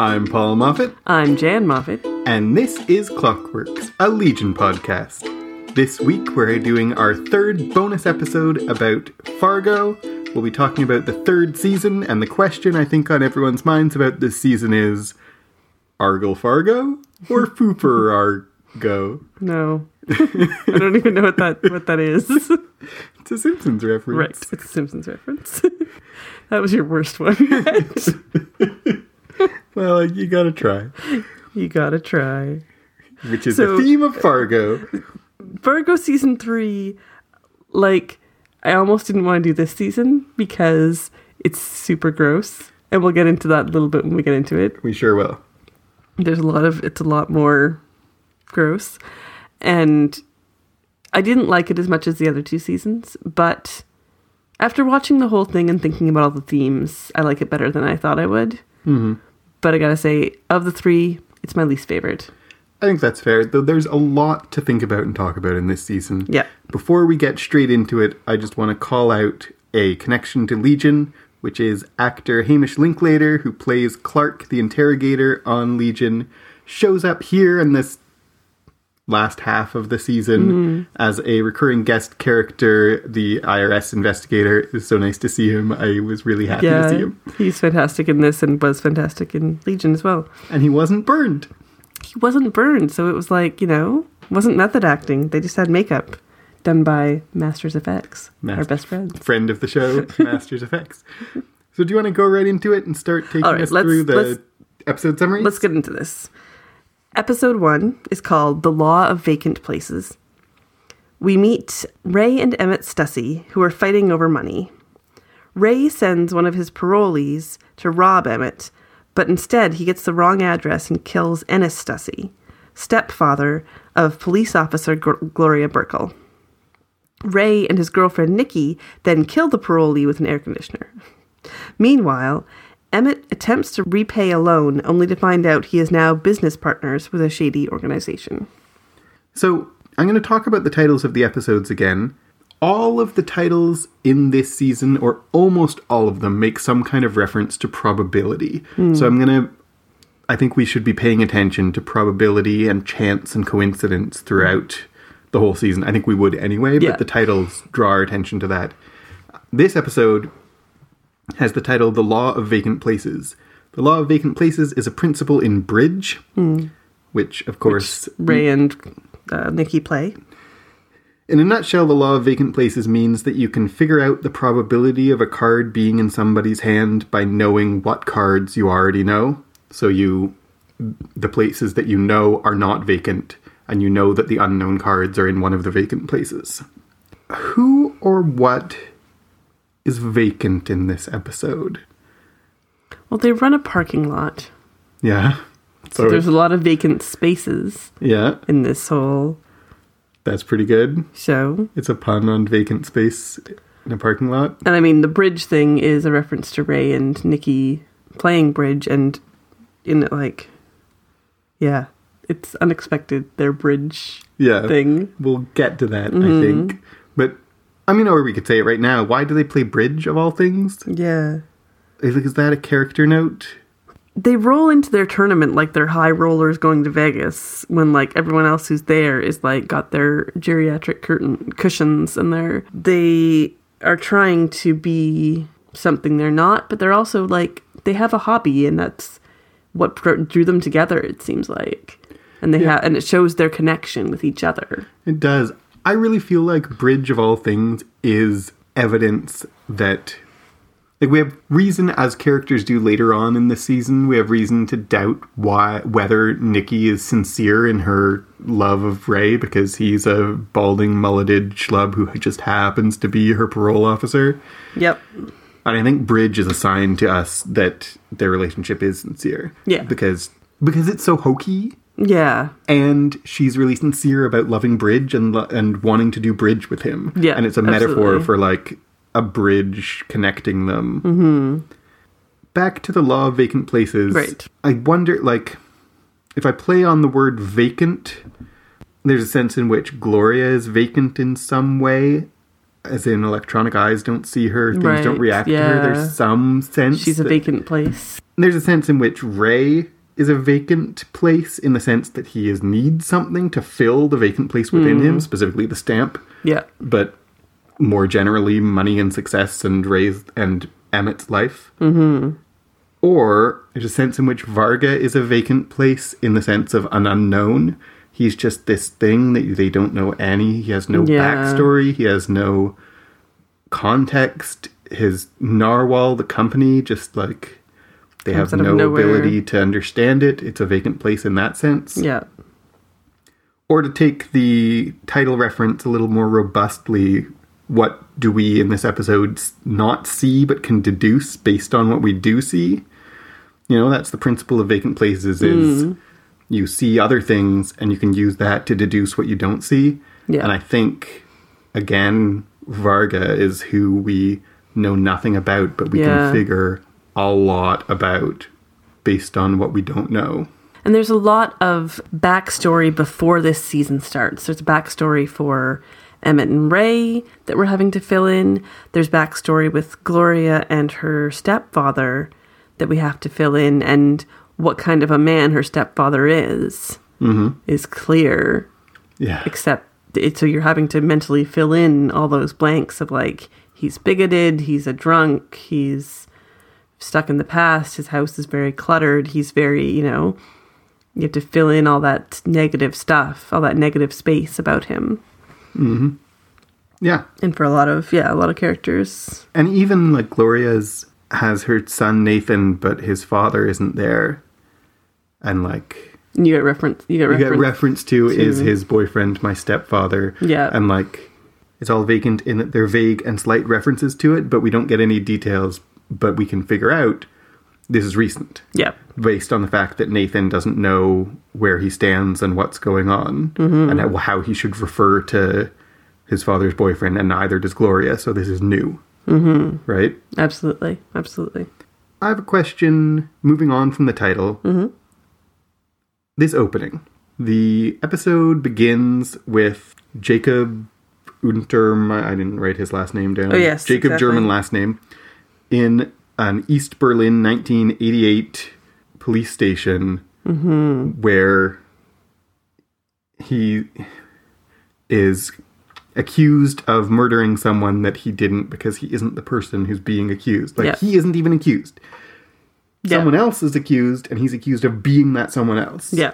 I'm Paul Moffat, I'm Jan Moffat. and this is Clockworks, a Legion podcast. This week we're doing our third bonus episode about Fargo. We'll be talking about the third season, and the question I think on everyone's minds about this season is Argle Fargo or Fooper Argo? No, I don't even know what that what that is. It's a Simpsons reference. right, it's a Simpsons reference. that was your worst one. Well, you gotta try. you gotta try. Which is So- the theme of Fargo. Virgo season three. Like, I almost didn't want to do this season because it's super gross, and we'll get into that a little bit when we get into it. We sure will. there's a lot of it's a lot more gross and i didn't like it as much as the other two seasons but after watching the whole thing and thinking about all the themes i like it better than i thought i would mm-hmm. but i gotta say of the three it's my least favorite I think that's fair, though there's a lot to think about and talk about in this season. Yeah. Before we get straight into it, I just want to call out a connection to Legion, which is actor Hamish Linklater, who plays Clark the Interrogator on Legion, shows up here in this last half of the Mm-hmm. season as a recurring guest character. The IRS investigator It was so nice to see him. I was really happy to see yeah him. he's fantastic in this and was fantastic in legion as well And he wasn't burned. he wasn't burned so it was like you know wasn't method acting they just had makeup done by masters fx our Masters. best friends friend of the show, Masters Effects. So do you want to go right into it and start taking All right, us let's- through let's- the episode summary? Let's get into this. Episode one is called The Law of Vacant Places. We meet Ray and Emmett Stussy, who are fighting over money. Ray sends one of his parolees to rob Emmett, but instead he gets the wrong address and kills Ennis Stussy, stepfather of police officer Gr- Gloria Burkle. Ray and his girlfriend Nikki then kill the parolee with an air conditioner. Meanwhile, Emmett attempts to repay a loan only to find out he is now business partners with a shady organization. So I'm going to talk about the titles of the episodes again. All of the titles in this season, or almost all of them, make some kind of reference to probability. So I'm going to. I think we should be paying attention to probability and chance and coincidence throughout the whole season. I think we would anyway, Yeah. but the titles draw our attention to that. This episode has the title The Law of Vacant Places. The Law of Vacant Places is a principle in Bridge, which, of course, Ray and uh, Nikki play. in a nutshell, the law of vacant places means that you can figure out the probability of a card being in somebody's hand by knowing what cards you already know. So you the places that you know are not vacant and you know that the unknown cards are in one of the vacant places. Who or what is vacant in this episode? Well, they run a parking lot, Oh, Yeah. so So there's a lot of vacant spaces yeah, in this whole that's pretty good. show. It's a pun on vacant space in a parking lot. And I mean, the bridge thing is a reference to Ray and Nikki playing bridge, and in it, like, yeah, it's unexpected. Their bridge Yeah. thing. We'll get to that, I think. But I mean, or we could say it right now. Why do they play bridge of all things? Yeah. Is, is that a character note? they roll into their tournament like they're high rollers going to Vegas when like everyone else who's there is like got their geriatric curtain cushions and they're they are trying to be something they're not, but they're also like they have a hobby and that's what dro- drew them together. It seems like, and they have and it shows their connection with each other. It does. I really feel like bridge of all things is evidence that like we have reason as characters do later on in the season we have reason to doubt why whether nikki is sincere in her love of ray because he's a balding mulleted schlub who just happens to be her parole officer Yep. And I think Bridge is a sign to us that their relationship is sincere. Yeah. Because because it's so hokey Yeah. and she's really sincere about loving Bridge and lo- and wanting to do bridge with him. Yeah, And it's a metaphor absolutely. for like a bridge connecting them. Mhm. Back to the law of vacant places. Mm-hmm. Right. I wonder like if I play on the word vacant, there's a sense in which Gloria is vacant in some way, as in electronic eyes don't see her, things Right, don't react to her. yeah. There's some sense. She's a that- vacant place. there's a sense in which Ray is a vacant place in the sense that he is needs something to fill the vacant place within him, specifically the stamp. Yeah. But more generally, money and success and Ray's and Emmett's life. Mm-hmm. Or there's a sense in which Varga is a vacant place in the sense of an unknown. He's just this thing that they don't know any. He has no Yeah. backstory. He has no context. His narwhal, the company, just like they Comes have out of no nowhere. ability to understand it. It's a vacant place in that sense. Yeah. Or to take the title reference a little more robustly, what do we in this episode s- not see but can deduce based on what we do see? You know, that's the principle of vacant places is Mm-hmm. you see other things and you can use that to deduce what you don't see. Yeah. And I think again Varga is who we know nothing about but we Yeah. can figure a lot about based on what we don't know. And there's a lot of backstory before this season starts. There's backstory for Emmett and Ray that we're having to fill in. There's backstory with Gloria and her stepfather that we have to fill in, and what kind of a man her stepfather is is clear. Yeah. Except, it, so you're having to mentally fill in all those blanks of like he's bigoted, he's a drunk, he's stuck in the past, his house is very cluttered, he's very, you know, you have to fill in all that negative stuff, all that negative space about him. Yeah. And for a lot of, yeah, a lot of characters. And even like Gloria's has her son Nathan, but his father isn't there. And like And you get reference, you get you reference. get reference to, is his boyfriend my stepfather. Yeah. And like it's all vacant in that they're vague and slight references to it, but we don't get any details, but we can figure out this is recent yeah. based on the fact that Nathan doesn't know where he stands and what's going on and how- how he should refer to his father's boyfriend, and neither does Gloria. So this is new. Mm-hmm. Right? Absolutely. Absolutely. I have a question moving on from the title. Mm-hmm. This opening. The episode begins with Jacob Unterm. I didn't write his last name down. Oh, yes, Jacob exactly. German last name. In an East Berlin 1988 police station Mm-hmm. where he is accused of murdering someone that he didn't because he isn't the person who's being accused. Like Yeah. he isn't even accused. Yeah. Someone else is accused and he's accused of being that someone else. Yeah.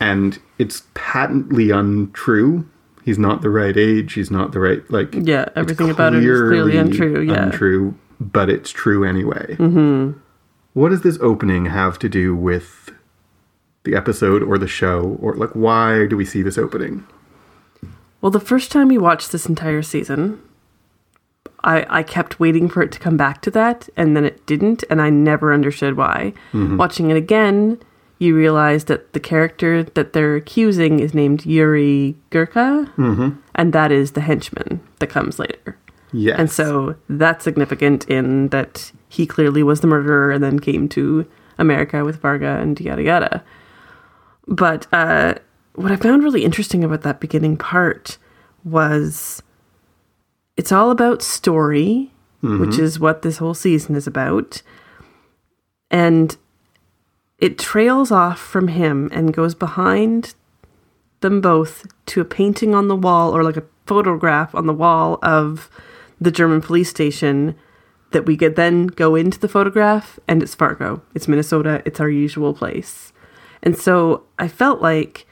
And it's patently untrue. He's not the right age, he's not the right like Yeah, it's everything about him is clearly untrue, yeah. Untrue, but it's true anyway. Mm-hmm. What does this opening have to do with the episode or the show or like why do we see this opening? Well, the first time we watched this entire season, I, I kept waiting for it to come back to that, and then it didn't, and I never understood why. Watching it again, you realize that the character that they're accusing is named Yuri Gurka, and that is the henchman that comes later. Yes. And so that's significant in that he clearly was the murderer and then came to America with Varga and yada yada. But uh, what I found really interesting about that beginning part was it's all about story, which is what this whole season is about. And it trails off from him and goes behind them both to a painting on the wall or like a photograph on the wall of the German police station that we could then go into the photograph and it's Fargo. It's Minnesota. It's our usual place. And so I felt like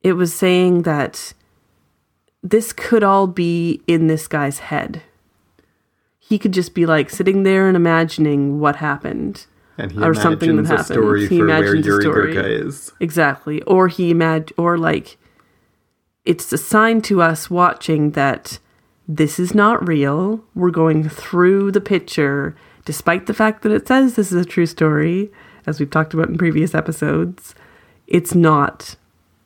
it was saying that this could all be in this guy's head. He could just be like sitting there and imagining what happened. and he or something imagines that a story happens. He for where imagines a Yuri story. Gurka is. Exactly. Or he imag or like it's a sign to us watching that this is not real. We're going through the picture, despite the fact that it says this is a true story, as we've talked about in previous episodes. It's not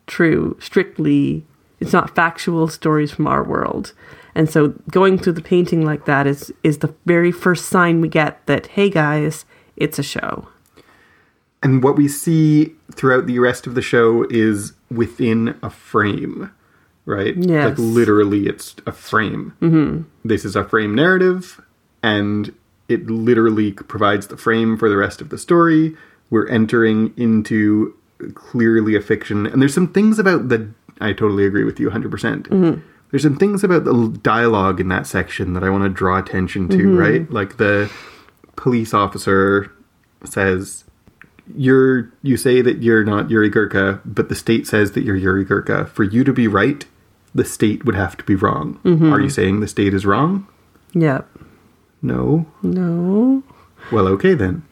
true, strictly, it's not factual stories from our world. And so going through the painting like that is is the very first sign we get that, hey guys, it's a show. And what we see throughout the rest of the show is within a frame, right? Yes. Like literally, it's a frame. Mm-hmm. This is a frame narrative, and It literally provides the frame for the rest of the story. We're entering into clearly a fiction, and there's some things about the. I totally agree with you 100%. percent There's some things about the dialogue in that section that I want to draw attention to, right? Like the police officer says, you're you say that you're not Yuri Gurka, but the state says that you're Yuri Gurka. For you to be right, the state would have to be wrong. Are you saying the state is wrong? Yep. No. No. Well, okay then.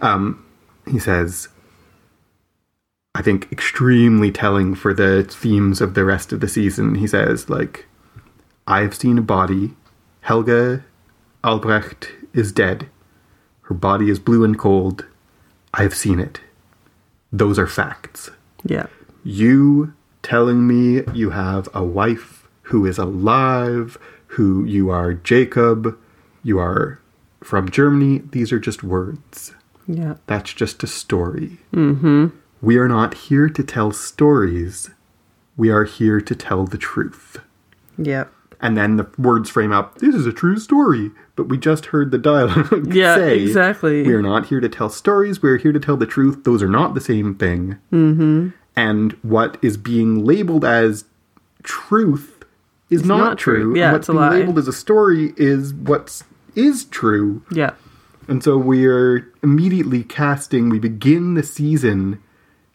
Um, he says, I think extremely telling for the themes of the rest of the season. He says, like, I've seen a body. Helga Albrecht is dead. Her body is blue and cold. I've seen it. Those are facts. Yep. You telling me you have a wife who is alive, who you are Jacob, you are from Germany, these are just words. Yep. That's just a story. Mm-hmm. We are not here to tell stories. We are here to tell the truth. Yep. And then the words frame up, this is a true story, but we just heard the dialogue Yeah, say, exactly. We are not here to tell stories, we are here to tell the truth. Those are not the same thing. Mm-hmm. And what is being labeled as truth is not, not true. true. and Yeah, what's it's a being lie. labeled as a story is what's is true. Yep. And so we are immediately casting, we begin the season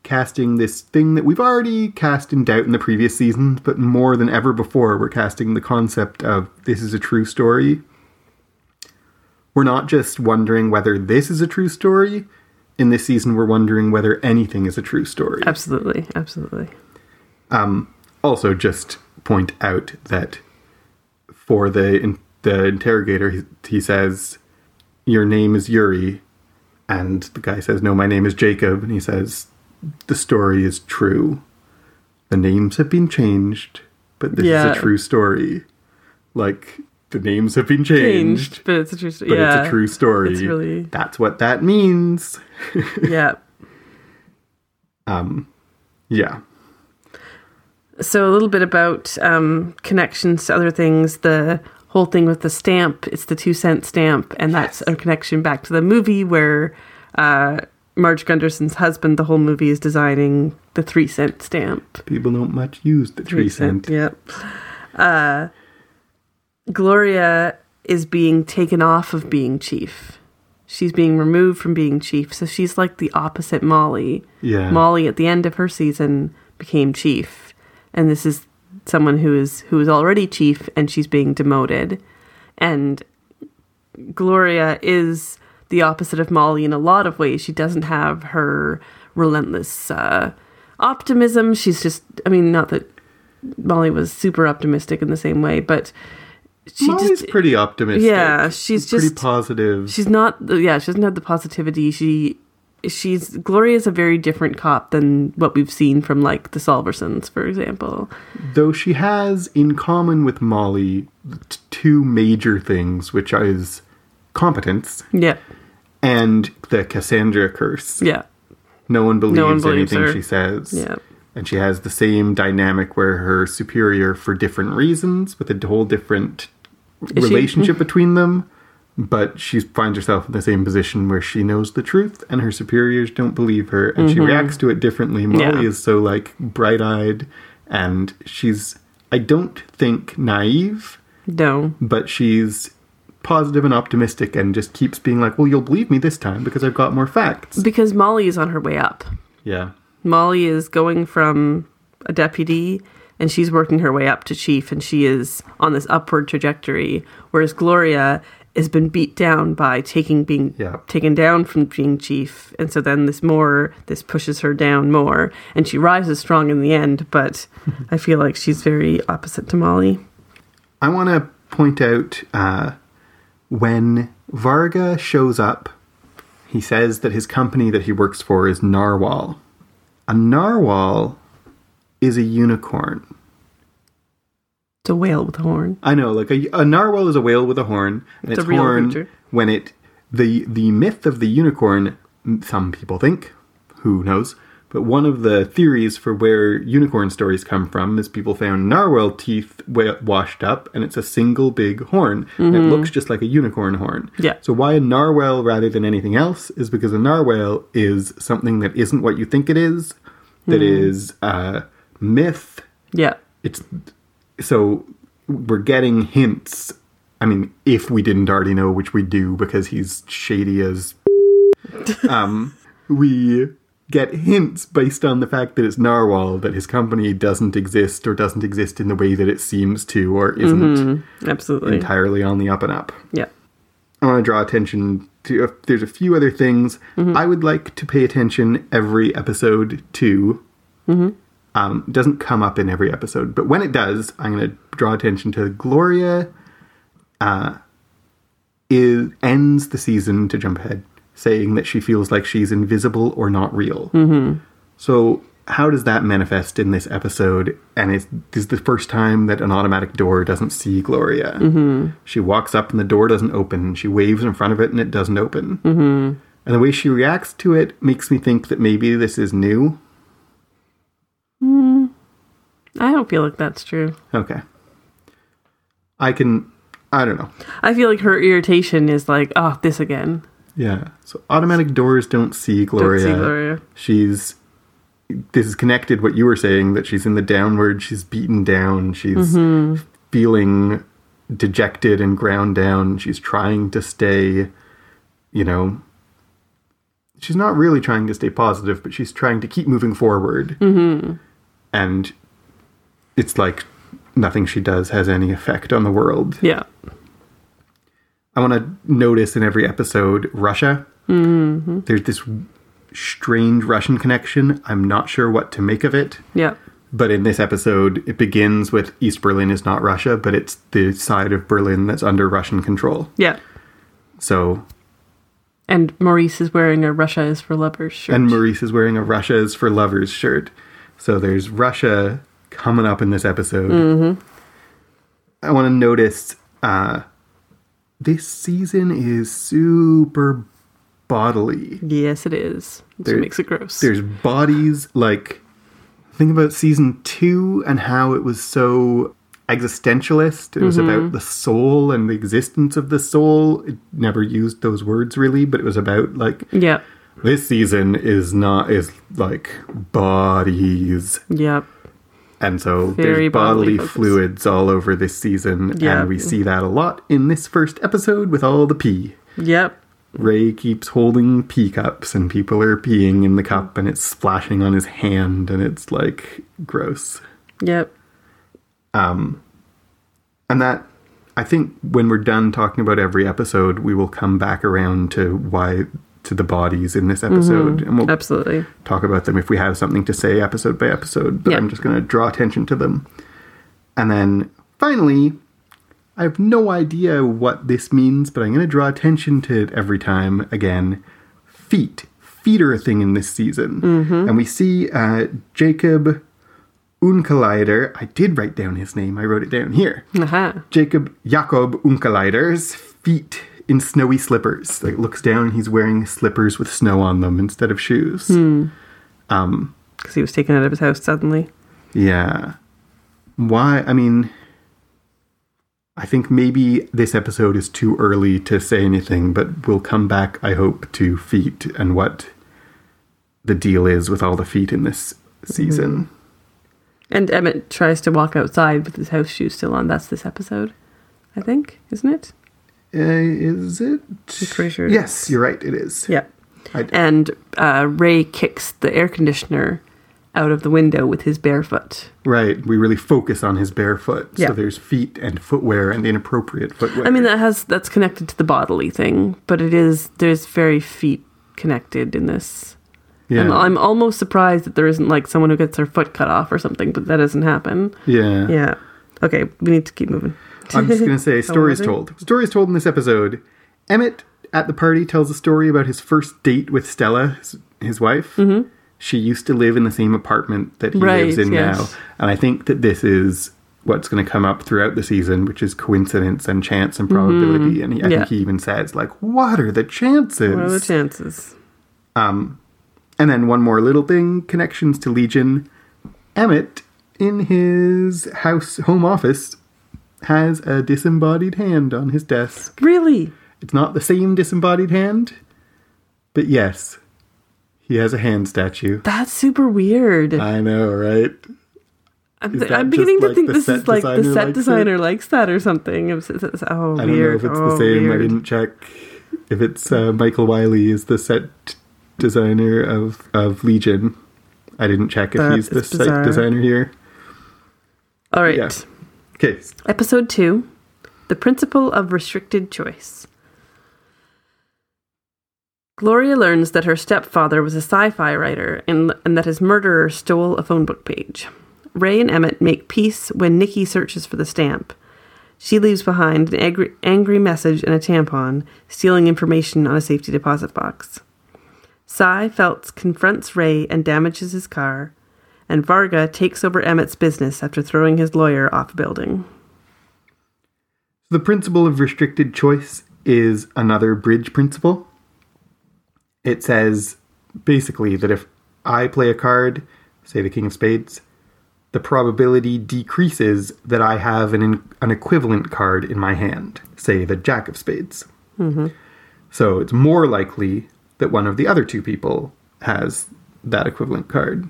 casting this thing that we've already cast in doubt in the previous seasons, but more than ever before, we're casting the concept of this is a true story. We're not just wondering whether this is a true story. In this season, we're wondering whether anything is a true story. Absolutely. Absolutely. Also, just point out that for the in, the interrogator, he, he says, "Your name is Yuri," and the guy says, "No, my name is Jacob," and he says, "The story is true. The names have been changed, but this Yeah. is a true story. Like the names have been changed." But it's a true story. But yeah. it's a true story. It's really- That's what that means. Yep. Yeah. So a little bit about um, connections to other things. The whole thing with the stamp. It's the two cent stamp, and that's a connection back to the movie where uh, Marge Gunderson's husband. The whole movie is designing the three cent stamp. People don't much use the three cent. Yep. Uh, Gloria is being taken off of being chief. She's being removed from being chief, so she's like the opposite Molly. Yeah. Molly at the end of her season became chief, and this is someone who is who is already chief, and she's being demoted. And Gloria is the opposite of Molly in a lot of ways. She doesn't have her relentless uh, optimism. She's just, I mean, not that Molly was super optimistic in the same way, but she Molly's just pretty optimistic. Yeah, she's pretty just- positive. she's not yeah she doesn't have the positivity she she's gloria's a very different cop than what we've seen from like the solversons for example Though she has in common with Molly t- two major things, which is competence yeah and the Cassandra curse. yeah No one believes, one believes anything her. she says. Yeah. And she has the same dynamic where her superior, for different reasons, with a whole different Is she- Hmm. relationship between them, but she finds herself in the same position where she knows the truth and her superiors don't believe her and she reacts to it differently. Molly Mm-hmm. Yeah. is so like bright eyed and she's, I don't think, naive no but she's positive and optimistic and just keeps being like, "Well, you'll believe me this time because I've got more facts." because molly is on her way up Yeah. molly is going from a deputy and she's working her way up to chief and she is on this upward trajectory whereas gloria has been beat down by taking being Yeah. taken down from being chief and so then this more this pushes her down more and she rises strong in the end but i feel like she's very opposite to molly I want to point out uh, when Varga shows up, he says that his company that he works for is Narwhal. A narwhal is a unicorn. it's a whale with a horn I know, like a, a narwhal is a whale with a horn, and It's its, a real horn creature. when it the the myth of the unicorn. Some people think, who knows, But one of the theories for where unicorn stories come from is people found narwhal teeth wa- washed up, and it's a single big horn. And it looks just like a unicorn horn. Mm-hmm. Yeah. So why a narwhal rather than anything else is because a narwhal is something that isn't what you think it is. Hmm. That is uh, myth. Yeah. It's so we're getting hints. I mean, if we didn't already know, which we do, because he's shady as um, we get hints based on the fact that it's narwhal that his company doesn't exist or doesn't exist in the way that it seems to or isn't Absolutely. entirely on the up and up yeah. i want to draw attention to there's a few other things i would like to pay attention every episode to um, it doesn't come up in every episode but when it does i'm going to draw attention to gloria uh, is, ends the season to jump ahead saying that she feels like she's invisible or not real so how does that manifest in this episode? And it's this is the first time that an automatic door doesn't see Gloria. She walks up and the door doesn't open. She waves in front of it and it doesn't open. Mm-hmm. And the way she reacts to it makes me think that maybe this is new. I don't feel like that's true. Okay. I can. I don't know. I feel like her irritation is like, oh, this again. Yeah. So automatic doors don't see Don't Gloria. see Gloria. She's. This is connected what you were saying that she's in the downward. She's beaten down. She's feeling dejected and ground down. She's trying to stay. You know. She's not really trying to stay positive, but she's trying to keep moving forward. And it's like nothing she does has any effect on the world. Yeah. I want to notice in every episode Russia. Mm-hmm. There's this strange Russian connection. I'm not sure what to make of it. Yeah. But in this episode, it begins with East Berlin is not Russia, but it's the side of Berlin that's under Russian control. Yeah. So, And Maurice is wearing a Russia is for lovers shirt. and Maurice is wearing a Russia is for lovers shirt. So there's Russia coming up in this episode. I want to notice uh, this season is super bodily. yes, it is. Which There- makes it gross. there's bodies like think about season two and how it was so existentialist it was about Mm-hmm. the soul and the existence of the soul it never used those words really but it was about like Yeah. this season is not is like bodies Yeah. and so Very there's bodily bodily focused. fluids all over this season Yeah. and we see that a lot in this first episode with all the pee Yep. Ray keeps holding pee cups and people are peeing in the cup and it's splashing on his hand and it's like gross. Yep. And that I think when we're done talking about every episode, we will come back around to why to the bodies in this episode and we'll Absolutely. talk about them if we have something to say episode by episode, but Yeah. I'm just going to draw attention to them. And then finally, I have no idea what this means, but I'm going to draw attention to it every time again. Feet. Feet are a thing in this season. And we see uh, Jacob Unkeleider. I did write down his name, I wrote it down here. Uh-huh. Jacob Jakob Unkeleider's feet in snowy slippers. Like looks down, he's wearing slippers with snow on them instead of shoes. Because he was taken out of his house suddenly. Yeah. Why? I mean, I think maybe this episode is too early to say anything, but we'll come back, I hope, to feet and what the deal is with all the feet in this season. And Emmett tries to walk outside with his house shoes still on. That's this episode, I think, isn't it? Uh, is it? Mm-hmm. pretty sure it Yes, you're right, it is. Yeah. I- And uh, Ray kicks the air conditioner out of the window with his bare foot. Right, we really focus on his barefoot. Yeah. So there's feet and footwear and inappropriate footwear. I mean, that has that's connected to the bodily thing, but it is there's very feet connected in this. yeah. I'm, I'm almost surprised that there isn't like someone who gets their foot cut off or something, but that doesn't happen. yeah. Yeah. Okay, we need to keep moving. I'm just going to say stories was it? told. Stories told in this episode. Emmett at the party tells a story about his first date with Stella, his, his wife. She used to live in the same apartment that he Mm-hmm. Right, lives in yes. now. And I think that this is what's going to come up throughout the season, which is coincidence and chance and probability. And he, I Mm-hmm. Yeah. think he even says, like, what are the chances? What are the chances? And then one more little thing connections to Legion. Emmett, in his house home office, has a disembodied hand on his desk. Really? It's not the same disembodied hand, but yes, he has a hand statue. That's super weird. I know, right? I'm, Uh, is th- that I'm just beginning to like think the this set is like the designer set likes designer likes that or something. It's- it's- it's- oh, I don't weird. know if it's oh, the same. Weird. I didn't check if it's uh, Michael Wiley is the set designer of of Legion. I didn't check if That he's the is bizarre. set designer here. All right. Yeah. Okay. Episode 2 The Principle of Restricted Choice. Gloria learns that her stepfather was a sci fi writer and, and that his murderer stole a phone book page. Ray and Emmett make peace when Nikki searches for the stamp. She leaves behind an angry, angry message and a tampon, stealing information on a safety deposit box. Cy Feltz confronts Ray and damages his car, and Varga takes over Emmett's business after throwing his lawyer off a building. The principle of restricted choice is another bridge principle. It says basically that if I play a card, say the king of spades, the probability decreases that I have an an equivalent card in my hand, say the jack of spades. So it's more likely that one of the other two people has that equivalent card.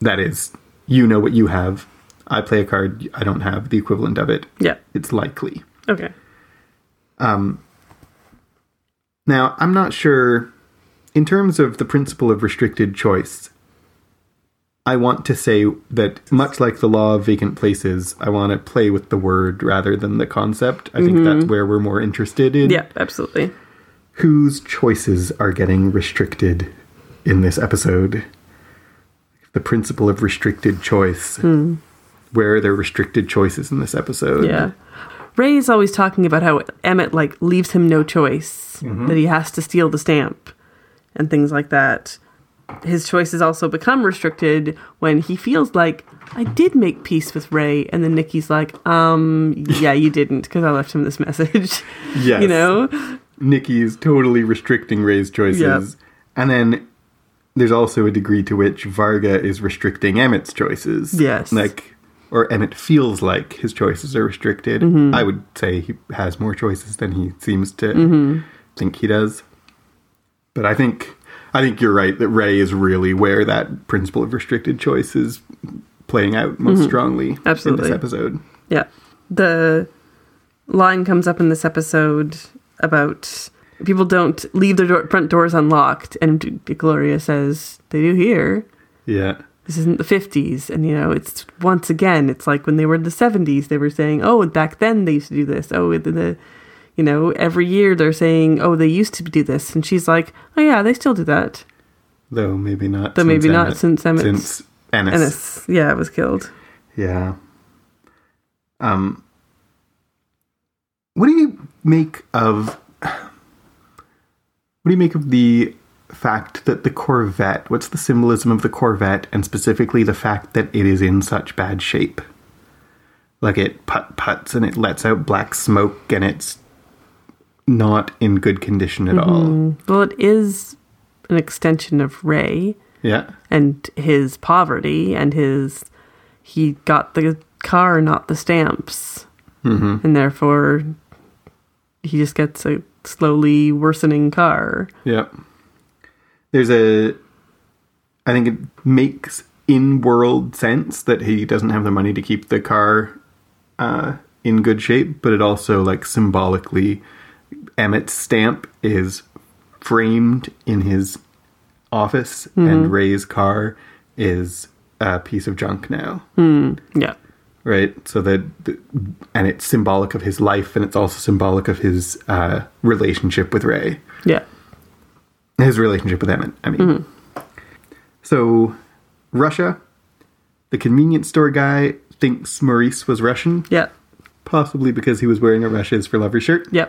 That is, you know what you have. I play a card, I don't have the equivalent of it. Yeah. It's likely. Okay. Now, I'm not sure, in terms of the principle of restricted choice, I want to say that much like the law of vacant places, I want to play with the word rather than the concept. I think that's where we're more interested in Mm-hmm. Yeah, absolutely. whose choices are getting restricted in this episode. The principle of restricted choice. Where are there restricted choices in this episode? Hmm. Yeah. Mm-hmm. Ray is always talking about how Emmett like leaves him no choice, that he has to steal the stamp and things like that. His choices also become restricted when he feels like I did make peace with Ray and then Nikki's like, "Um, yeah, you didn't because I left him this message." Yes. You know? Nikki is totally restricting Ray's choices. Yep. And then there's also a degree to which Varga is restricting Emmett's choices. Yes. Like, or Emmett feels like his choices are restricted. Mm-hmm. I would say he has more choices than he seems to Mm-hmm. think he does. But I think I think you're right that Ray is really where that principle of restricted choice is playing out most strongly in Mm-hmm. Absolutely. this episode. Yeah. The line comes up in this episode about people don't leave their door- front doors unlocked. And Gloria says, they do here. Yeah. This isn't the 50s. And, you know, it's once again, it's like when they were in the 70s, they were saying, oh, and back then they used to do this. Oh, in the, you know, every year they're saying, oh, they used to do this. And she's like, oh, yeah, they still do that. Though maybe not. Though since maybe not Emmett- since Emmett's- Since And it's, yeah, it was killed. Yeah. Um what do you make of what do you make of the fact that the Corvette, what's the symbolism of the Corvette and specifically the fact that it is in such bad shape? Like it putt puts and it lets out black smoke and it's not in good condition at all. Well, it is an extension of Ray. Yeah. and his poverty and his he got the car not the stamps mm-hmm. and therefore he just gets a slowly worsening car Yep. There's a. I think it makes in world sense that he doesn't have the money to keep the car uh, in good shape, but it also, like, symbolically, Emmett's stamp is framed in his office, and Ray's car is a piece of junk now yeah right? So that, th- and it's symbolic of his life, and it's also symbolic of his uh, relationship with Ray, yeah his relationship with Emmett. I mean, Mm-hmm. so Russia, the convenience store guy thinks Maurice was Russian, yeah possibly because he was wearing a Russia's for Lover shirt, yeah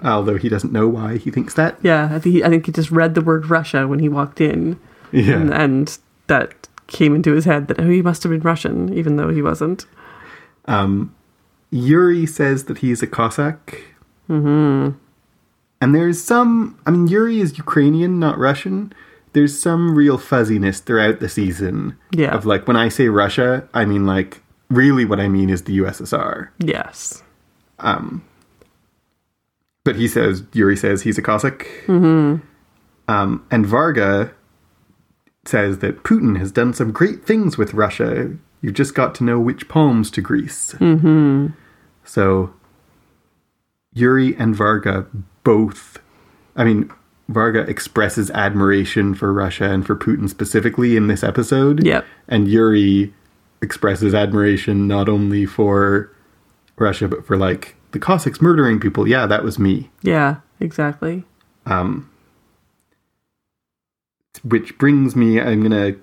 although he doesn't know why he thinks that. yeah i think he, i think he just read the word russia when he walked in Yeah. and, and that came into his head that oh he must have been russian even though he wasn't Yuri says that he's a Cossack. Mm-hmm. Mm-hmm. And there's some. I mean, Yuri is Ukrainian, not Russian. there's some real fuzziness throughout the season. Yeah. Of like when I say Russia, I mean like really what I mean is the USSR. Yes. But he says Yuri says he's a Cossack. Um, and Varga says that Putin has done some great things with Russia. You've just got to know which palms to grease. Mm-hmm. So Yuri and Varga both, I mean, Varga expresses admiration for Russia and for Putin specifically in this episode. Yep. And Yuri expresses admiration not only for Russia, but for like the Cossacks murdering people. Yeah, that was me. Yeah, exactly. Um, which brings me i'm gonna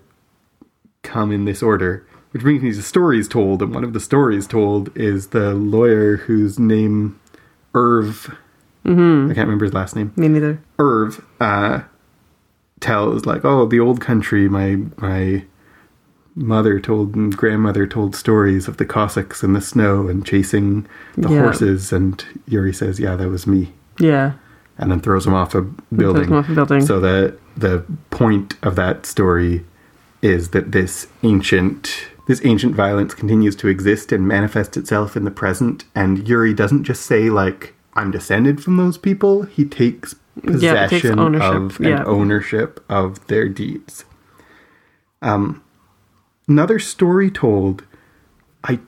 come in this order which brings me to stories told and one of the stories told is the lawyer whose name irv i can't remember his last name Me neither. irv uh, tells like oh the old country my my mother told and grandmother told stories of the cossacks in the snow and chasing the Yeah. horses and yuri says yeah that was me Yeah. and then throws him off a building. him off a building. So the the point of that story is that this ancient this ancient violence continues to exist and manifest itself in the present. And Yuri doesn't just say like I'm descended from those people. He takes takes possession of ownership, yeah. and ownership of their deeds. Um, another story told. I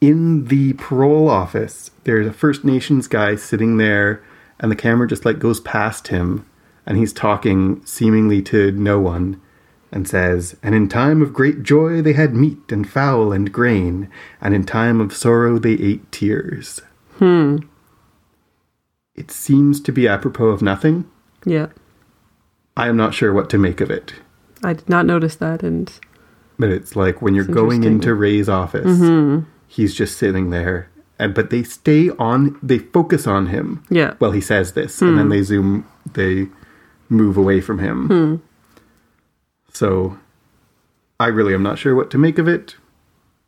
in the parole office, there's a First Nations guy sitting there, and the camera just like goes past him, and he's talking seemingly to no one, and says, And in time of great joy they had meat and fowl and grain, and in time of sorrow they ate tears. Hmm. It seems to be apropos of nothing. Yeah. I am not sure what to make of it. I did not notice that and But it's like when you're going interesting. into Ray's office, he's just sitting there. And but they stay on they focus on him. Yeah. Well he says this. And then they zoom they move away from him. So I really am not sure what to make of it,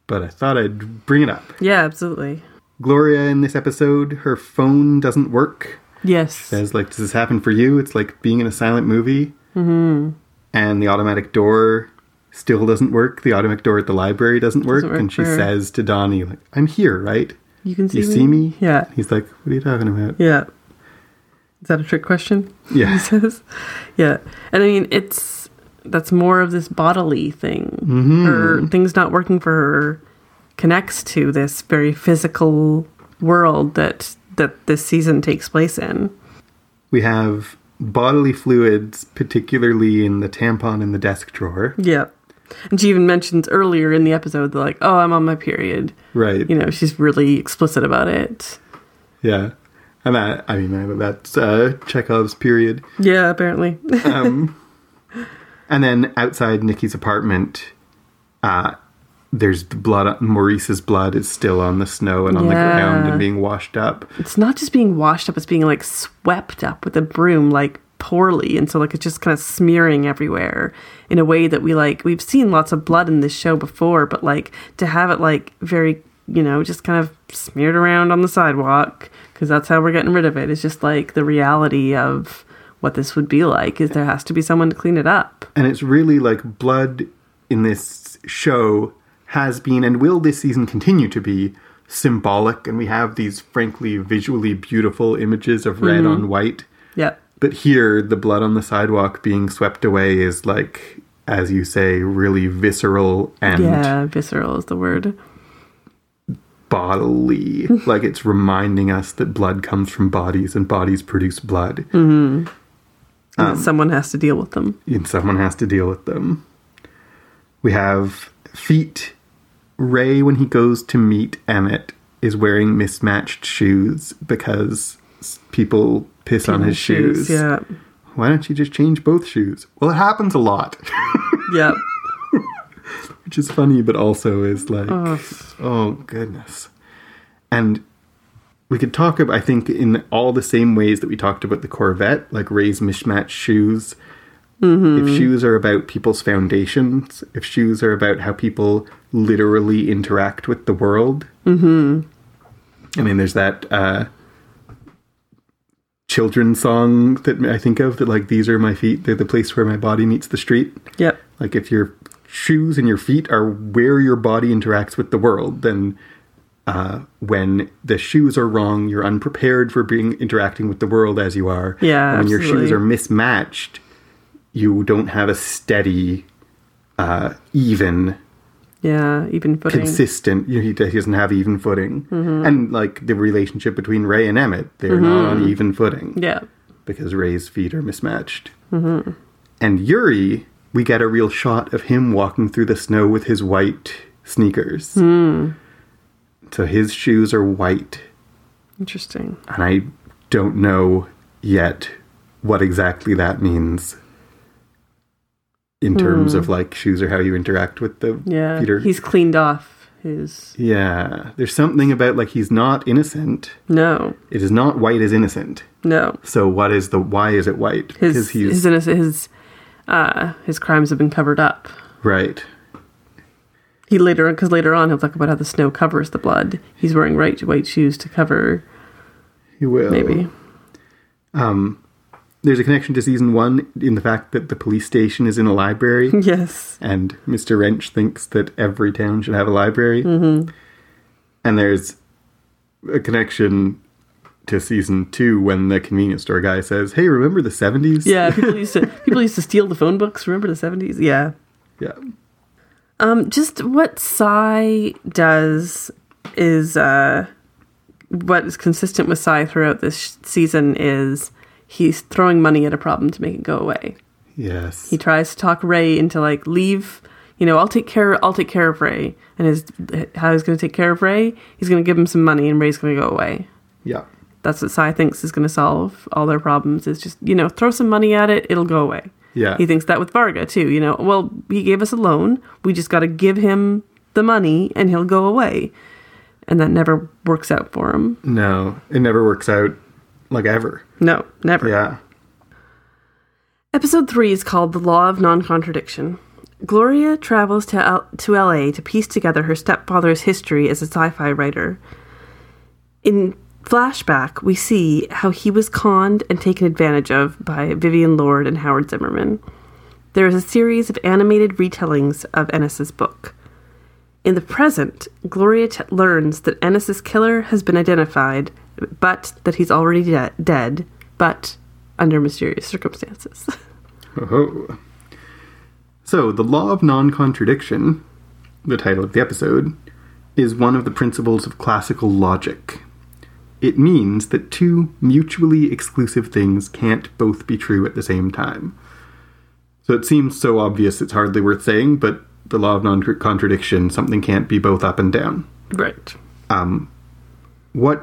but I thought I'd bring it up. Yeah, absolutely. Gloria in this episode, her phone doesn't work. Yes. Says like, does this happen for you? It's like being in a silent movie, mm-hmm. and the automatic door still doesn't work. The automatic door at the library doesn't work, Doesn't work and she for her. says to Donnie, "Like, I'm here, right? You can see you me? see me? Yeah. He's like, "What are you talking about? Yeah. Is that a trick question? Yeah. He says. Yeah. And I mean, it's that's more of this bodily thing. Mm-hmm. Her things not working for her connects to this very physical world that that this season takes place in. We have bodily fluids, particularly in the tampon in the desk drawer, Yeah. And she even mentions earlier in the episode that like, "Oh, I'm on my period." right? You know, she's really explicit about it. Yeah, and that I mean that's uh, Chekhov's period. Yeah, apparently. And then outside Nikki's apartment, uh, there's the blood. Maurice's blood is still on the snow and on the Yeah. ground and being washed up. it's not just being washed up, it's being like swept up with a broom, like poorly. And so, like, it's just kind of smearing everywhere in a way that we like, we've seen lots of blood in this show before, but like to have it like very, you know, just kind of smeared around on the sidewalk, because that's how we're getting rid of it. It's just like the reality of what this would be like is there has to be someone to clean it up. And it's really like blood in this show has been and will this season continue to be symbolic. And we have these frankly visually beautiful images of red Mm-hmm. on white. Yep. But here, the blood on the sidewalk being swept away is like, as you say, really visceral and Yeah, visceral is the word. bodily. like it's reminding us that blood comes from bodies and bodies produce blood Um, And that someone has to deal with them. and someone has to deal with them. We have feet. Ray, when he goes to meet Emmett, is wearing mismatched shoes because s- people piss on his shoes. Yeah. Why don't you just change both shoes? Well, it happens a lot, Yep. which is funny, but also is like, Ugh. oh goodness. And we could talk about, I think, in all the same ways that we talked about the Corvette, like Ray's mismatched shoes. If shoes are about people's foundations, if shoes are about how people literally interact with the world. Mm-hmm. I mean, there's that uh, children's song that I think of that like these are my feet. They're the place where my body meets the street. Yep. Like if your shoes and your feet are where your body interacts with the world, then uh, when the shoes are wrong, you're unprepared for being interacting with the world as you are. Yeah, And when your absolutely. shoes are mismatched, you don't have a steady, uh, even Yeah, even footing. consistent. You know, he, he doesn't have even footing, Mm-hmm. and like the relationship between Ray and Emmett, they're not on even footing yeah. because Ray's feet are mismatched. Mm-hmm. And Yuri, we get a real shot of him walking through the snow with his white sneakers. Hmm. So his shoes are white, Interesting. and I don't know yet what exactly that means. In terms of like shoes or how you interact with the Hmm. Yeah. Peter. He's cleaned off his. Yeah, there's something about like he's not innocent. No. It is not white as innocent. No. So what is the why is it white? His he's his innocent his uh his crimes have been covered up. right. He later because later on he'll talk about how the snow covers the blood. He's wearing right white shoes to cover He will. maybe. There's a connection to season one in the fact that the police station is in a library, Yes. and Mr. Wrench thinks that every town should have a library. Mm-hmm. And there's a connection to season two when the convenience store guy says, "Hey, remember the '70s?" Yeah, people used to people used to steal the phone books. Remember the seventies? Yeah. yeah. Um, just what Psy does is uh, what is consistent with Psy throughout this sh- season is he's throwing money at a problem to make it go away. Yes. He tries to talk Ray into like leave. You know, I'll take care. I'll take care of Ray. And his how he's going to take care of Ray? He's going to give him some money, and Ray's going to go away. yeah. That's what Psy thinks is going to solve all their problems. Is just you know throw some money at it, it'll go away. Yeah. He thinks that with Varga too, you know. Well, he gave us a loan. We just got to give him the money and he'll go away. And that never works out for him. No, it never works out, like ever. No, never. Yeah. Episode 3 is called The Law of Non-Contradiction. Gloria travels to, L- to LA to piece together her stepfather's history as a sci-fi writer. In flashback, we see how he was conned and taken advantage of by Vivian Lord and Howard Zimmerman. There is a series of animated retellings of Ennis's book. In the present, Gloria t- learns that Ennis's killer has been identified, but that he's already de- dead, but under mysterious circumstances. Oh. So, the law of non contradiction, the title of the episode, is one of the principles of classical logic. It means that two mutually exclusive things can't both be true at the same time. So, it seems so obvious it's hardly worth saying, but the law of non contradiction, something can't be both up and down. right. What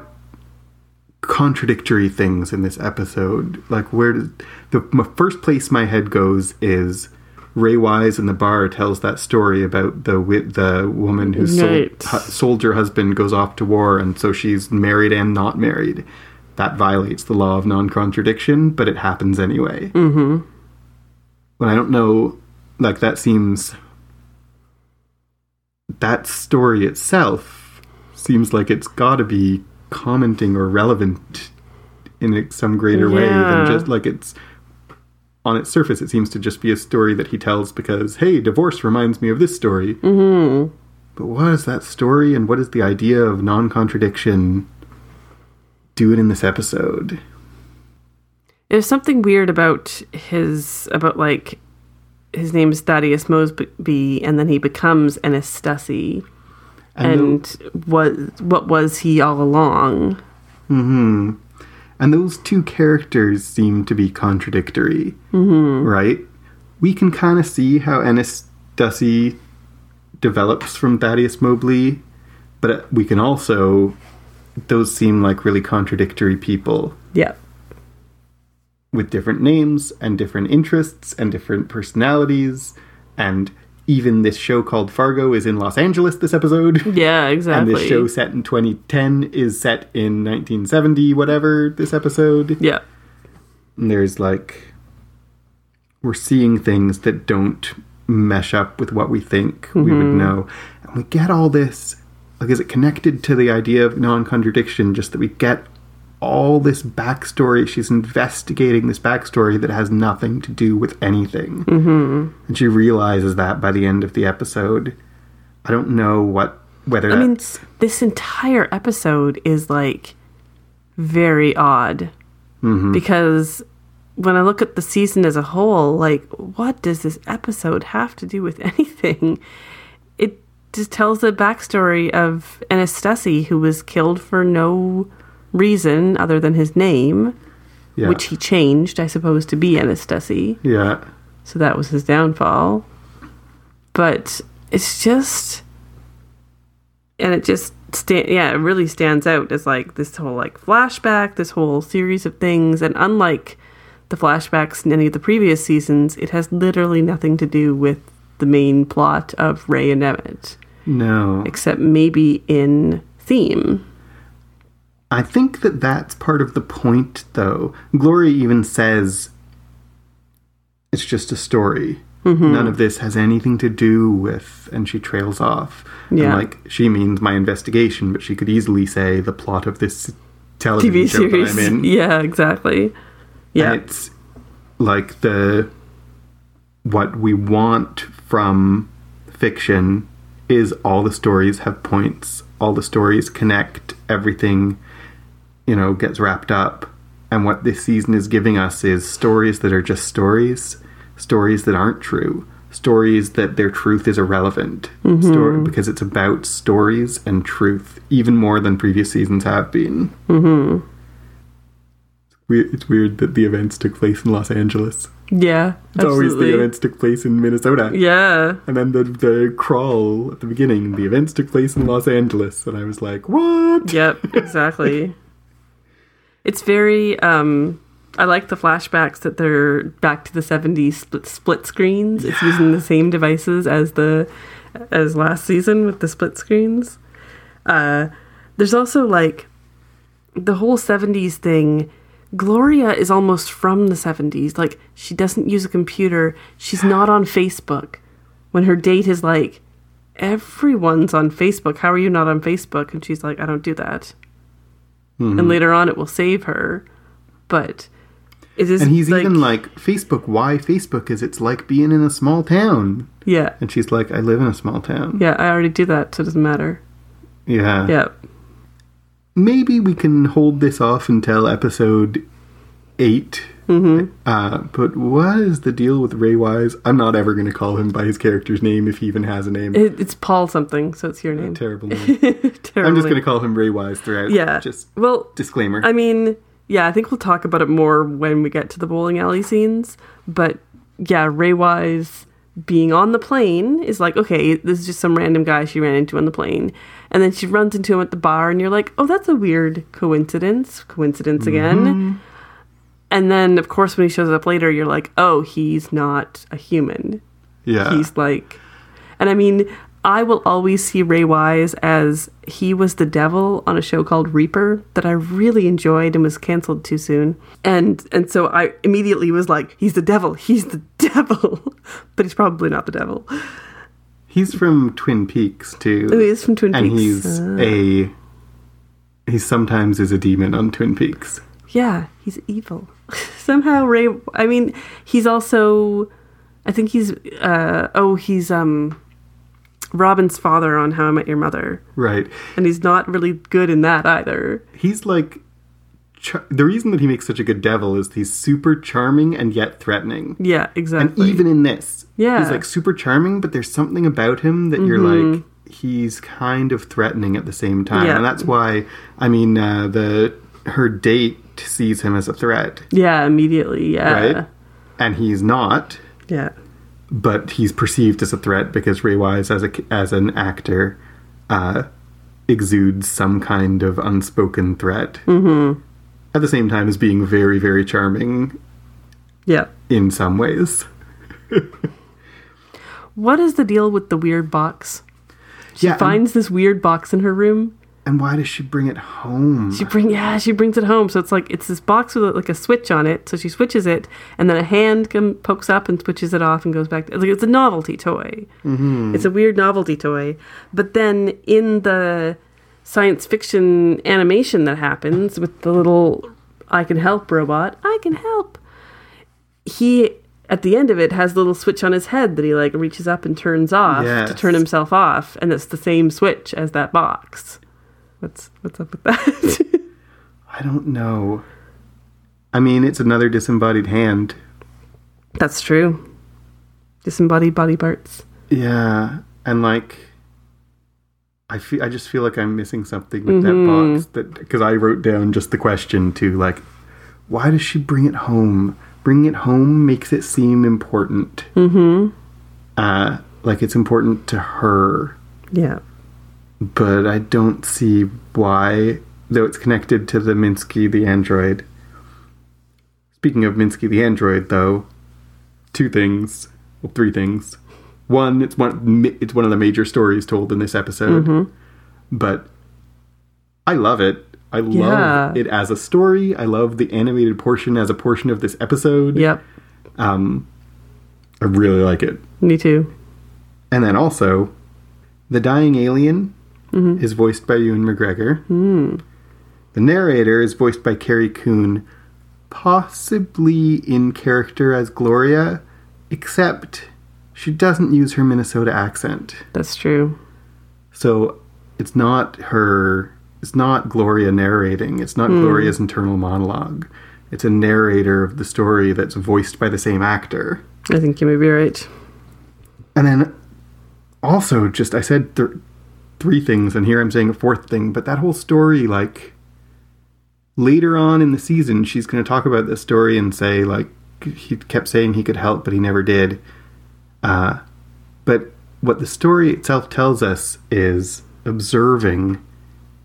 contradictory things in this episode? Like, where does the my first place my head goes is Ray Wise in the bar tells that story about the wi- the woman whose sol- Right. hu- soldier husband goes off to war, and so she's married and not married. That violates the law of non contradiction, but it happens anyway. Mm-hmm. But I don't know, like, that seems. That story itself seems like it's got to be commenting or relevant in some greater way Yeah. than just like it's on its surface, it seems to just be a story that he tells because, hey, divorce reminds me of this story. Mm-hmm. But what is that story and what is the idea of non contradiction doing in this episode? There's something weird about his about like his name is Thaddeus Mosby, and then he becomes Ennis Stussy. And And what what was he all along? And those two characters seem to be contradictory, mm-hmm. right? We can kind of see how Ennis Dussey develops from Thaddeus Mobley, but uh, we can also, those seem like really contradictory people. Yeah. with different names and different interests and different personalities. And even this show called Fargo is in Los Angeles this episode. Yeah, And exactly. this show set in 2010 is set in 1970, whatever, this episode. yeah. And there's like, we're seeing things that don't mesh up with what we think we would Mm-hmm. know. And we get all this. Like, is it connected to the idea of non contradiction? Just that we get all this backstory. She's investigating this backstory that has nothing to do with anything. Mm-hmm. And she realizes that by the end of the episode. I don't know what whether I that, mean, s- this entire episode is like very odd because when I look at the season as a whole, like, what does this episode have to do with anything? It just tells the backstory of Anastasi, who was killed for no reason other than his name, yeah, which he changed, I suppose, to be Anastasi. yeah. So that was his downfall. But it's just and it just sta- yeah, it really stands out as like this whole like flashback, this whole series of things and unlike the flashbacks in any of the previous seasons, it has literally nothing to do with the main plot of Ray and Emmett, No, except maybe in theme. I think that that's part of the point, though. Glory even says it's just a story. Mm-hmm. None of this has anything to do with, and she trails off. And, Yeah. like, she means my investigation, but she could easily say the plot of this television TV show series. that I'm in. Yeah, exactly. Yeah. And it's like the what we want from fiction is all the stories have points, all the stories connect, everything you know gets wrapped up. And what this season is giving us is stories that are just stories, stories that aren't true, stories that their truth is irrelevant, story, because it's about stories and truth even more than previous seasons have been. We- It's weird that the events took place in Los Angeles. yeah. It's always the absolutely. events took place in Minnesota. Yeah. And then the, the crawl at the beginning, the events took place in Los Angeles. And I was like, what? Yep, exactly. it's very um I like the flashbacks that they're back to the 70s split, split screens. It's using the same devices as the as last season with the split screens. Uh there's also like the whole 70s thing Gloria is almost from the 70s. Like she doesn't use a computer. She's not on Facebook. When her date is like everyone's on Facebook. How are you not on Facebook? And she's like, I don't do that. Mm-hmm. And later on, it will save her. But is this And he's like, even like, Facebook, why Facebook? Is it's like being in a small town. yeah, And she's like, I live in a small town. yeah, I already do that, so it doesn't matter. Yeah. Yeah, Maybe we can hold this off until episode 8. Mm-hmm. Uh, but what is the deal with Ray Wise? I'm not ever going to call him by his character's name if he even has a name. it, it's Paul something, so it's your name. Terrible name. Terrible. I'm just going to call him Ray Wise throughout. Yeah. Just well, disclaimer. I mean, yeah, I think we'll talk about it more when we get to the bowling alley scenes. But yeah, Ray Wise being on the plane is like, okay, this is just some random guy she ran into on the plane. And then she runs into him at the bar, and you're like, oh, that's a weird coincidence. Coincidence again. And then, of course, when he shows up later, you're like, oh, he's not a human. yeah. He's like, and I mean, I will always see Ray Wise as he was the devil on a show called Reaper that I really enjoyed and was canceled too soon. And and so I immediately was like, he's the devil, he's the devil, but he's probably not the devil. He's from Twin Peaks too. Oh, he is from Twin and Peaks. he's Uh, a he sometimes is a demon on Twin Peaks. yeah, he's evil. Somehow Ray. I mean, he's also. I think he's. Uh, oh, he's um, Robin's father on How I Met Your Mother, Right. and he's not really good in that either. He's like char- the reason that he makes such a good devil is he's super charming and yet threatening. Yeah, And exactly. even in this, Yeah. Mm-hmm. he's like super charming, but there's something about him that you're like he's kind of threatening at the same time, Yeah. and that's why I mean uh, the her date sees him as a threat, yeah, immediately. Yeah, e- right? And he's not. yeah, but he's perceived as a threat because Ray Wise, as a as an actor, uh, exudes some kind of unspoken threat. Mm-hmm. At the same time as being very, very charming yeah. in some ways. What is the deal with the weird box? She Yeah, and- finds this weird box in her room. And why does she bring it home? She bring yeah, she brings it home. So it's like it's this box with like a switch on it. So she switches it, and then a hand come, pokes up and switches it off and goes back. It's like it's a novelty toy. Mm-hmm. It's a weird novelty toy. But then in the science fiction animation that happens with the little I can help robot. I can help. He at the end of it has a little switch on his head that he like reaches up and turns off to Yes. turn himself off, and it's the same switch as that box. What's what's up with that? I don't know. I mean, it's another disembodied hand. That's true. Disembodied body parts. Yeah, and like, I feel I just feel like I'm missing something with that box that because I wrote down just the question to like, why does she bring it home? Bringing it home makes it seem important. Mm-hmm. Uh, like it's important to her, Yeah. but I don't see why. Though it's connected to the Minsky the android. Speaking of Minsky the android, though, two things, well, three things. One, it's one mi- it's one of the major stories told in this episode, but I love it. I Yeah. love it as a story. I love the animated portion as a portion of this episode. Yep. Um, I really like it. Me too. And then also, the dying alien is voiced by Ewan McGregor. The narrator is voiced by Carrie Coon, possibly in character as Gloria, except she doesn't use her Minnesota accent. That's true. So it's not her, it's not Gloria narrating, it's not Gloria's internal monologue. It's a narrator of the story that's voiced by the same actor. I think you may be right. And then also just I said th- three things and here I'm saying a fourth thing, but that whole story like later on in the season she's going to talk about this story and say like he kept saying he could help but he never did. Uh but what the story itself tells us is observing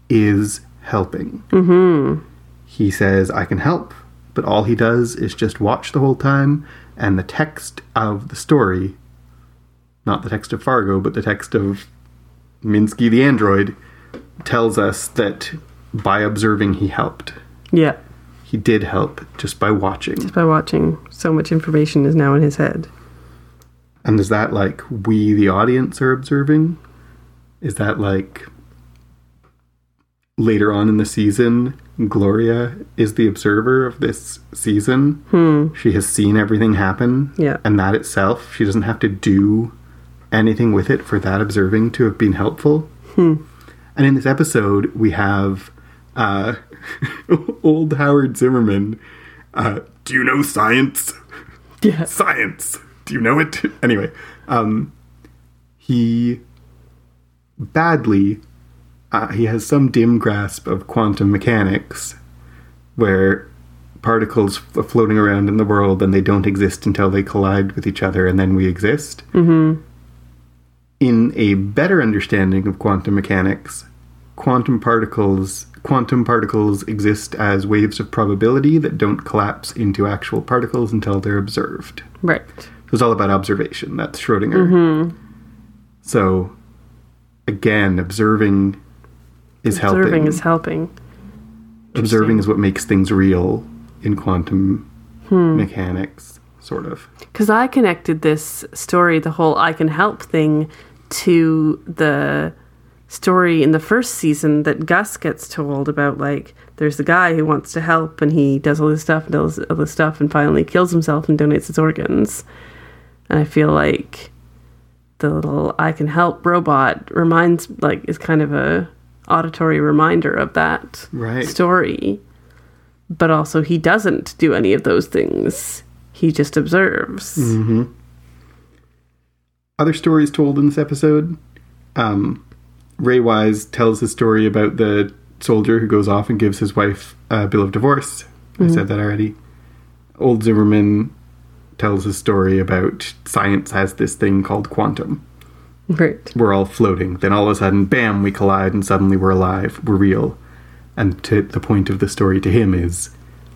is helping. Mhm. He says I can help, but all he does is just watch the whole time and the text of the story not the text of Fargo, but the text of Minsky the android, tells us that by observing, he helped. Yeah. He did help just by watching. Just by watching, so much information is now in his head. And is that like we, the audience, are observing? Is that like later on in the season, Gloria is the observer of this season? She has seen everything happen. Yeah. And that itself, she doesn't have to do anything with it for that observing to have been helpful. And in this episode, we have uh, old Howard Zimmerman. Uh, do you know science? Yes. science. Do you know it? anyway, um, he badly uh, he has some dim grasp of quantum mechanics, where particles f- floating around in the world and they don't exist until they collide with each other, and then we exist. Mm-hmm. In a better understanding of quantum mechanics, quantum particles quantum particles exist as waves of probability that don't collapse into actual particles until they're observed. Right. So it's all about observation. That's Schrodinger. Mm-hmm. So, again, observing is Observing helping. is helping. observing is what makes things real in quantum Hmm. mechanics, sort of. Because I connected this story, the whole I can help thing, to the story in the first season that Gus gets told about like there's a guy who wants to help and he does all this stuff and does all this stuff and finally kills himself and donates his organs. And I feel like the little I can help robot reminds like is kind of a auditory reminder of that Right. story. But also he doesn't do any of those things. He just observes. Mm. Other stories told in this episode. Um, Ray Wise tells his story about the soldier who goes off and gives his wife a bill of divorce. Mm-hmm. I said that already. Old Zimmerman tells his story about science has this thing called quantum. Right. we're all floating. Then all of a sudden, bam, we collide and suddenly we're alive. We're real. And to the point of the story to him is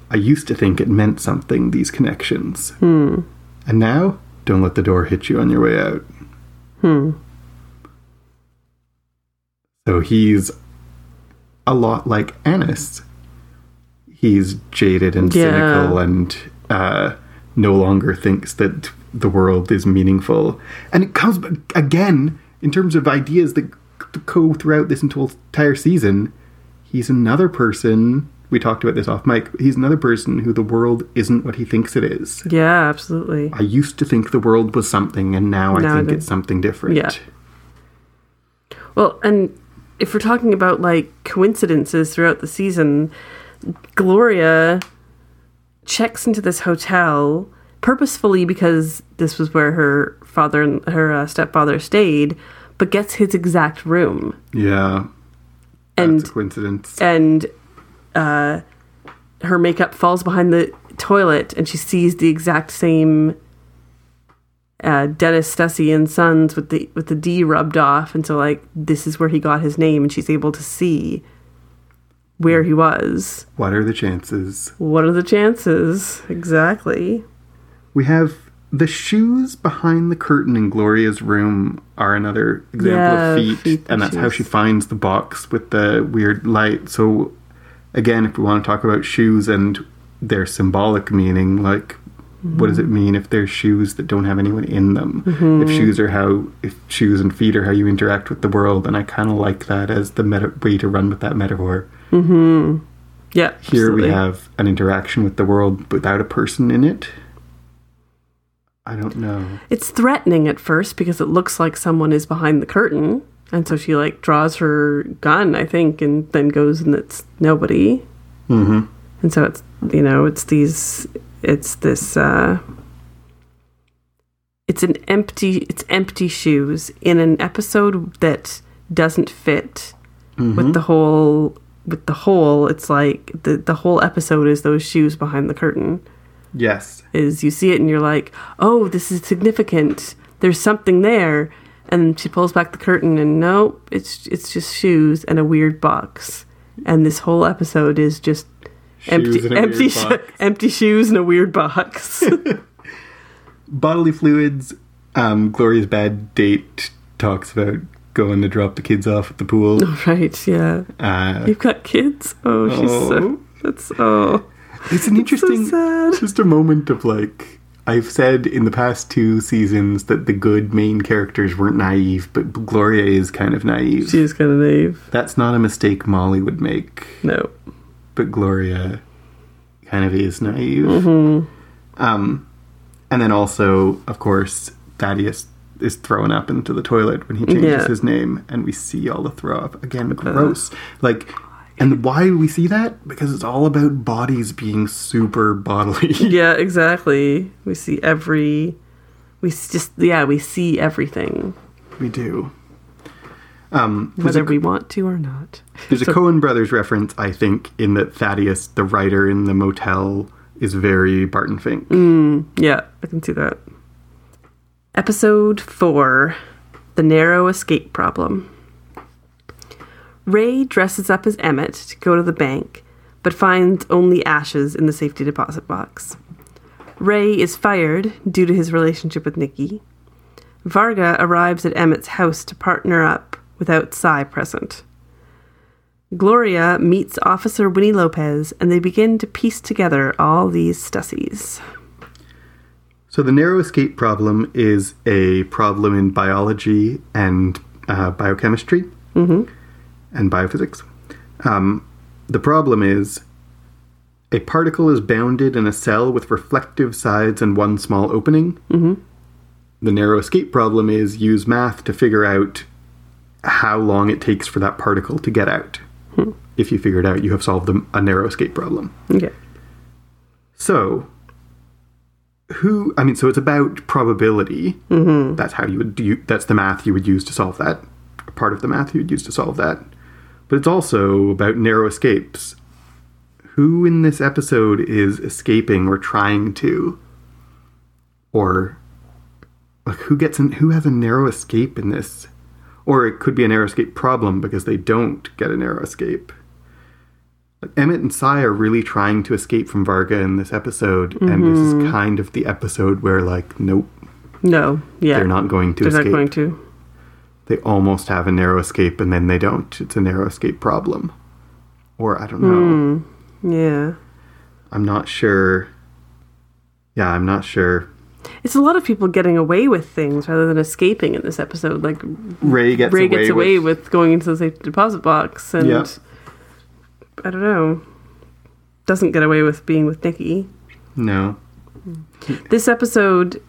I used to think it meant something, these connections. And now, don't let the door hit you on your way out. So he's a lot like Annis. He's jaded and Yeah. cynical and uh, no longer thinks that the world is meaningful. And it comes back- again in terms of ideas that go throughout this entire season, he's another person. We talked about this off mic. He's another person who the world isn't what he thinks it is. Yeah, absolutely. I used to think the world was something, and now, Now I I think do. it's something different. Yeah. Well, and if we're talking about like coincidences throughout the season, Gloria checks into this hotel purposefully because this was where her father and her uh, stepfather stayed, but gets his exact room. Yeah. And That's a coincidence. and uh, her makeup falls behind the toilet, and she sees the exact same uh, Dennis Stussy and Sons with the with the D rubbed off, and so like this is where he got his name, and she's able to see where he was. What are the chances? What are the chances exactly? We have the shoes behind the curtain in Gloria's room are another example Yeah, of feet, feet and that's how shoes. she finds the box with the weird light. So, again, if we want to talk about shoes and their symbolic meaning, like what does it mean if there's shoes that don't have anyone in them? Mm-hmm. If shoes are how, if shoes and feet are how you interact with the world, and I kind of like that as the meta- way to run with that metaphor. Yeah, Here absolutely. we have an interaction with the world without a person in it. I don't know. It's threatening at first because it looks like someone is behind the curtain. And so she like draws her gun, I think, and then goes and it's nobody. Mm-hmm. And so it's you know it's these it's this uh, it's an empty it's empty shoes in an episode that doesn't fit with the whole with the whole. It's like the the whole episode is those shoes behind the curtain Yes. is you see it and you're like, oh, this is significant. There's something there. And she pulls back the curtain and nope, it's it's just shoes and a weird box. And this whole episode is just empty and a empty weird sho- box. empty shoes and a weird box. bodily fluids. Um, Gloria's bad date talks about going to drop the kids off at the pool. right, yeah. Uh, You've got kids? Oh, she's so Oh. that's oh it's an interesting, sad. just a moment of like. I've said in the past two seasons that the good main characters weren't naive, but Gloria is kind of naive. she is kinda naive. That's not a mistake Molly would make, No. but Gloria kind of is naive. Mm-hmm. Um, and then also, of course, Thaddeus is thrown up into the toilet when he changes Yeah. Uh-huh. his name, and we see all the throw up again. Gross. Like, and why do we see that? Because it's all about bodies being super bodily. Yeah, exactly. We see every we s- just yeah, we see everything. we do. Um, there's a, Whether we want to or not. there's a Cohen Brothers reference, I think, in that Thaddeus, the writer in the motel, is very Barton Fink. Yeah, I can see that. Episode 4 The Narrow Escape Problem. Ray dresses up as Emmett to go to the bank, but finds only ashes in the safety deposit box. Ray is fired due to his relationship with Nikki. Varga arrives at Emmett's house to partner up without Cy present. Gloria meets Officer Winnie Lopez and they begin to piece together all these stussies. So the narrow escape problem is a problem in biology and uh, biochemistry and biophysics. Um, the problem is a particle is bounded in a cell with reflective sides and one small opening. The narrow escape problem is use math to figure out how long it takes for that particle to get out. If you figure it out, you have solved the, a narrow escape problem. Okay. So, who? I mean, so it's about probability. That's how you would do. That's the math you would use to solve that. A part of the math you would use to solve that. But it's also about narrow escapes. Who in this episode is escaping or trying to? Or like who gets an, who has a narrow escape in this? Or it could be a narrow escape problem because they don't get a narrow escape. Emmett and Sai are really trying to escape from Varga in this episode, and this Mm-hmm. is kind of the episode where, like, nope, No, yeah, they're not going to They're not escape. going to. They almost have a narrow escape, and then they don't. It's a narrow escape problem, or I don't Hmm. know. Yeah, I'm not sure. Yeah, I'm not sure. It's a lot of people getting away with things rather than escaping in this episode. Like Ray gets Ray away gets away with, going into the safe deposit box, and Yep. I don't know, doesn't get away with being with Nikki. no. This episode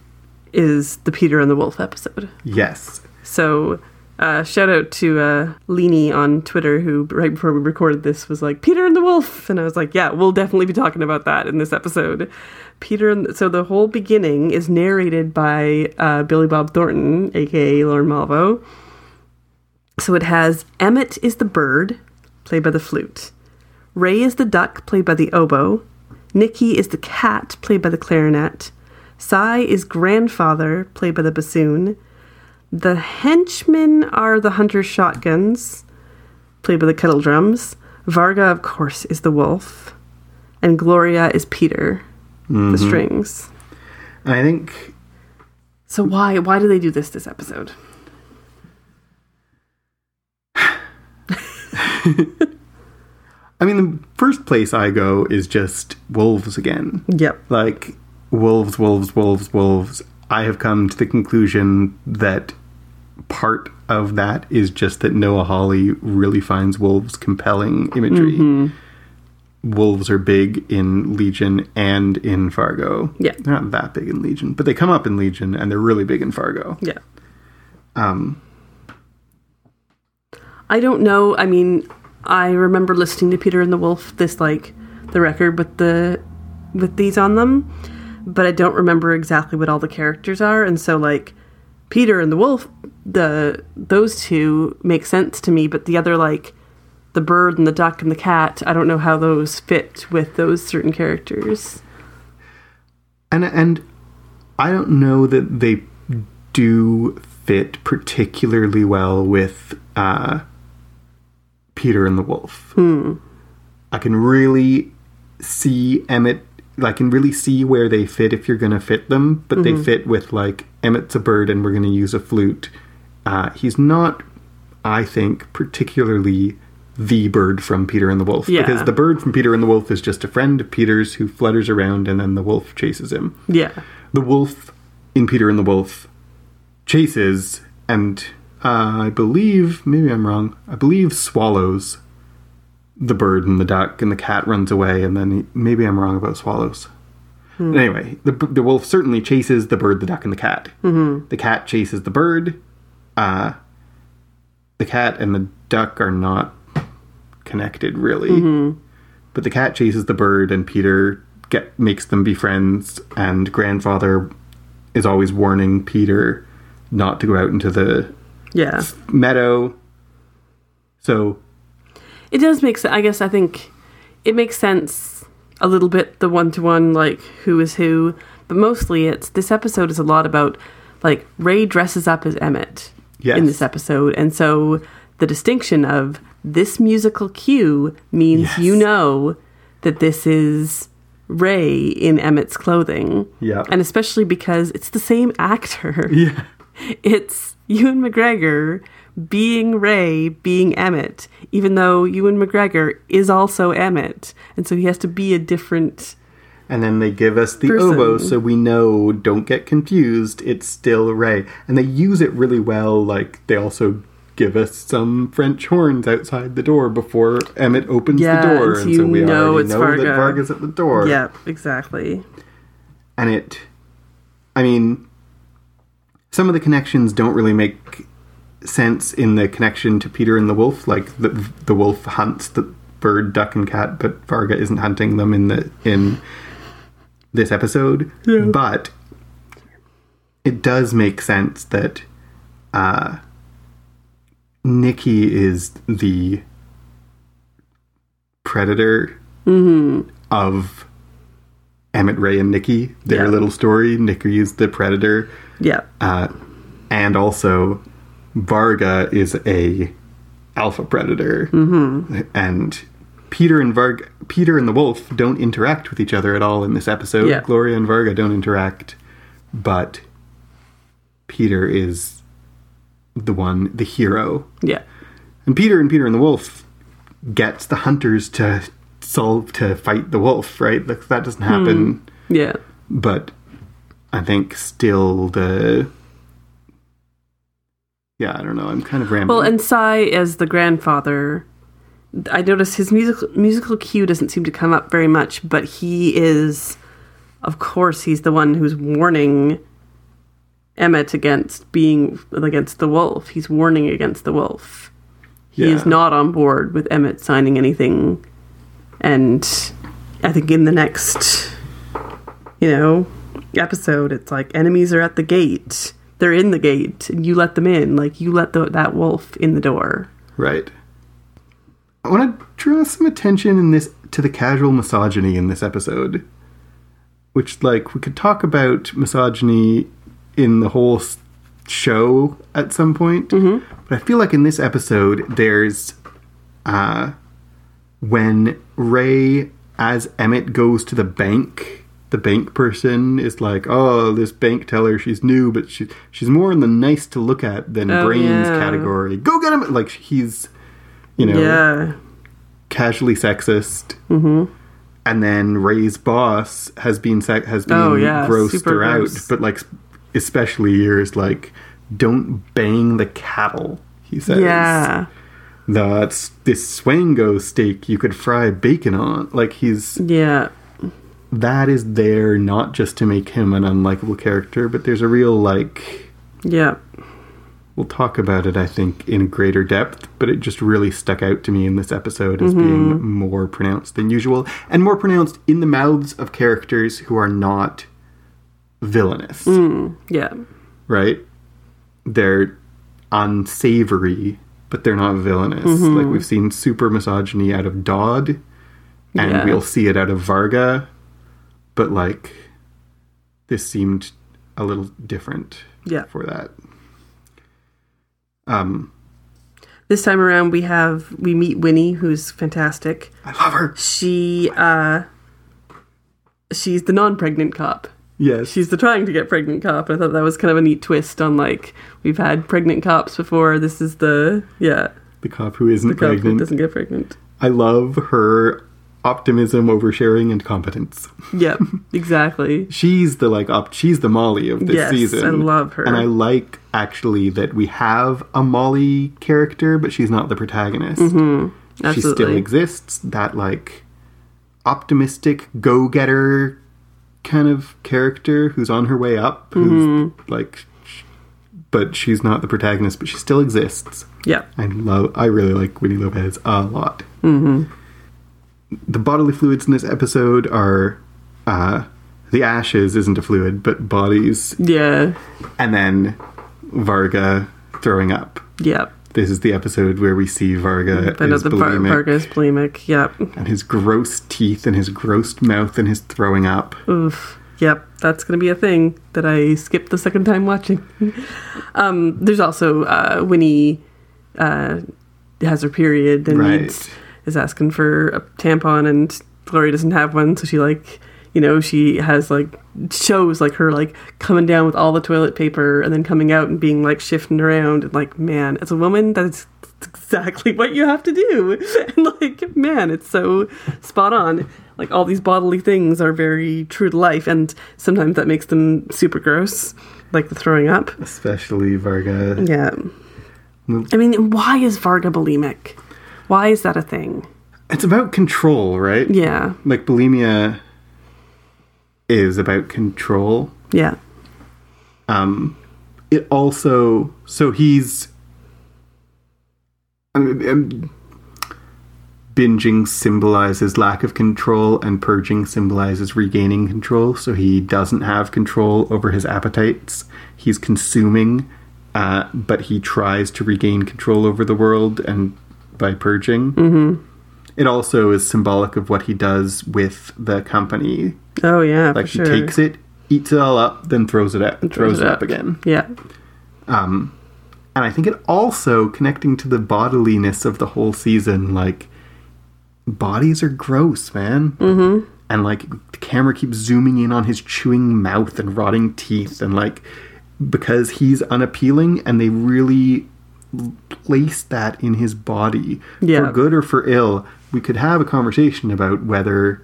is the Peter and the Wolf episode. Yes. So, uh, shout out to uh, Leany on Twitter, who right before we recorded this was like, Peter and the Wolf. And I was like, yeah, we'll definitely be talking about that in this episode. Peter and so the whole beginning is narrated by uh, Billy Bob Thornton, aka Lorne Malvo. So it has Emmett is the bird, played by the flute. Ray is the duck, played by the oboe. Nikki is the cat, played by the clarinet. Cy is grandfather, played by the bassoon. The henchmen are the hunter's shotguns, played by the kettle drums. Varga, of course, is the wolf. And Gloria is Peter, the strings. And I think So why why do they do this this episode? I mean the first place I go is just wolves again. Yep. like wolves, wolves, wolves, wolves. I have come to the conclusion that part of that is just that Noah Hawley really finds wolves compelling imagery. Wolves are big in Legion and in Fargo. Yeah. They're not that big in Legion, but they come up in Legion and they're really big in Fargo. Yeah. Um I don't know. I mean, I remember listening to Peter and the Wolf this like the record with the with these on them, but I don't remember exactly what all the characters are and so like Peter and the Wolf the those two make sense to me, but the other like the bird and the duck and the cat, I don't know how those fit with those certain characters. And and I don't know that they do fit particularly well with uh, Peter and the Wolf. I can really see Emmett. I can really see where they fit if you're going to fit them, but they fit with like Emmett's a bird and we're going to use a flute. Uh, he's not, I think, particularly the bird from Peter and the Wolf Yeah. because the bird from Peter and the Wolf is just a friend of Peter's who flutters around and then the wolf chases him Yeah. the wolf in Peter and the Wolf chases and uh, I believe maybe I'm wrong. I believe swallows the bird and the duck and the cat runs away and then he, maybe I'm wrong about swallows. Anyway, the the wolf certainly chases the bird, the duck, and the cat. Mm-hmm. The cat chases the bird. Uh, the cat and the duck are not connected really. But the cat chases the bird, and Peter get makes them be friends. And grandfather is always warning Peter not to go out into the Yeah. meadow. So It does make sense. I guess I think it makes sense a little bit the one to one, like who is who, but mostly it's this episode is a lot about like Ray dresses up as Emmett Yes. in this episode, and so the distinction of this musical cue means Yes. you know that this is Ray in Emmett's clothing, Yeah. and especially because it's the same actor yeah, it's Ewan McGregor being Ray, being Emmett, even though Ewan McGregor is also Emmett. And so he has to be a different. and then they give us the Person. oboe, so we know. Don't get confused. It's still Ray, and they use it really well. Like they also. Give us some French horns outside the door before Emmett opens Yeah, the door, and so you know already it's know Varga. that Varga's at the door. Yeah, exactly. and it i mean some of the connections don't really make sense in the connection to peter and the wolf like the the wolf hunts the bird duck and cat but varga isn't hunting them in the in this episode but it does make sense that uh nikki is the predator of Emmett Ray and Nikki, their Yeah. little story. Nikki is the predator, Yeah. uh, and also Varga is a alpha predator, mm-hmm. and Peter and Varg, Peter and the wolf don't interact with each other at all in this episode. Yeah. Gloria and Varga don't interact, but Peter is the one, the hero, Yeah. and Peter and Peter and the Wolf gets the hunters to solve to fight the wolf, right? Like, That doesn't happen, Yeah. but I think, still the. Yeah, I don't know. I'm kind of rambling. Well, and Sai as the grandfather, I notice his musical musical cue doesn't seem to come up very much, but he is, of course, he's the one who's warning Emmet against being against the wolf. He's warning against the wolf. He Yeah. is not on board with Emmet signing anything, and I think in the next, you know, episode, it's like enemies are at the gate. They're in the gate, and you let them in. Like you let the, that wolf in the door. Right. I want to draw some attention in this to the casual misogyny in this episode, which like we could talk about misogyny in the whole s- show at some point, Mm-hmm. but I feel like in this episode there's uh, when Ray, as Emmett goes to the bank, the bank person is like, "Oh, this bank teller, she's new, but she she's more in the nice to look at than Oh, brains yeah. category. Go get him!" Like he's, you know, Yeah. casually sexist. Mm-hmm. And then Ray's boss has been sec- has been Oh, yeah, grossed super her gross. out, but like especially years like, "Don't bang the cattle," he says. Yeah. That's this swango steak you could fry bacon on. Like he's Yeah. that is there not just to make him an unlikable character, but there's a real like Yeah. we'll talk about it I think in greater depth, but it just really stuck out to me in this episode as being more pronounced than usual and more pronounced in the mouths of characters who are not villainous, Yeah. right? They're unsavory, but they're not villainous. Like we've seen super misogyny out of Dodd and Yeah. we'll see it out of Varga, but like this seemed a little different Yeah. for that. Um, This time around, we have we meet Winnie, who's fantastic. I love her. She uh, she's the non-pregnant cop. Yes, She's the trying to get pregnant cop. I thought that was kind of a neat twist on like we've had pregnant cops before. This is the yeah the cop who isn't cop who pregnant. doesn't get pregnant. I love her optimism, oversharing, and competence. Yep, exactly. She's the like op- she's the Molly of this Yes, season. I love her. and I like actually that we have a Molly character, but she's not the protagonist. She still Mm-hmm. Absolutely. exists. That like optimistic go-getter kind of character who's on her way up. Who's Mm-hmm. like, sh- but she's not the protagonist, but she still exists. Yep. I love. I really like Winnie Lopez a lot. Mm-hmm. The bodily fluids in this episode are uh, the ashes isn't a fluid, but bodies, Yeah. and then Varga throwing up. Yep. This is the episode where we see Varga I know is Mm-hmm. the part bulimic, Vargas bulimic. Yep. and his gross teeth and his gross mouth and his throwing up. Oof. Yep. That's gonna be a thing that I skipped the second time watching. um, there's also uh, Winnie uh, has her period and Right. needs, is asking for a tampon, and Gloria doesn't have one, so she like you know she has like shows like her like coming down with all the toilet paper and then coming out and being like shifting around and like man as a woman that's exactly what you have to do and like man it's so spot on like all these bodily things are very true to life and sometimes that makes them super gross like the throwing up Especially Varga. yeah. Mm. I mean, why is Varga bulimic? Why is that a thing? It's about control, right? Yeah. Like bulimia is about control. Yeah. um it also so he's I mean, um, binging symbolizes lack of control and purging symbolizes regaining control so he doesn't have control over his appetites he's consuming uh, but he tries to regain control over the world and by purging it also is symbolic of what he does with the company Oh, yeah. like for sure. he takes it, eats it all up, then throws it up, throws, Throws it up. again. Yeah. And I think it also connecting to the bodiliness of the whole season. Like bodies are gross, man. Mm-hmm. And like the camera keeps zooming in on his chewing mouth and rotting teeth, and like because he's unappealing, and they really place that in his body Yeah. for good or for ill. We could have a conversation about whether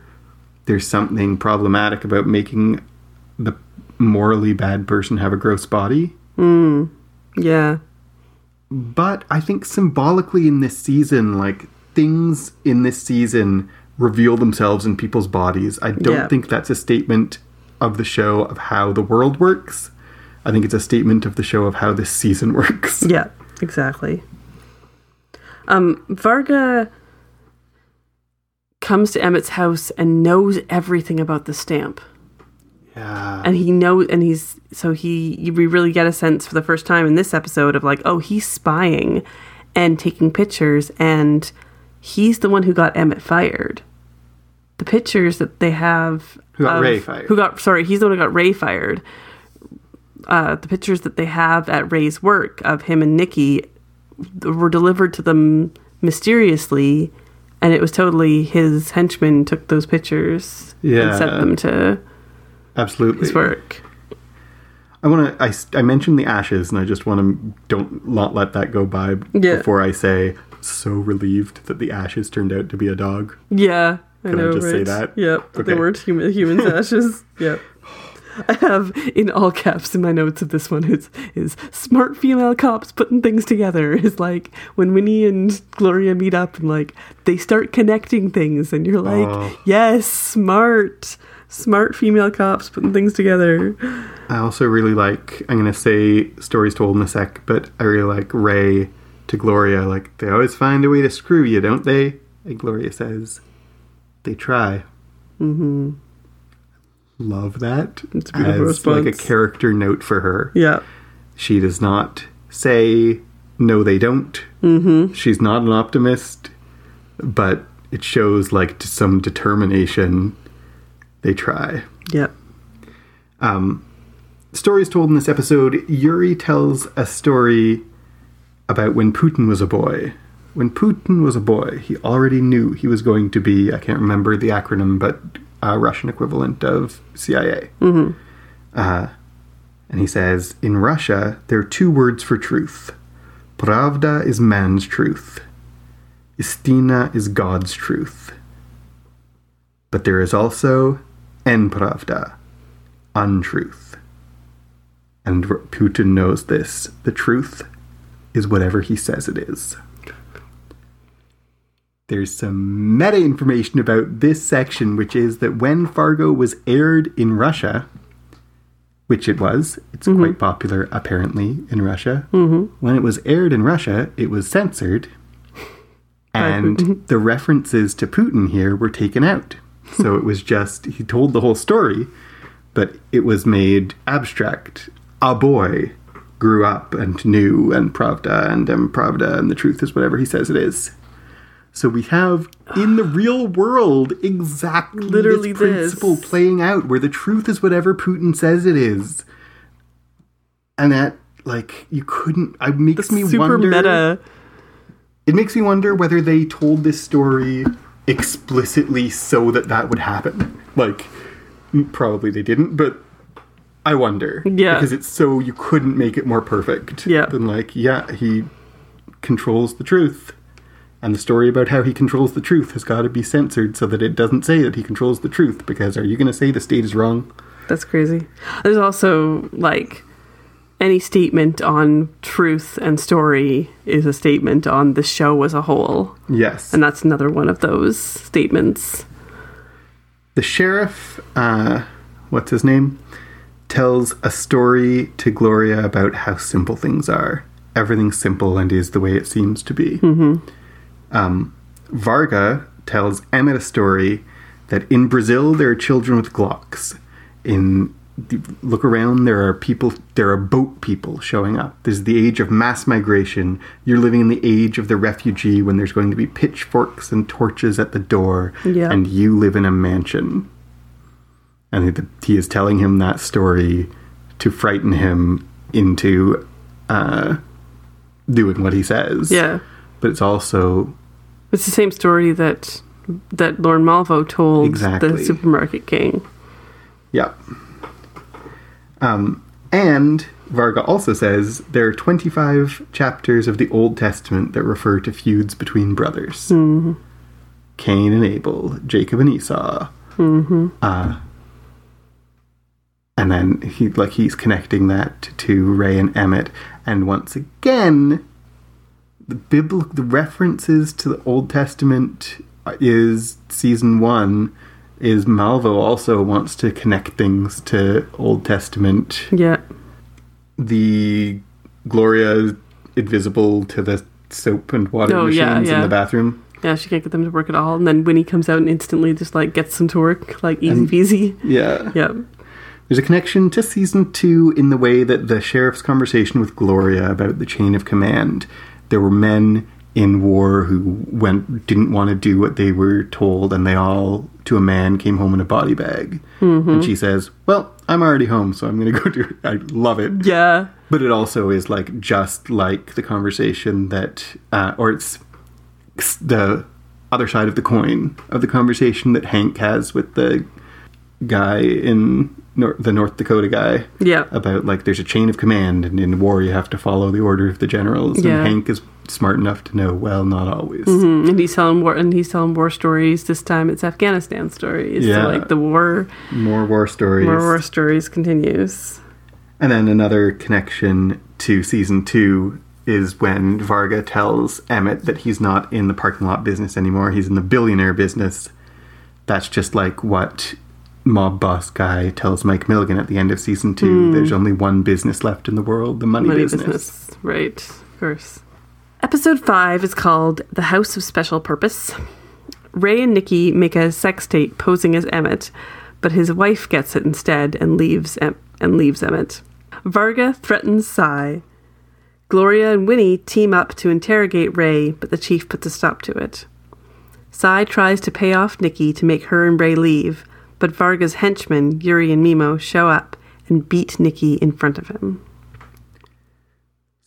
there's something problematic about making the morally bad person have a gross body. Yeah. But I think symbolically in this season, like things in this season reveal themselves in people's bodies. I don't Yeah. think that's a statement of the show of how the world works. I think it's a statement of the show of how this season works. Yeah, exactly. Um, Varga comes to Emmett's house and knows everything about the stamp. Yeah. And he knows, and he's so he, you- we really get a sense for the first time in this episode of like, oh, he's spying and taking pictures, and he's the one who got Emmett fired. The pictures that they have. Who got of- Ray fired. Who got, sorry, he's the one who got Ray fired. Uh, the pictures that they have at Ray's work of him and Nikki were delivered to them mysteriously, and it was totally his henchmen took those pictures and Yeah. sent them to Absolutely. his work. I want to. I, s- I mentioned the ashes, and I just want to don't not let that go by b- Yeah. before I say so relieved that the ashes turned out to be a dog. Yeah, I Can I know. just say right? that? Yep, that they Okay. weren't human humans ashes. Yep. I have in all caps in my notes of this one is is smart female cops putting things together is like when Winnie and Gloria meet up and like they start connecting things and you're like Oh. yes smart smart female cops putting things together I also really like. I'm going to say stories told in a sec, but I really like Ray to Gloria. Like they always find a way to screw you, don't they? And Gloria says, "They try." Mm-hmm. Love that. It's a beautiful as like a response. character note for her. yeah She does not say, no, they don't. Mm-hmm. She's not an optimist, but it shows like t- some determination. They try. yep Stories told in this episode Yuri tells a story about when Putin was a boy. When Putin was a boy, he already knew he was going to be, I can't remember the acronym, but a Russian equivalent of CIA. Mm-hmm. Uh, and he says, In Russia, there are two words for truth Pravda is man's truth, Istina is God's truth. But there is also Enpravda, untruth. And R- Putin knows this. The truth is whatever he says it is. There's some meta information about this section, which is that when Fargo was aired in Russia, which it was, it's quite popular apparently in Russia. When it was aired in Russia, it was censored, and the references to Putin here were taken out. So it was just, he told the whole story, but it was made abstract. A boy grew up and knew and Pravda and um, Pravda and the truth is whatever he says it is. So we have in the real world exactly Literally this this. principle playing out where the truth is whatever Putin says it is. And that like you couldn't I makes me super wonder meta it makes me wonder whether they told this story explicitly so that that would happen. Like, m- probably they didn't, but I wonder. Yeah. Because it's so you couldn't make it more perfect. Yeah. Than like, yeah, he controls the truth. And the story about how he controls the truth has got to be censored so that it doesn't say that he controls the truth. Because are you going to say the state is wrong? That's crazy. There's also like any statement on truth and story is a statement on the show as a whole. Yes. And that's another one of those statements. the sheriff, uh, what's his name, tells a story to Gloria about how simple things are. Everything's simple and is the way it seems to be. Um, Varga tells Emmett a story that in Brazil there are children with Glocks. In look around, there are people. There are boat people showing up. This is the age of mass migration. You're living in the age of the refugee when there's going to be pitchforks and torches at the door, Yeah. and you live in a mansion. And he- he is telling him that story to frighten him into uh, doing what he says. Yeah. But it's also It's the same story that that Lorne Malvo told Exactly. the supermarket king. Yeah. Um, and Varga also says there are 25 chapters of the Old Testament that refer to feuds between brothers Cain and Abel, Jacob and Esau. Mm-hmm. Uh, and then he like he's connecting that to Ray and Emmett, and once again, the biblical the references to the Old Testament is season one. Is Malvo also wants to connect things to Old Testament? Yeah. The Gloria is invisible to the soap and water Oh, machines yeah, in yeah. the bathroom. Yeah, she can't get them to work at all. And then Winnie comes out and instantly just like gets them to work, like easy And- peasy. Yeah. Yeah. There's a connection to season two in the way that the sheriff's conversation with Gloria about the chain of command. There were men in war who went didn't want to do what they were told, and they all, to a man, came home in a body bag. Mm-hmm. And she says, "Well, I'm already home, so I'm going to go do it." I love it. Yeah. But it also is like just like the conversation that, uh, or it's the other side of the coin of the conversation that Hank has with the guy in nor- the North Dakota guy Yeah. about like there's a chain of command and in war you have to follow the order of the generals. Yeah. And Hank is smart enough to know, well, not always. Mm, And he's telling war and he's telling war stories. This time it's Afghanistan stories. Yeah. So like the war More war stories. more war stories continues. And then another connection to season two is when Varga tells Emmett that he's not in the parking lot business anymore, he's in the billionaire business. That's just like what mob boss guy tells Mike Milligan at the end of season two. There's only one business left in the world, the Hmm. money, Money business. business. Right. Of course. Episode five is called The House of Special Purpose. Ray and Nikki make a sex tape posing as Emmett, but his wife gets it instead and leaves em- and leaves Emmett. Varga threatens Sai. Gloria and Winnie team up to interrogate Ray, but the chief puts a stop to it. Sai tries to pay off Nikki to make her and Ray leave, but Varga's henchmen, Yuri and Mimo, show up and beat Nikki in front of him.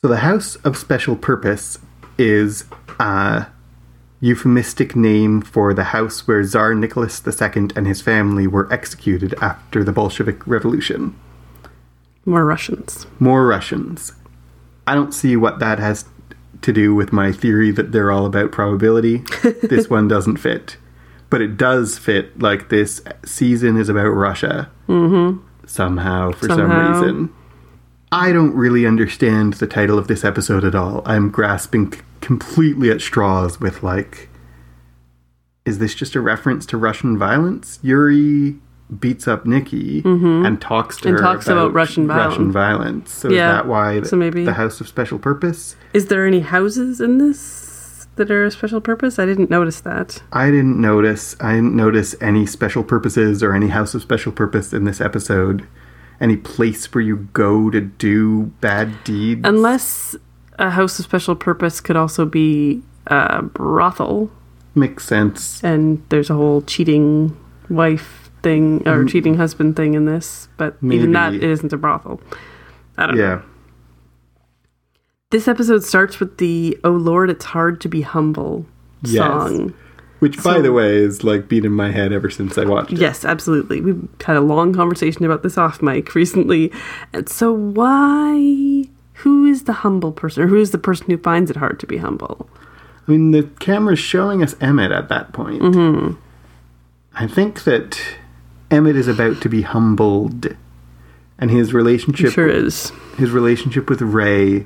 So the House of Special Purpose is a euphemistic name for the house where Tsar Nicholas II and his family were executed after the Bolshevik Revolution. More Russians. more Russians. I don't see what that has to do with my theory that they're all about probability. this one doesn't fit. But it does fit, like, this season is about Russia. Mm-hmm. Somehow, for Somehow. some reason. I don't really understand the title of this episode at all. I'm grasping c- completely at straws with, like, is this just a reference to Russian violence? Yuri beats up Nikki and talks to Mm-hmm. And her talks about Russian violence. Russian violence. So Yeah, is that why th- so maybe- the House of Special Purpose? Is there any houses in this that are a special purpose? I didn't notice that. I didn't notice. I didn't notice any special purposes or any House of Special Purpose in this episode. Any place where you go to do bad deeds? Um, Unless a house of special purpose could also be a brothel, Makes sense. and there's a whole cheating wife thing or cheating husband thing in this, but even that Mm-hmm. it Maybe. isn't a brothel. I don't know. Yeah. This episode starts with the "Oh Lord, it's hard to be humble" Yes. song. Which, by So- the way, is like been in my head ever since I watched it. Yes, absolutely. We had a long conversation about this off mic recently. And so, why? Who is the humble person, or who is the person who finds it hard to be humble? I mean, the camera's showing us Emmett at that point. Mm-hmm. I think that Emmett is about to be humbled, and his relationship Sure is. his relationship with Ray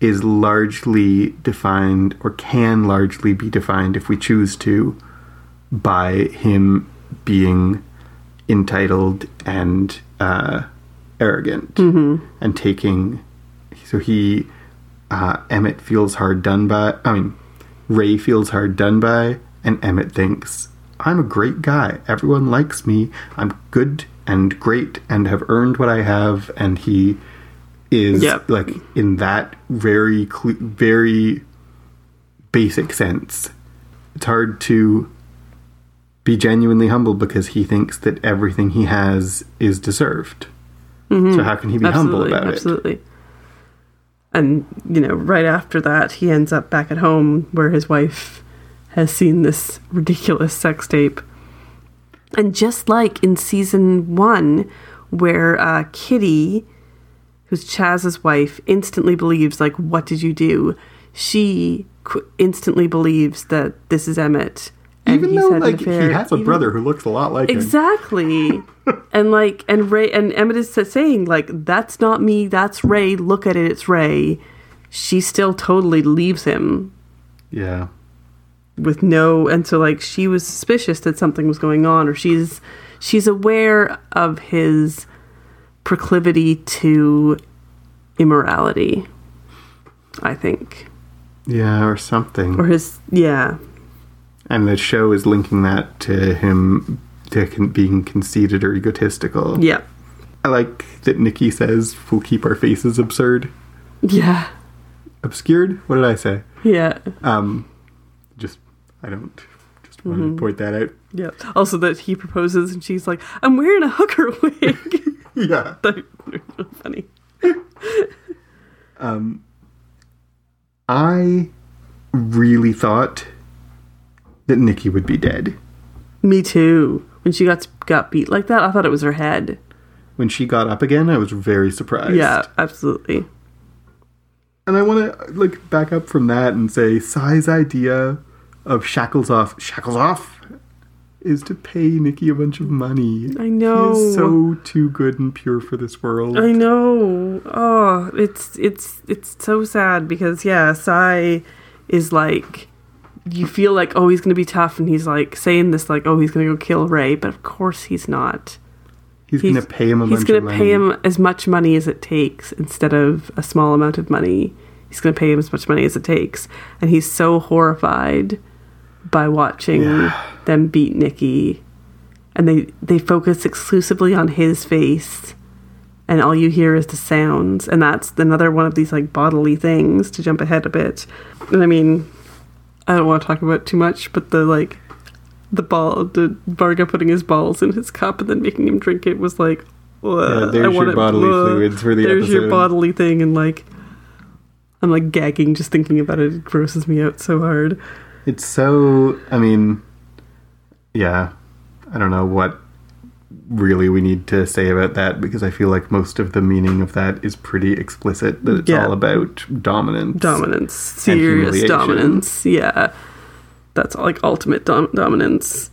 is largely defined, or can largely be defined, if we choose to, by him being entitled and uh, arrogant and taking. So he, uh, Emmett feels hard done by. I mean, Ray feels hard done by, and Emmett thinks, I'm a great guy. Everyone likes me. I'm good and great and have earned what I have. And he is Yep. like in that very, cle very basic sense. It's hard to be genuinely humble because he thinks that everything he has is deserved. So how can he be humble Mm-hmm. Absolutely. about it? absolutely. And, you know, right after that, he ends up back at home where his wife has seen this ridiculous sex tape. And just like in season one, where uh, Kitty, who's Chaz's wife, instantly believes, like, what did you do? She qu- instantly believes that this is Emmett and Even he's though had an like he affair. has a Even- brother who looks a lot like him. Exactly. and like and Ray and Emmett is saying like that's not me, that's Ray. Look at it, it's Ray. She still totally leaves him Yeah. with no and so like she was suspicious that something was going on or she's she's aware of his proclivity to immorality. I think. Yeah, or something. Or his yeah. and the show is linking that to him to con- being conceited or egotistical. Yeah. I like that Nikki says we'll keep our faces absurd. Yeah. Obscured? What did I say? Yeah. Um just I don't just want Mm-hmm. to point that out. Yeah. Also that he proposes and she's like, I'm wearing a hooker wig. Yeah. That was really funny. Um, I really thought that Nikki would be dead. Me too. When she got got beat like that, I thought it was her head. When she got up again, I was very surprised. Yeah, absolutely. And I want to like back up from that and say Sai's idea of shackles off shackles off is to pay Nikki a bunch of money. I know. He is so too good and pure for this world. I know. Oh, it's it's it's so sad because yeah, Sai is like you feel like oh he's gonna be tough and he's like saying this like oh he's gonna go kill Ray, but of course he's not. he's, he's- gonna pay him a He's bunch gonna of money. pay him as much money as it takes instead of a small amount of money. He's gonna pay him as much money as it takes, and he's so horrified by watching them beat Nikki, and they they focus exclusively on his face, and all you hear is the sounds, and that's another one of these like bodily things to jump ahead a bit. And I mean, I don't want to talk about it too much, but the like the ball, the Varga putting his balls in his cup and then making him drink it was like, "Ugh, Yeah, there's uh, I want your it- bodily ugh." fluids for the There's your episode. bodily thing, and like, I'm like gagging just thinking about it. It grosses me out so hard. It's so. I mean, yeah. I don't know what really we need to say about that because I feel like most of the meaning of that is pretty explicit. That it's Yeah. all about dominance. Dominance, serious humiliation. dominance. Yeah, that's like ultimate dom- dominance.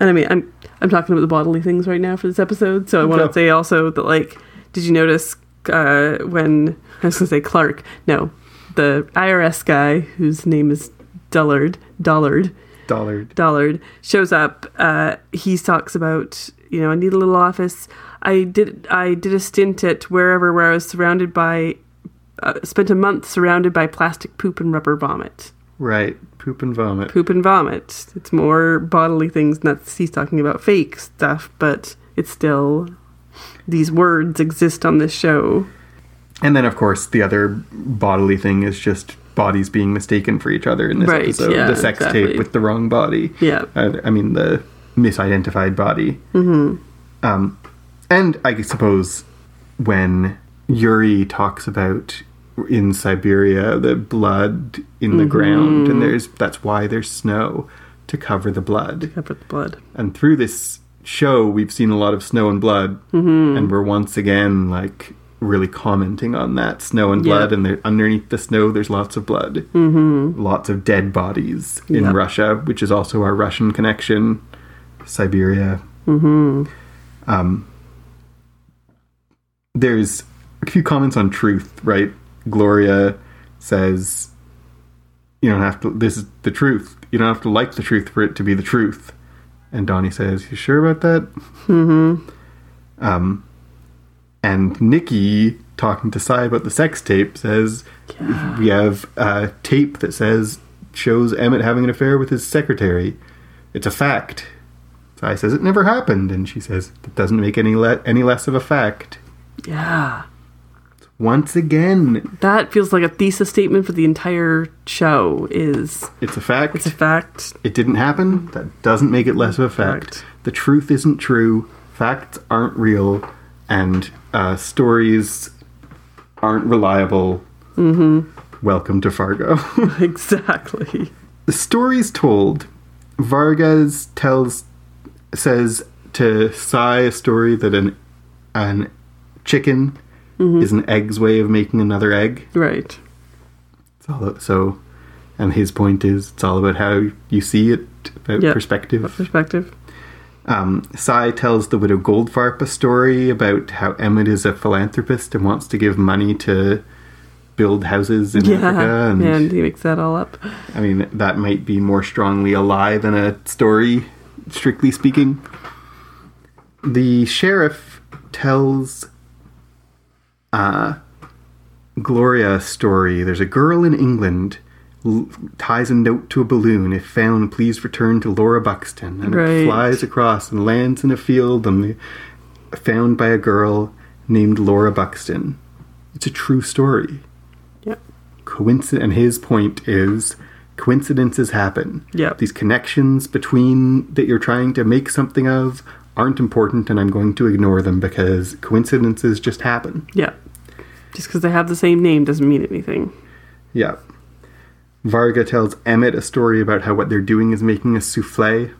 And I mean, I'm I'm talking about the bodily things right now for this episode, so I want Okay. to say also that like, did you notice uh, when I was going to say Clark? No, the IRS guy whose name is Dullard. Dollard. Dollard. Dollard shows up. Uh, he talks about you know I need a little office. I did I did a stint at wherever where I was surrounded by uh, spent a month surrounded by plastic poop and rubber vomit. Right. Poop and vomit. Poop and vomit. It's more bodily things. And that's he's talking about fake stuff, but it's still these words exist on this show. And then, of course, the other bodily thing is just bodies being mistaken for each other in this Right, episode. yeah, the sex exactly. tape with the wrong body. Yeah. Uh, I mean, the misidentified body. Mm-hmm. Um, and I suppose when Yuri talks about in Siberia the blood in Mm-hmm. the ground, and there's that's why there's snow to cover the blood. Covered with blood. And through this show, we've seen a lot of snow and blood, and we're once again like really commenting on that snow and blood. Yeah. And there, underneath the snow, there's lots of blood, mm-hmm. lots of dead bodies in Yeah. Russia, which is also our Russian connection, Siberia. Mm-hmm. Um, there's a few comments on truth, right? Gloria says you don't have to this is the truth you don't have to like the truth for it to be the truth and donnie says you sure about that mm-hmm um and nikki talking to Sai about the sex tape says we have a tape that says shows emmett having an affair with his secretary it's a fact Sai says it never happened and she says it doesn't make any le- any less of a fact Yeah. once again That feels like a thesis statement for the entire show is it's a fact it's a fact It didn't happen. That doesn't make it less of a fact. Correct. The truth isn't true. Facts aren't real, and uh, stories aren't reliable. Mm-hmm. Welcome to Fargo. Exactly. the story's told. Vargas tells, says to Sai a story that an an chicken is an egg's way of making another egg. Right. So, so And his point is it's all about how you see it, about Yeah. perspective. Perspective. Um, Cy tells the widow Goldfarb a story about how Emmett is a philanthropist and wants to give money to build houses in Africa. Yeah, And and he makes that all up. I mean, that might be more strongly a lie than a story, strictly speaking. The sheriff tells uh, Gloria a story. There's a girl in England l- ties a note to a balloon. If found, please return to Laura Buxton. And Right. it flies across and lands in a field and found by a girl named Laura Buxton. It's a true story Yep. coincidence and his point is coincidences happen Yep. these connections between that you're trying to make something of aren't important and i'm going to ignore them because coincidences just happen Yep. Just because they have the same name doesn't mean anything. yeah varga tells emmett a story about how what they're doing is making a souffle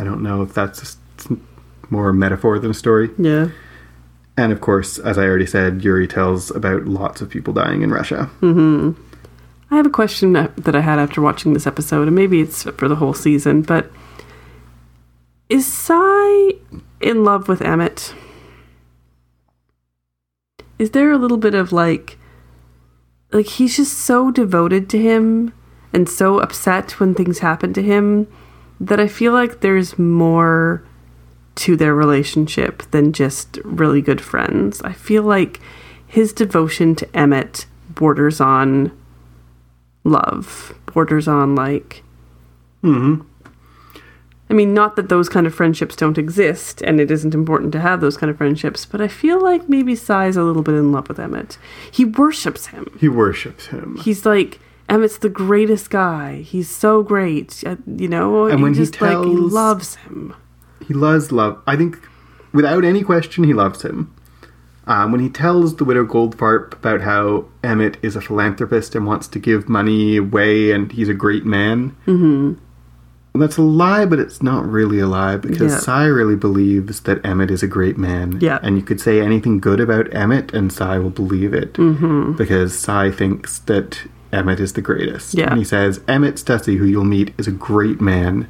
i don't know if that's just more a metaphor than a story Yeah. and of course as i already said yuri tells about lots of people dying in russia I have a question that that I had after watching this episode, and maybe it's for the whole season, but is Sai in love with Emmett? Is there a little bit of like, like he's just so devoted to him and so upset when things happen to him that I feel like there's more to their relationship than just really good friends. I feel like his devotion to Emmett borders on love borders on like Mhm. i mean not that those kind of friendships don't exist and it isn't important to have those kind of friendships but i feel like maybe Sai's a little bit in love with emmett he worships him he worships him he's like emmett's the greatest guy he's so great uh, you know And when he like he tells- loves him He loves love. I think, without any question, he loves him. Um, when he tells the widow Goldfarb about how Emmett is a philanthropist and wants to give money away and he's a great man, mm-hmm. that's a lie, but it's not really a lie because Yeah. Cy really believes that Emmett is a great man. Yeah. And you could say anything good about Emmett and Cy will believe it mm-hmm. because Cy thinks that Emmett is the greatest. Yeah. And he says, Emmett Stussy, who you'll meet, is a great man.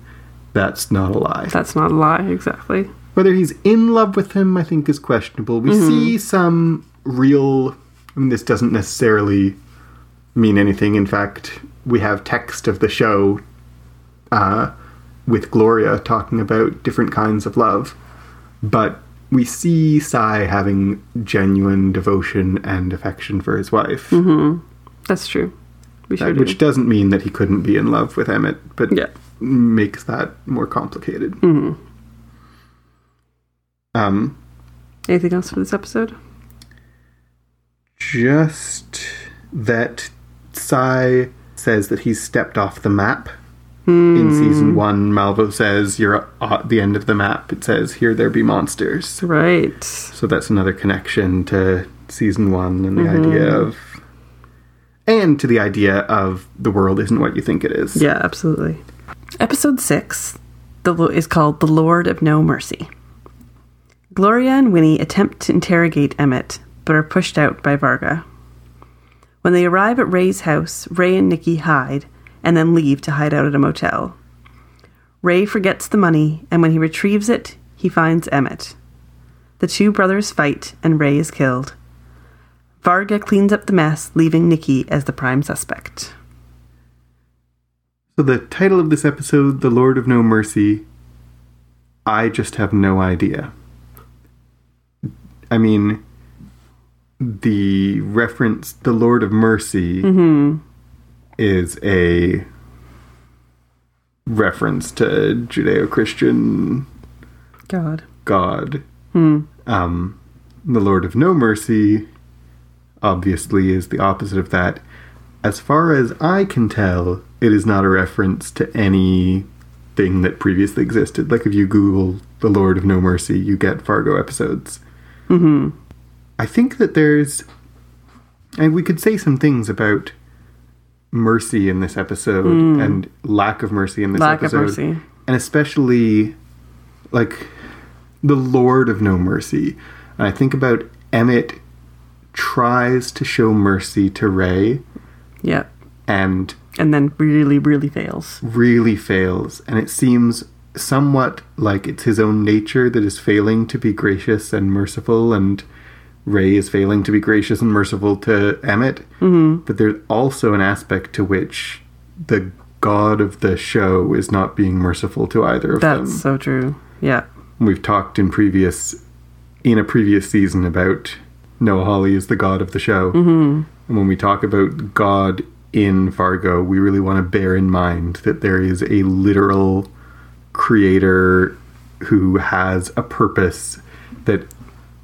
That's not a lie. that's not a lie exactly Whether he's in love with him, I think, is questionable. Mm-hmm. We see some real. I mean, this doesn't necessarily mean anything. In fact, we have text of the show uh, with Gloria talking about different kinds of love. But we see Sai having genuine devotion and affection for his wife, that's Mm-hmm. true we That- sure do which doesn't mean that he couldn't be in love with Emmett, but Yeah. Mm-hmm. makes that more complicated. Um, anything else for this episode just that Sai says that he's stepped off the map. In season one, Malvo says, You're at the end of the map. It says, Here there be monsters. right So that's another connection to season one and the idea of. And to the idea of the world isn't what you think it is. Yeah, absolutely. Episode 6 the, lo- is called The Lord of No Mercy. Gloria and Winnie attempt to interrogate Emmett, but are pushed out by Varga. When they arrive at Ray's house, Ray and Nikki hide and then leave to hide out at a motel. Ray forgets the money, and when he retrieves it, he finds Emmett. The two brothers fight, and Ray is killed. Varga cleans up the mess, leaving Nikki as the prime suspect. So the title of this episode, The Lord of No Mercy, I just have no idea. I mean, the reference, The Lord of Mercy, is a reference to Judeo Christian God. God. Um, the Lord of No Mercy, obviously, is the opposite of that. As far as I can tell, it is not a reference to any thing that previously existed. Like if you Google the Lord of No Mercy, you get Fargo episodes. Mm-hmm. I think that there's, and we could say some things about mercy in this episode and lack of mercy in this Mm. Lack of episode, mercy. and especially like the Lord of No Mercy. And I think about Emmett tries to show mercy to Ray Yep. and and then really, really fails. really fails, and it seems somewhat like it's his own nature that is failing to be gracious and merciful, and Ray is failing to be gracious and merciful to Emmett. Mm-hmm. But there's also an aspect to which the god of the show is not being merciful to either of That's them. so true. Yeah. We've talked in previous in a previous season about Noah Hawley is the god of the show. Mm-hmm. And when we talk about God in Fargo, we really want to bear in mind that there is a literal creator who has a purpose that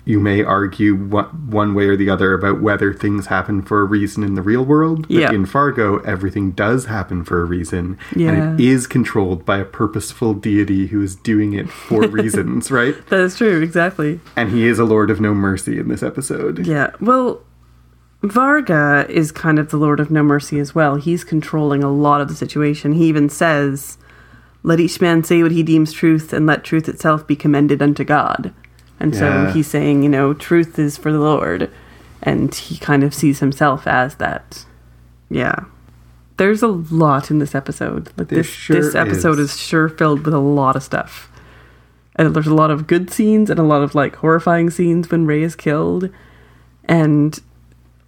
you may argue one one way or the other about whether things happen for a reason in the real world. But Yeah. in Fargo, everything does happen for a reason. Yeah. And it is controlled by a purposeful deity who is doing it for reasons, right? That is true, exactly. And he is a lord of no mercy in this episode. Yeah. Well, Varga is kind of the Lord of No Mercy as well. He's controlling a lot of the situation. He even says, Let each man say what he deems truth, and let truth itself be commended unto God. And Yeah. so he's saying, you know, truth is for the Lord. And he kind of sees himself as that. Yeah. There's a lot in this episode. Like There this sure this episode is. is sure filled with a lot of stuff. And there's a lot of good scenes and a lot of like horrifying scenes when Ray is killed. And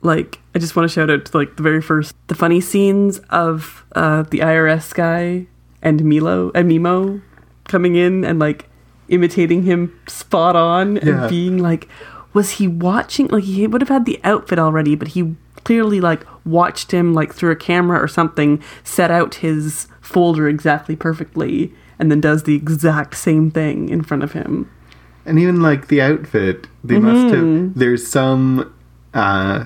like I just want to shout out to like the very first the funny scenes of uh the IRS guy and Milo and Mimo coming in and like imitating him spot on Yeah. and being like was he watching like he would have had the outfit already but he clearly like watched him like through a camera or something set out his folder exactly perfectly and then does the exact same thing in front of him And even like the outfit, they must have. Mm-hmm. There's some uh,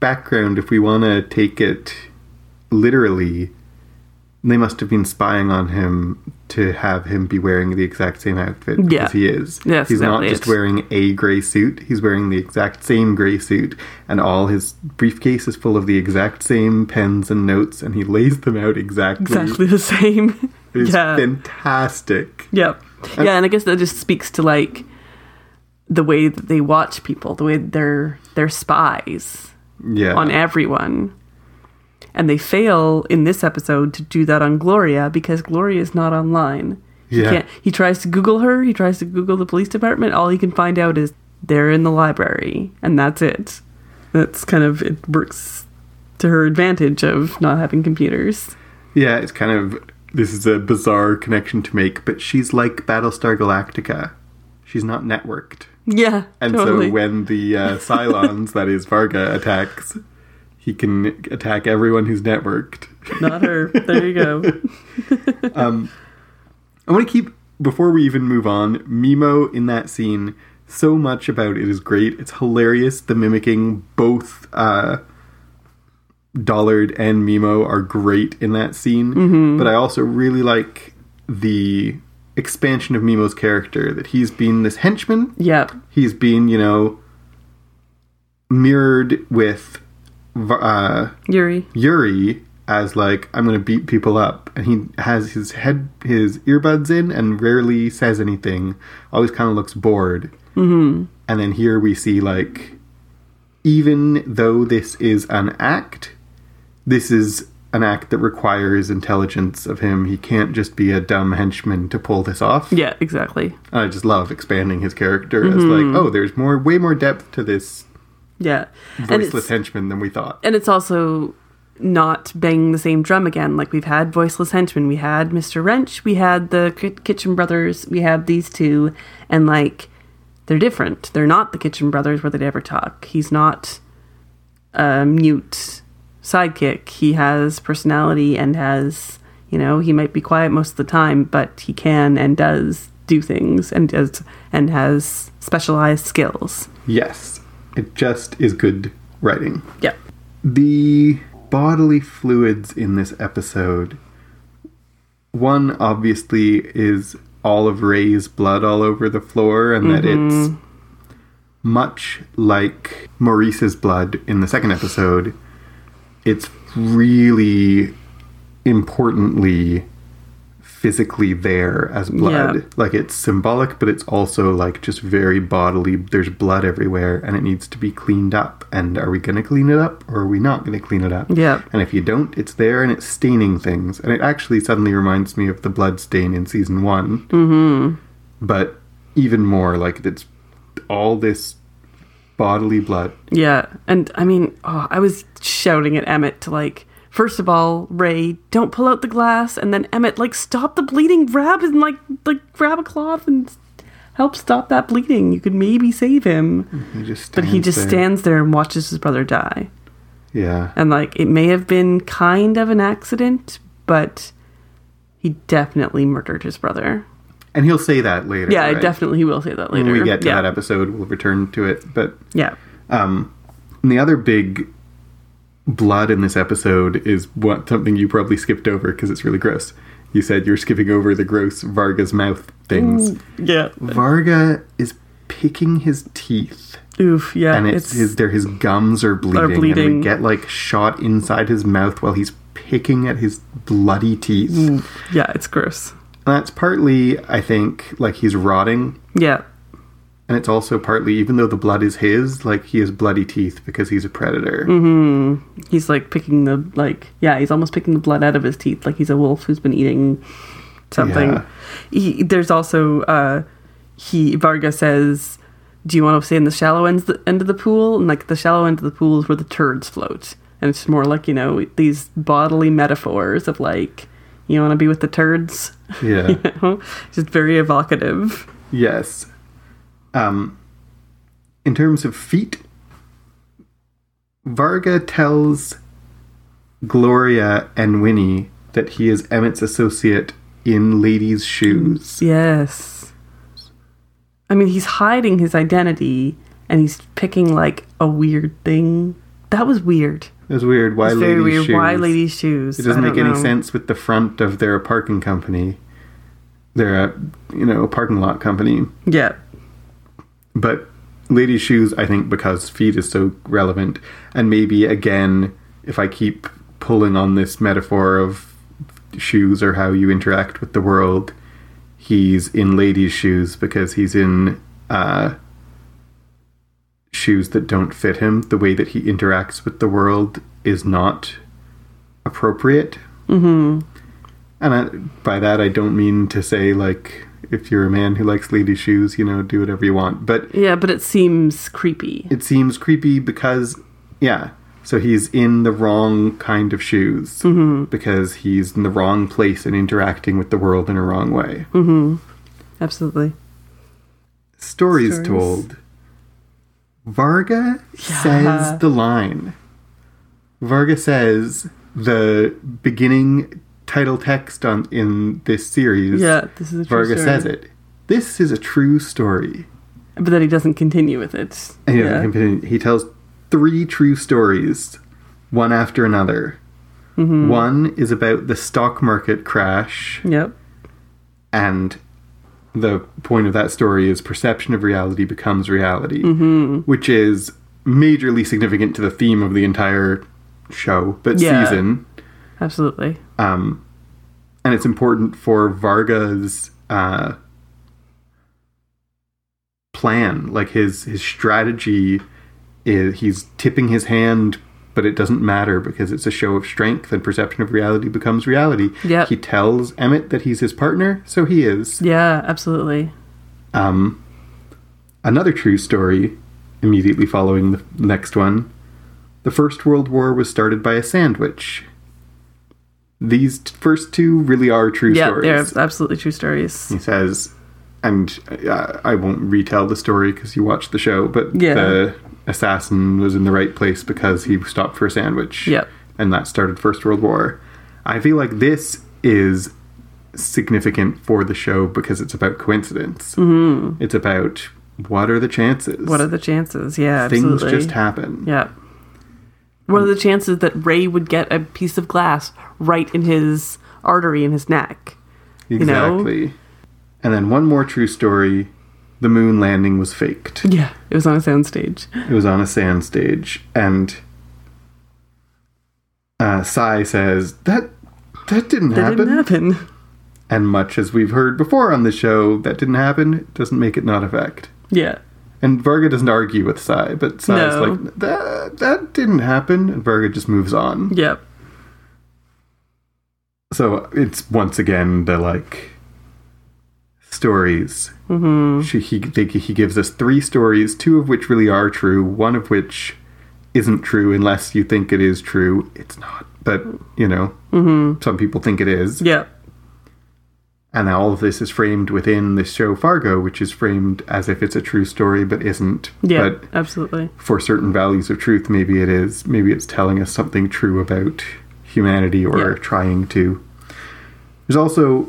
background if we want to take it literally. They must have been spying on him to have him be wearing the exact same outfit Yeah. as he is. That's he's not exactly just it. wearing a gray suit. He's wearing the exact same gray suit, and all his briefcase is full of the exact same pens and notes, and he lays them out exactly. exactly the same It's yeah fantastic. Yep. yeah, and I guess that just speaks to like the way that they watch people, the way they're they're spies Yeah. on everyone. And they fail in this episode to do that on Gloria because Gloria is not online. Yeah. He, can't, he tries to Google her, he tries to Google the police department. All he can find out is they're in the library, and that's it. That's kind of, it works to her advantage of not having computers. Yeah, it's kind of this is a bizarre connection to make, but she's like Battlestar Galactica. She's not networked. Yeah. And totally. so when the uh, Cylons, that is Varga, attacks, he can attack everyone who's networked. Not her. There you go. I want to keep, before we even move on, Mimo in that scene, so much about it is great. It's hilarious. The mimicking, both uh, Dollard and Mimo are great in that scene. But I also really like the expansion of Mimo's character that he's been this henchman Yep. he's been, you know, mirrored with uh, Yuri. Yuri as like I'm gonna beat people up, and he has his head his earbuds in and rarely says anything. Always kind of looks bored. Mm-hmm. And then here we see like, even though this is an act, this is an act that requires intelligence of him. He can't just be a dumb henchman to pull this off. Yeah, exactly. And I just love expanding his character as Mm-hmm. like, oh, there's more, way more depth to this Yeah. And voiceless it's, henchman than we thought. and it's also not banging the same drum again. Like we've had Voiceless Henchman, we had Mr. Wrench, we had the Ki- Kitchen Brothers, we had these two, and like they're different. They're not the Kitchen Brothers where they'd ever talk. He's not a mute sidekick. He has personality and has, you know, he might be quiet most of the time, but he can and does do things and does and has specialized skills. Yes, it just is good writing. Yeah. The bodily fluids in this episode. One obviously is all of Ray's blood all over the floor, and that it's much like Maurice's blood in the second episode. It's really importantly physically there as blood. Yeah. Like it's symbolic, but it's also like just very bodily. There's blood everywhere and it needs to be cleaned up. And are we going to clean it up or are we not going to clean it up? Yeah. And if you don't, it's there and it's staining things. And it actually suddenly reminds me of the blood stain in season one. Mm-hmm. But even more, like it's all this bodily blood. Yeah, and I mean, oh, I was shouting at Emmett to like, first of all, Ray, don't pull out the glass, and then Emmett, like, stop the bleeding, grab and like, like, grab a cloth and help stop that bleeding. You could maybe save him, He just but he just there. stands there and watches his brother die. Yeah. And like, it may have been kind of an accident, but he definitely murdered his brother. And he'll say that later. Yeah, I right? definitely will say that later. When we get to yeah. that episode, we'll return to it. But Yeah. and the other big blood in this episode is what something you probably skipped over because it's really gross. You said you're skipping over the gross Varga's mouth things. Mm. Yeah. Varga is picking his teeth, Oof. Yeah. and it's, his there his gums are bleeding, and bleeding. we get like shot inside his mouth while he's picking at his bloody teeth. Mm. yeah. It's gross. And that's partly, I think, like he's rotting Yeah. And it's also partly, even though the blood is his, like he has bloody teeth because he's a predator. he's like picking the like yeah he's almost picking the blood out of his teeth like he's a wolf who's been eating something Yeah. he, there's also uh he varga says do you want to stay in the shallow ends end of the pool and like the shallow end of the pool is where the turds float and it's more like you know these bodily metaphors of like you want to be with the turds Yeah. just very evocative yes. Um, in terms of feet, Varga tells Gloria and Winnie that he is Emmett's associate in ladies' shoes. Yes. I mean, he's hiding his identity and he's picking like a weird thing. That was weird. It was weird. Why It's ladies' very weird. shoes? Why ladies' shoes? It doesn't I make don't any know. sense with the front of their parking company. They're a, you know, a parking lot company. Yeah. but lady shoes i think because feet is so relevant and maybe again if i keep pulling on this metaphor of shoes or how you interact with the world he's in ladies shoes because he's in uh shoes that don't fit him the way that he interacts with the world is not appropriate mm-hmm. and I, by that i don't mean to say like if you're a man who likes ladies shoes you know do whatever you want but Yeah, but it seems creepy. it seems creepy because yeah so he's in the wrong kind of shoes Mm-hmm. because he's in the wrong place and interacting with the world in a wrong way Mm-hmm. Absolutely. stories, Stories. told varga says the line varga says the beginning title text on in this series Yeah, this is a true varga story. says it this is a true story But then he doesn't continue with it. And he, yeah. doesn't continue. he tells three true stories, one after another. Mm-hmm. One is about the stock market crash, Yep. and the point of that story is perception of reality becomes reality, Mm-hmm. which is majorly significant to the theme of the entire show, but Yeah. season. Absolutely. Um, and it's important for Varga's uh, plan, like his his strategy. Is he's tipping his hand, but it doesn't matter because it's a show of strength, and perception of reality becomes reality. Yep. he tells Emmett that he's his partner, so he is. Yeah, absolutely. Um, another true story immediately following the next one. The First World War was started by a sandwich. These t- first two really are true yeah, stories. they're absolutely true stories. He says, and uh, I won't retell the story because you watched the show, but Yeah. the assassin was in the right place because he stopped for a sandwich. Yep. And that started First World War. I feel like this is significant for the show because it's about coincidence. Mm-hmm. It's about what are the chances? What are the chances? Yeah, Things absolutely. just happen. Yeah. What are the chances that Ray would get a piece of glass right in his artery in his neck? know? Exactly. And then one more true story the moon landing was faked. Yeah, it was on a soundstage. It was on a sand stage, and uh, Sai says that that didn't That happen. didn't happen. And much as we've heard before on the show, that didn't happen. It doesn't make it not a fact. Yeah. And Varga doesn't argue with Sai, but Sai's No. like, that, that didn't happen. And Varga just moves on. Yep. So it's once again the like stories. Mm-hmm. She, he, they, he gives us three stories, two of which really are true, one of which isn't true unless you think it is true. It's not, but you know, some people think it is. Yep. And all of this is framed within the show Fargo, which is framed as if it's a true story but isn't. Yeah. But absolutely. for certain values of truth, maybe it is. Maybe it's telling us something true about humanity or Yeah. trying to. There's also,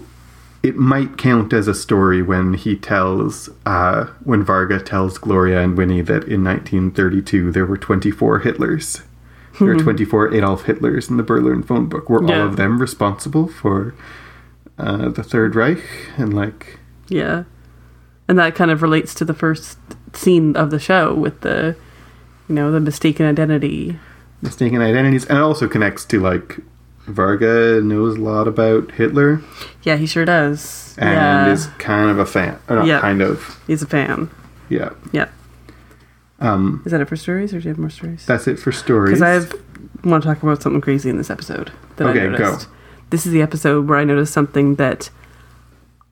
it might count as a story when he tells, uh, when Varga tells Gloria and Winnie that in 1932 there were 24 Hitlers. There are 24 Adolf Hitlers in the Berlin phone book. Were Hmm. Yeah. all of them responsible for uh, the Third Reich? And like, Yeah. And that kind of relates to the first scene of the show with the, you know, the mistaken identity. mistaken identities and it also connects to like varga knows a lot about hitler Yeah, he sure does. and yeah. is kind of a fan or not Yeah. kind of He's a fan. yeah Yeah. um Is that it for stories or do you have more stories? that's it for stories Because I have want to talk about something crazy in this episode that I Okay, go. noticed. This is the episode where I noticed something that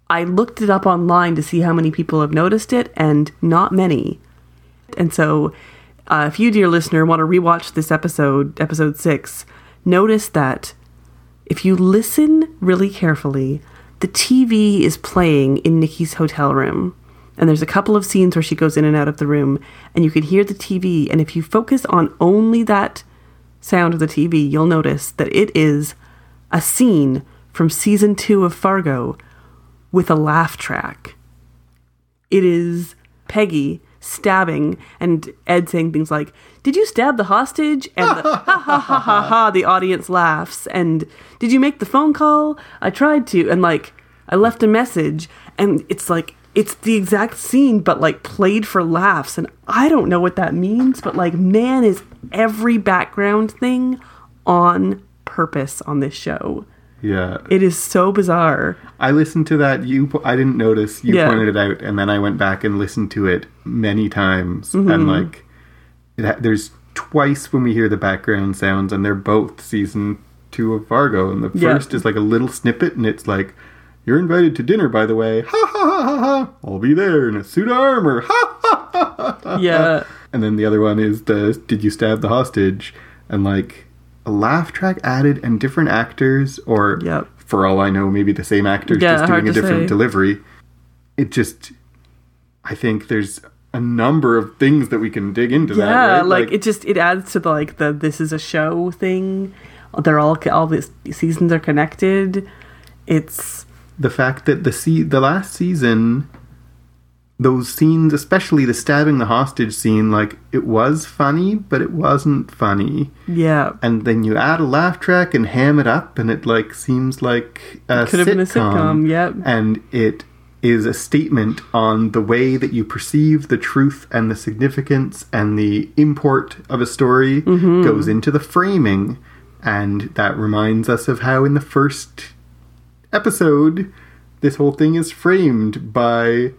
I looked it up online to see how many people have noticed it, and not many. And so, uh, if you, dear listener, want to rewatch this episode, episode six, notice that if you listen really carefully, the TV is playing in Nikki's hotel room. And there's a couple of scenes where she goes in and out of the room, and you can hear the TV. And if you focus on only that sound of the TV, you'll notice that it is a scene from season two of Fargo with a laugh track. It is Peggy stabbing and Ed saying things like, Did you stab the hostage? And the, ha ha ha ha ha ha, the audience laughs. And did you make the phone call? I tried to. And like, I left a message. And it's like, it's the exact scene, but like played for laughs. And I don't know what that means, but like, man, is every background thing on purpose on this show. yeah It is so bizarre. i listened to that you po- i didn't notice you Yeah. pointed it out and then i went back and listened to it many times Mm-hmm. and like it ha- there's twice when we hear the background sounds and they're both season two of fargo and the Yeah. first is like a little snippet and it's like you're invited to dinner by the way ha ha ha ha ha i'll be there in a suit of armor ha Yeah. And then the other one is the Did You Stab the Hostage? And like a laugh track added and different actors, or Yep. for all I know, maybe the same actors Yeah, just hard doing a to different say. delivery. It just, I think there's a number of things that we can dig into that. yeah right? like, it just it adds to the like the this is a show thing they're all all these seasons are connected it's the fact that the se- the last season those scenes especially the stabbing the hostage scene like it was funny but it wasn't funny yeah and then you add a laugh track and ham it up, and it like seems like a could have been a sitcom yep and it is a statement on the way that you perceive the truth and the significance and the import of a story Mm-hmm. goes into the framing, and that reminds us of how in the first episode, this whole thing is framed by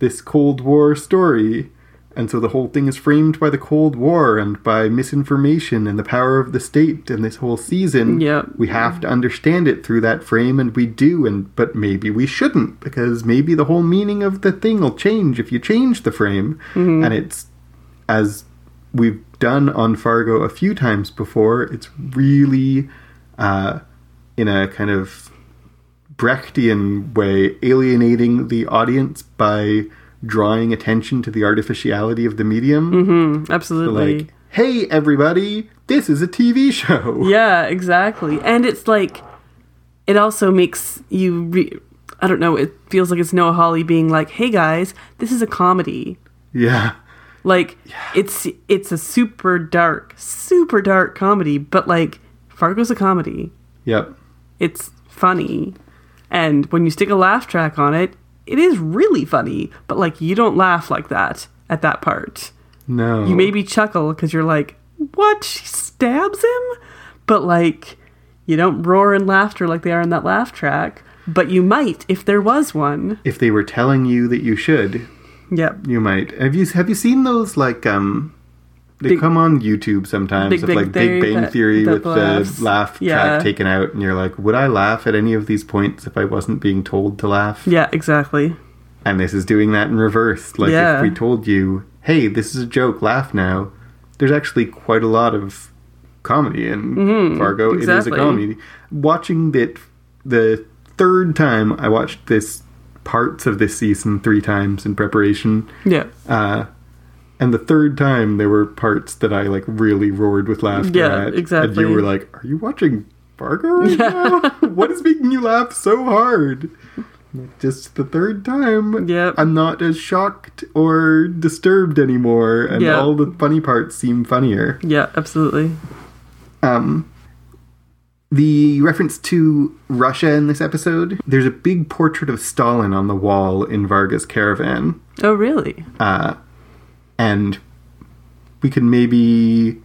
this Cold War story. And so the whole thing is framed by the Cold War and by misinformation and the power of the state and this whole season. Yep. We have to understand it through that frame and we do and but maybe we shouldn't because maybe the whole meaning of the thing will change if you change the frame. And it's as we've done on Fargo a few times before, it's really uh, in a kind of Brechtian way, alienating the audience by drawing attention to the artificiality of the medium. Mm, absolutely Like, hey, everybody, this is a TV show. yeah exactly and it's like it also makes you re- i don't know it feels like it's noah hawley being like hey guys this is a comedy Yeah. Like it's it's a super dark, super dark comedy, but like Fargo's a comedy. Yep. It's funny. And when you stick a laugh track on it, it is really funny, but like you don't laugh like that at that part. No. You maybe chuckle cuz you're like, "What? She stabs him?" But like you don't roar in laughter like they are in that laugh track. But you might if there was one. If they were telling you that you should, Yep. you might. Have you have you seen those like um they Big- come on YouTube sometimes Big of Bang like Theory, Big Bang that- Theory that with laughs. the laugh Yeah. track taken out and you're like, would I laugh at any of these points if I wasn't being told to laugh? Yeah, exactly. And this is doing that in reverse. Like Yeah. if we told you, hey, this is a joke, laugh now. There's actually quite a lot of comedy in Fargo. It is a Mm-hmm. exactly. comedy. Watching it the third time, I watched this parts of this season three times in preparation. Yeah. Uh, And the third time, there were parts that I like really roared with laughter Yeah, at. And exactly. you were like, "Are you watching Fargo right now? what is making you laugh so hard?" Like, Just the third time, Yep. I'm not as shocked or disturbed anymore, and Yep. all the funny parts seem funnier. Um, Yeah, absolutely. The reference to Russia in this episode, there's a big portrait of Stalin on the wall in Varga's caravan. Oh, really? and we can maybe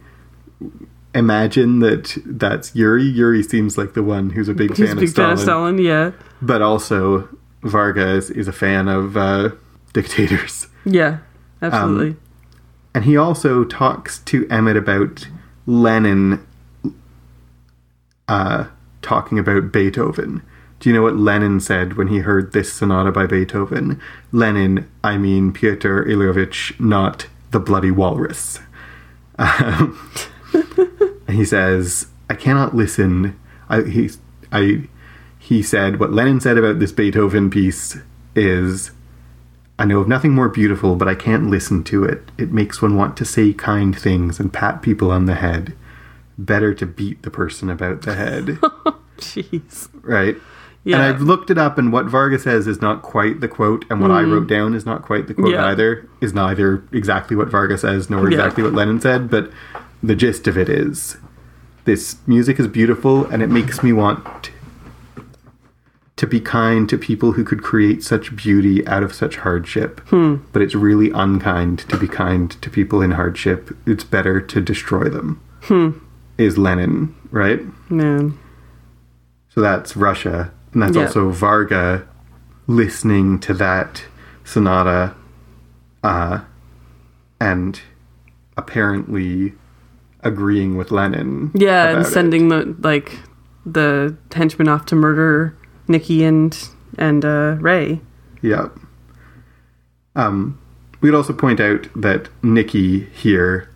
imagine that that's Yuri. Yuri seems like the one who's a big, He's fan, a big of Stalin, fan of Stalin. Yeah. but also Vargas is a fan of uh, dictators. Yeah, absolutely. And he also talks to Emmett about Lenin uh, talking about Beethoven. Do you know what Lenin said when he heard this sonata by Beethoven? Lenin, I mean Pyotr Ilyovich, not the bloody walrus. Um, and he says, "I cannot listen." I he I he said what Lenin said about this Beethoven piece is, "I know of nothing more beautiful, but I can't listen to it. It makes one want to say kind things and pat people on the head. Better to beat the person about the head, Jeez. right?" And Yeah. I've looked it up, and what Varga says is not quite the quote, and what I wrote down is not quite the quote Mm-hmm. Yeah. either. Is neither exactly what Varga says nor Yeah. exactly what Lennon said, but the gist of it is this music is beautiful, and it makes me want to be kind to people who could create such beauty out of such hardship. Hmm. But it's really unkind to be kind to people in hardship. It's better to destroy them. Hmm. Is Lenin right? Man. So that's Russia. And that's Yeah. also Varga listening to that sonata. Uh, and apparently agreeing with Lenin. Yeah, about and it. sending the like the henchmen off to murder Nikki and and uh, Ray. Yeah. Um, we'd also point out that Nikki here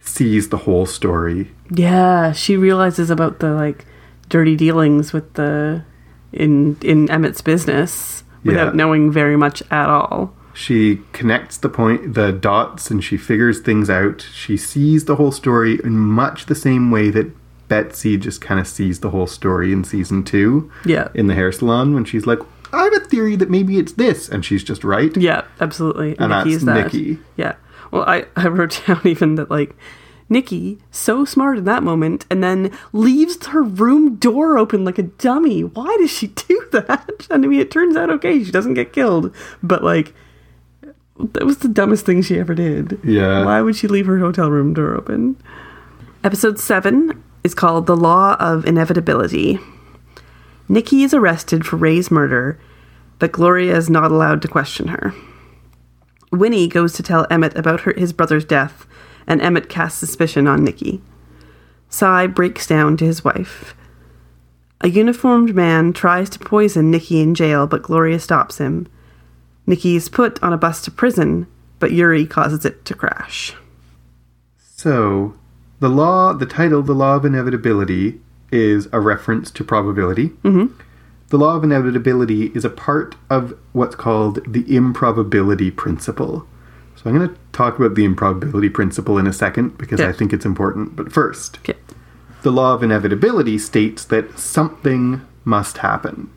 sees the whole story. Yeah, she realizes about the like dirty dealings with the in in Emmett's business without Yeah. knowing very much at all. She connects the point, the dots, and she figures things out. She sees the whole story in much the same way that Betsy just kind of sees the whole story in season two Yeah. in the hair salon when she's like, "I have a theory that maybe it's this," and she's just right. Yeah, absolutely. And that's Nikki's that. Nikki. Yeah. Well, I, I wrote down even that, like, Nikki, so smart in that moment, and then leaves her room door open like a dummy. Why does she do that? And I mean, it turns out okay, she doesn't get killed, but, like, that was the dumbest thing she ever did. Yeah. Why would she leave her hotel room door open? Episode 7 is called The Law of Inevitability. Nikki is arrested for Ray's murder, but Gloria is not allowed to question her. Winnie goes to tell Emmett about her, his brother's death, and Emmett casts suspicion on Nikki. Cy breaks down to his wife. A uniformed man tries to poison Nikki in jail, but Gloria stops him. Nikki is put on a bus to prison, but Yuri causes it to crash. So, the law, the title, The Law of Inevitability, is a reference to probability. Mm-hmm. The law of inevitability is a part of what's called the improbability principle. So, I'm going to talk about the improbability principle in a second because Yeah. I think it's important. But first, Okay. the law of inevitability states that something must happen.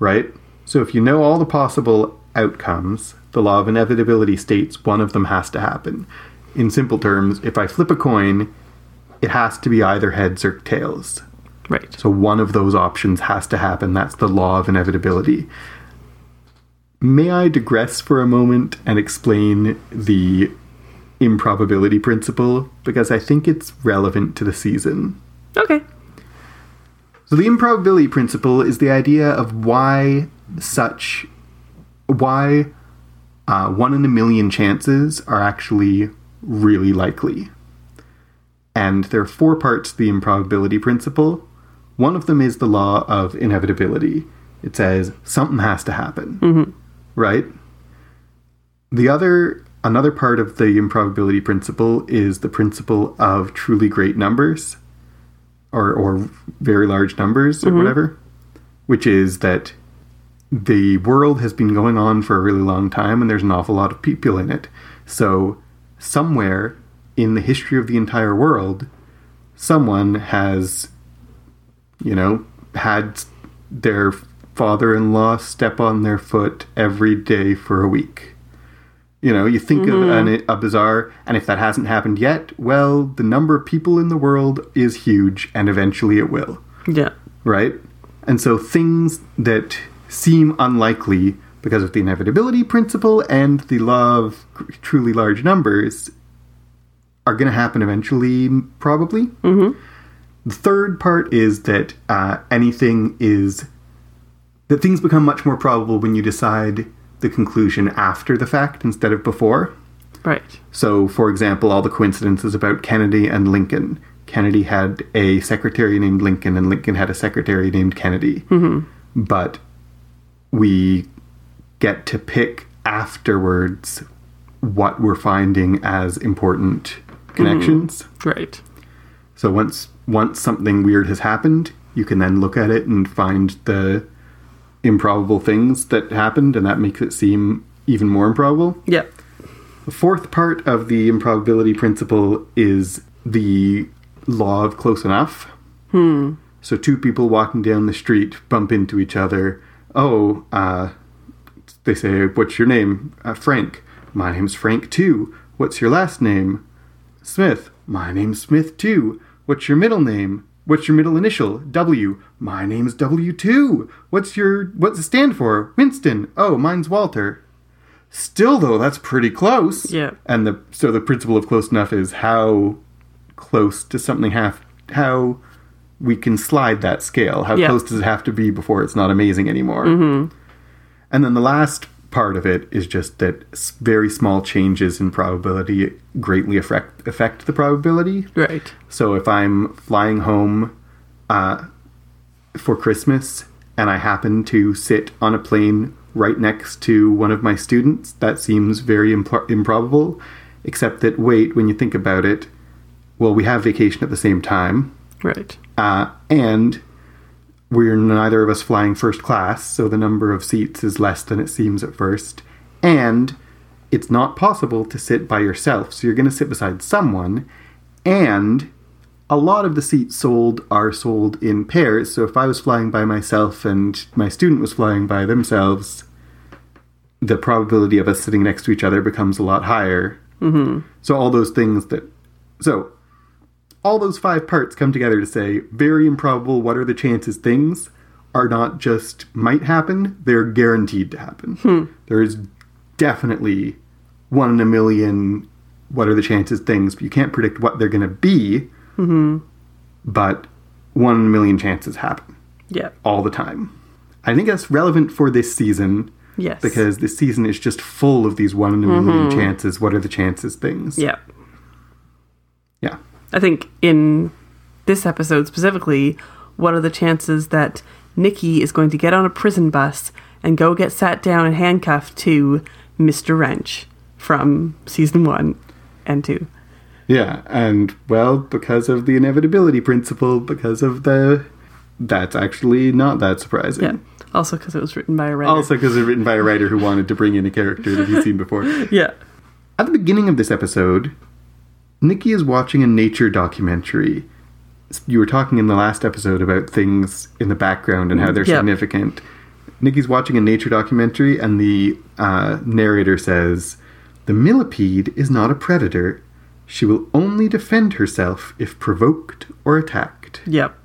Right? So if you know all the possible outcomes, the law of inevitability states one of them has to happen. In simple terms, if I flip a coin, it has to be either heads or tails. Right. So one of those options has to happen. That's the law of inevitability. May I digress for a moment and explain the improbability principle? Because I think it's relevant to the season. Okay. So the improbability principle is the idea of why such why uh, one in a million chances are actually really likely. And there are four parts to the improbability principle. One of them is the law of inevitability. It says something has to happen, right? The other, another part of the improbability principle is the principle of truly great numbers, or or very large numbers or whatever, which is that the world has been going on for a really long time and there's an awful lot of people in it. So, somewhere in the history of the entire world, someone has, you know, had their father in law step on their foot every day for a week. You know, you think of an, a bazaar, and if that hasn't happened yet, well, the number of people in the world is huge, and eventually it will Yeah. right? And so things that seem unlikely because of the inevitability principle and the law of truly large numbers are going to happen eventually, probably. The third part is that uh, anything is that things become much more probable when you decide the conclusion after the fact instead of before. Right. So, for example, all the coincidences about Kennedy and Lincoln. Kennedy had a secretary named Lincoln, and Lincoln had a secretary named Kennedy. But we get to pick afterwards what we're finding as important connections. Right. So once once something weird has happened, you can then look at it and find the improbable things that happened, and that makes it seem even more improbable. Yeah. The fourth part of the improbability principle is the law of close enough. So two people walking down the street bump into each other. Oh, uh, they say, "What's your name?" Uh, Frank. My name's Frank too. What's your last name? Smith. My name's Smith too. What's your middle name? What's your middle initial? W. My name's W too. What's your what's it stand for? Winston. Oh, mine's Walter. Still though, that's pretty close. Yeah. And the so the principle of close enough is how close to something half how we can slide that scale. How Yeah. close does it have to be before it's not amazing anymore? And then the last part of it is just that s- very small changes in probability greatly affect affect the probability. Right. So if I'm flying home uh, for Christmas and I happen to sit on a plane right next to one of my students, that seems very impro- improbable. Except that, wait, when you think about it, well, we have vacation at the same time, Right. uh, and we're neither of us flying first class, so the number of seats is less than it seems at first. And it's not possible to sit by yourself, so you're going to sit beside someone. And a lot of the seats sold are sold in pairs, so if I was flying by myself and my student was flying by themselves, the probability of us sitting next to each other becomes a lot higher. Mm-hmm. So, all those things that. So, all those five parts come together to say very improbable what are the chances things are not just might happen they're guaranteed to happen Hmm. there is definitely one in a million what are the chances things but you can't predict what they're going to be Mm-hmm. but one in a million chances happen Yeah. all the time i think that's relevant for this season Yes. Mm-hmm. because this season is just full of these one in a 1000000 chances what are the chances things Yeah. yeah I think in this episode specifically, what are the chances that Nikki is going to get on a prison bus and go get sat down and handcuffed to Mr. Wrench from season one and two? Yeah, and well, because of the inevitability principle, because of the that's actually not that surprising. Yeah. Also, because it was written by a writer. Also, because it's written by a writer who wanted to bring in a character that he's seen before. yeah. At the beginning of this episode, Nikki is watching a nature documentary. You were talking in the last episode about things in the background and how they're Yeah. significant. Nikki's watching a nature documentary, and the uh, narrator says, The millipede is not a predator. She will only defend herself if provoked or attacked. Yep.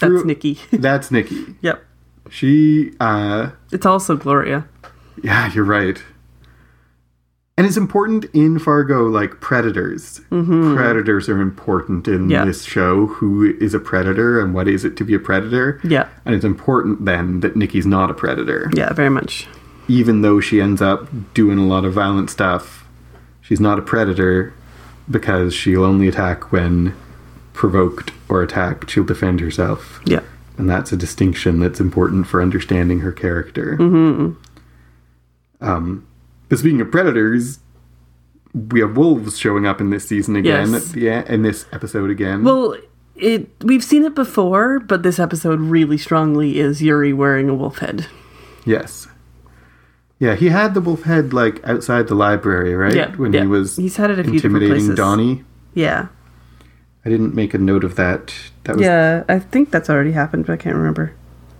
Through- That's Nikki. That's Nikki. yep. She, uh, It's also Gloria. yeah, you're right. And it's important in Fargo, like predators. Predators are important in Mm-hmm. Yeah. this show. Who is a predator and what is it to be a predator? Yeah. And it's important then that Nikki's not a predator. Yeah, very much. Even though she ends up doing a lot of violent stuff, she's not a predator because she'll only attack when provoked or attacked. She'll defend herself. Yeah. And that's a distinction that's important for understanding her character. Um, Mm-hmm. but speaking of predators, we have wolves showing up in this season again. Yes. At the, e- in this episode again. Well, it we've seen it before, but this episode really strongly is Yuri wearing a wolf head. yes. Yeah, he had the wolf head like outside the library, right? Yeah, when yeah. he was He's had it a few different intimidating places. Donnie. Yeah. I didn't make a note of that. That was Yeah, I think that's already happened, but I can't remember.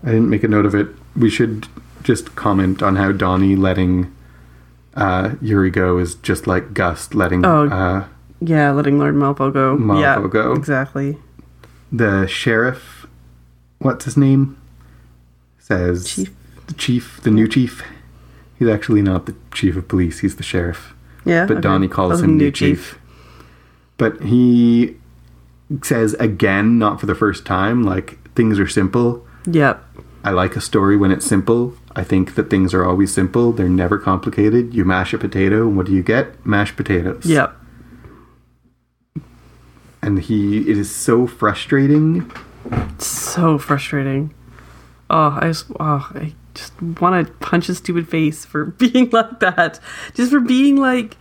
I didn't make a note of it. We should just comment on how Donnie letting uh, Yuri go is just like Gust letting Oh. uh, Yeah, letting Lord Malpo go. Malpo yeah, go. Exactly. the sheriff. What's his name? Says Chief. The chief, the new chief. He's actually not the chief of police. He's the sheriff. Yeah. But Oh, okay. Donnie calls Calls him new chief. But he says again, not for the first time, like things are simple. Yep. I like a story when it's simple. I think that things are always simple. They're never complicated. You mash a potato, and what do you get? Mashed potatoes. Yep. And he, it is so frustrating. So frustrating. Oh, I just, oh, I just want to punch his stupid face for being like that. Just for being like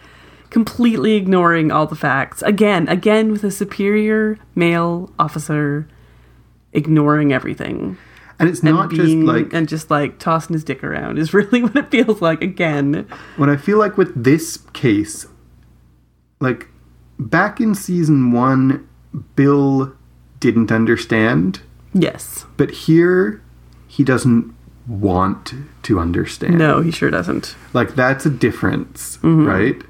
completely ignoring all the facts. Again, again with a superior male officer ignoring everything And it's and not just being like, and just like tossing his dick around is really what it feels like again. when I feel like with this case, like back in season one, Bill didn't understand, Yes. but here he doesn't want to understand. No, he sure doesn't. Like that's a difference, Mm-hmm. right?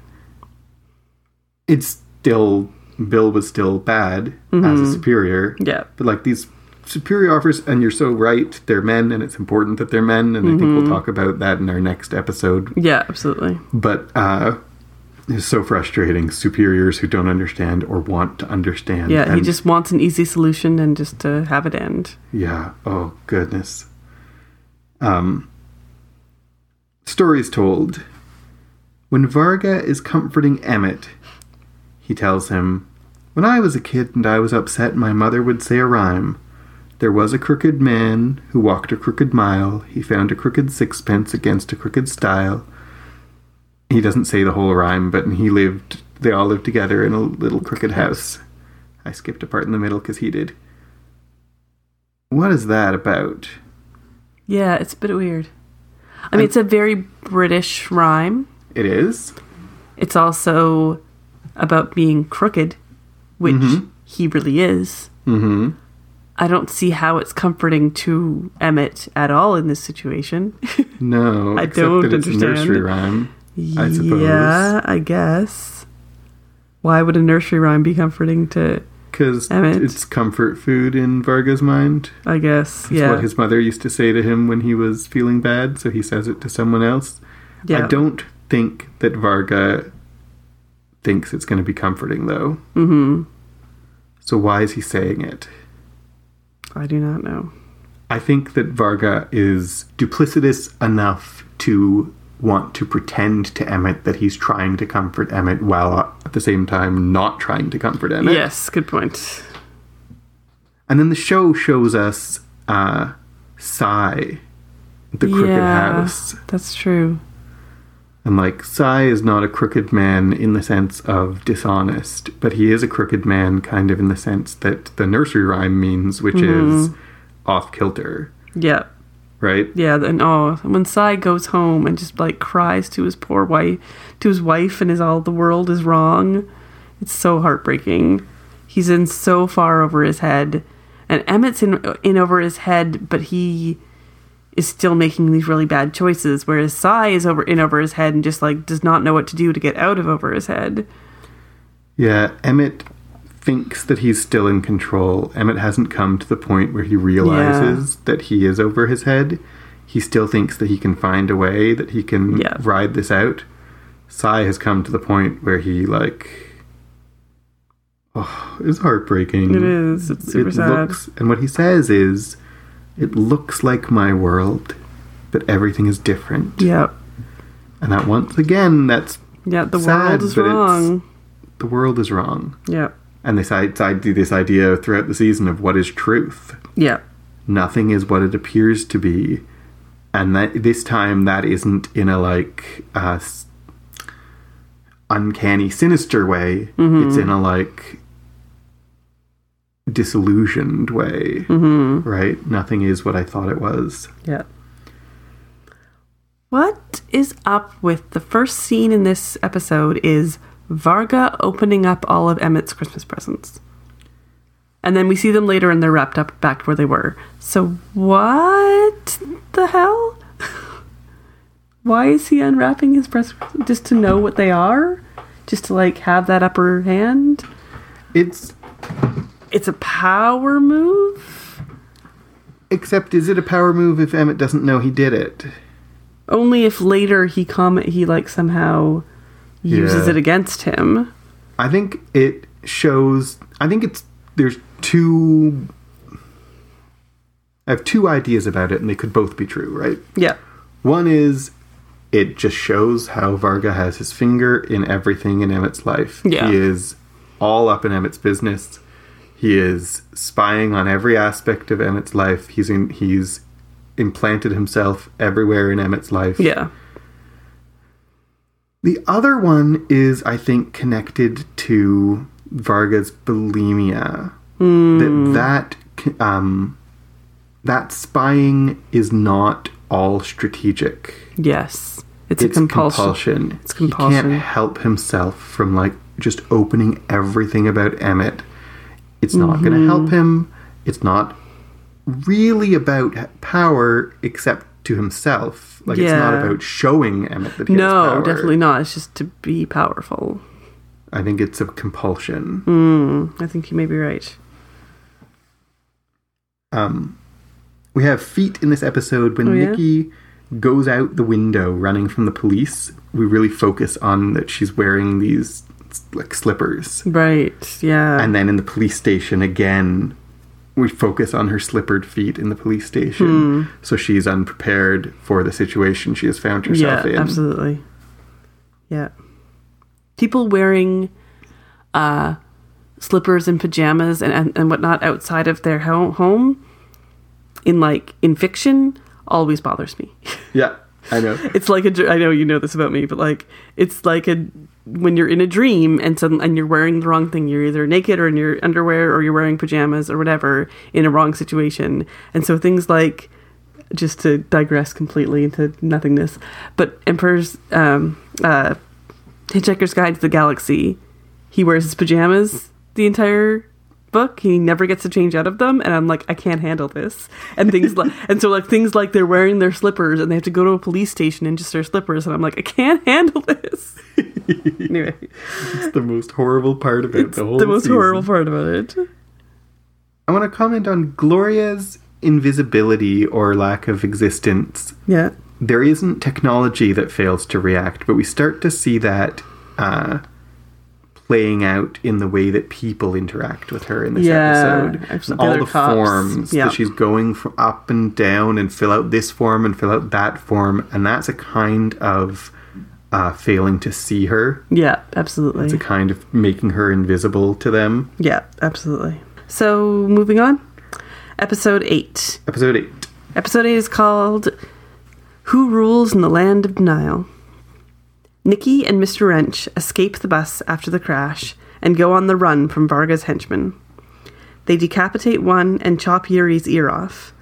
It's still Bill was still bad as a superior. Mm-hmm. Yeah. But like these superior offers and you're so right, they're men and it's important that they're men and I think Mm-hmm. we'll talk about that in our next episode. Yeah, absolutely. But uh it's so frustrating superiors who don't understand or want to understand. Yeah, he and- just wants an easy solution and just to have it end. Yeah. Oh goodness. Um stories told. When Varga is comforting Emmett, he tells him, "When I was a kid and I was upset, my mother would say a rhyme. There was a crooked man who walked a crooked mile. He found a crooked sixpence against a crooked stile." He doesn't say the whole rhyme, but he lived they all lived together in a little crooked house. I skipped a part in the middle cuz he did. What is that about? Yeah, it's a bit weird. I mean, it's a very British rhyme. It is. It's also about being crooked, which he really is. Mm-hmm. I don't see how it's comforting to Emmett at all in this situation. No, I except don't that it's a nursery understand. rhyme. I suppose. Yeah, I guess. Why would a nursery rhyme be comforting to? Because Emmett. it's comfort food in Varga's mind. I guess. It's yeah. what his mother used to say to him when he was feeling bad, so he says it to someone else. yeah. I don't think that Varga thinks it's going to be comforting, though. Mm-hmm. So why is he saying it? I do not know. I think that Varga is duplicitous enough to want to pretend to Emmett that he's trying to comfort Emmett while at the same time not trying to comfort Emmett. Yes, good point. And then the show shows us uh, Sai, the crooked yeah, house. That's true. And like, Sai is not a crooked man in the sense of dishonest, but he is a crooked man kind of in the sense that the nursery rhyme means, which is off kilter, Yeah. right? Yeah, and oh, when Sai goes home and just like cries to his poor wife, to his wife, and is all the world is wrong. It's so heartbreaking. He's in so far over his head, and Emmett's in in over his head, but he is still making these really bad choices. Whereas Sai is over in over his head and just like does not know what to do to get out of over his head. Yeah, Emmett thinks that he's still in control. Emmett hasn't come to the point where he realizes that he is over his head. He still thinks that he can find a way, that he can Yeah. ride this out. Sai has come to the point where he like oh, it's heartbreaking. It is. It's super it sad. looks and what he says is it looks like my world, but everything is different. Yep. And that once again that's Yeah, the Sad, world is but it's- wrong. the world is wrong. Yep. And they side side do this idea throughout the season of what is truth. Yep. nothing is what it appears to be and that this time that isn't in a like uh, s- uncanny sinister way it's in a like disillusioned way right nothing is what i thought it was Yep. What is up with the first scene in this episode is Varga opening up all of Emmett's Christmas presents. And then we see them later and they're wrapped up back where they were. So what the hell? Why is he unwrapping his press just to know what they are? Just to like have that upper hand? it's It's a power move? except is it a power move if emmett doesn't know he did it Only if later he comment he like somehow uses Yeah. it against him. I think it shows. I think it's there's two. I have two ideas about it, and they could both be true, right? Yeah. One is it just shows how Varga has his finger in everything in Emmett's life. Yeah. He is all up in Emmett's business. He is spying on every aspect of Emmett's life. He's in, he's implanted himself everywhere in Emmett's life. Yeah. The other one is, I think, connected to Varga's bulimia. Hmm. That that um, that spying is not all strategic. Yes. It's, It's a compulsion. compulsion. It's compulsion. He can't help himself from like just opening everything about Emmett. It's not going Mm-hmm. to help him. It's not really about h- power, except to himself. Like it's not Yeah. about showing Emmett that he has power. No, definitely not. It's just to be powerful. I think it's a compulsion. Hmm. I think you may be right. Um, we have feet in this episode when Oh, yeah? Nikki goes out the window running from the police. We really focus on that she's wearing these like slippers, Right. Yeah. and then in the police station again, we focus on her slippered feet in the police Hmm. station. So she's unprepared for the situation she has found herself yeah, in. absolutely. Yeah. People wearing uh slippers and pajamas and, and, and whatnot outside of their ho- home in like in fiction always bothers me. Yeah, I know. it's like a dr- I know you know this about me, but like it's like a when you're in a dream and sudden and you're wearing the wrong thing, you're either naked or in your underwear or you're wearing pajamas or whatever in a wrong situation. And so things like just to digress completely into nothingness, but Emperor's um, uh, Hitchhiker's Guide to the Galaxy, he wears his pajamas the entire book. He never gets to change out of them, and I'm like, I can't handle this. And things like, and so like things like they're wearing their slippers and they have to go to a police station in just their slippers, and I'm like, I can't handle this. anyway, It's the most horrible part about it's the whole the most season. horrible part about it. I want to comment on Gloria's invisibility or lack of existence Yeah, there isn't technology that fails to react, but we start to see that uh, playing out in the way that people interact with her in this Yeah, episode. absolutely. And The All other the cops, forms yeah. that she's going from up and down and fill out this form and fill out that form, and that's a kind of uh, failing to see her. yeah, It's absolutely. a kind of making her invisible to them. Yeah, absolutely. So moving on, episode eight. Episode eight. Episode 8 is called Who Rules in the Land of Denial? Nikki and Mr. Wrench escape the bus after the crash and go on the run from Varga's henchmen. They decapitate one and chop Yuri's ear off.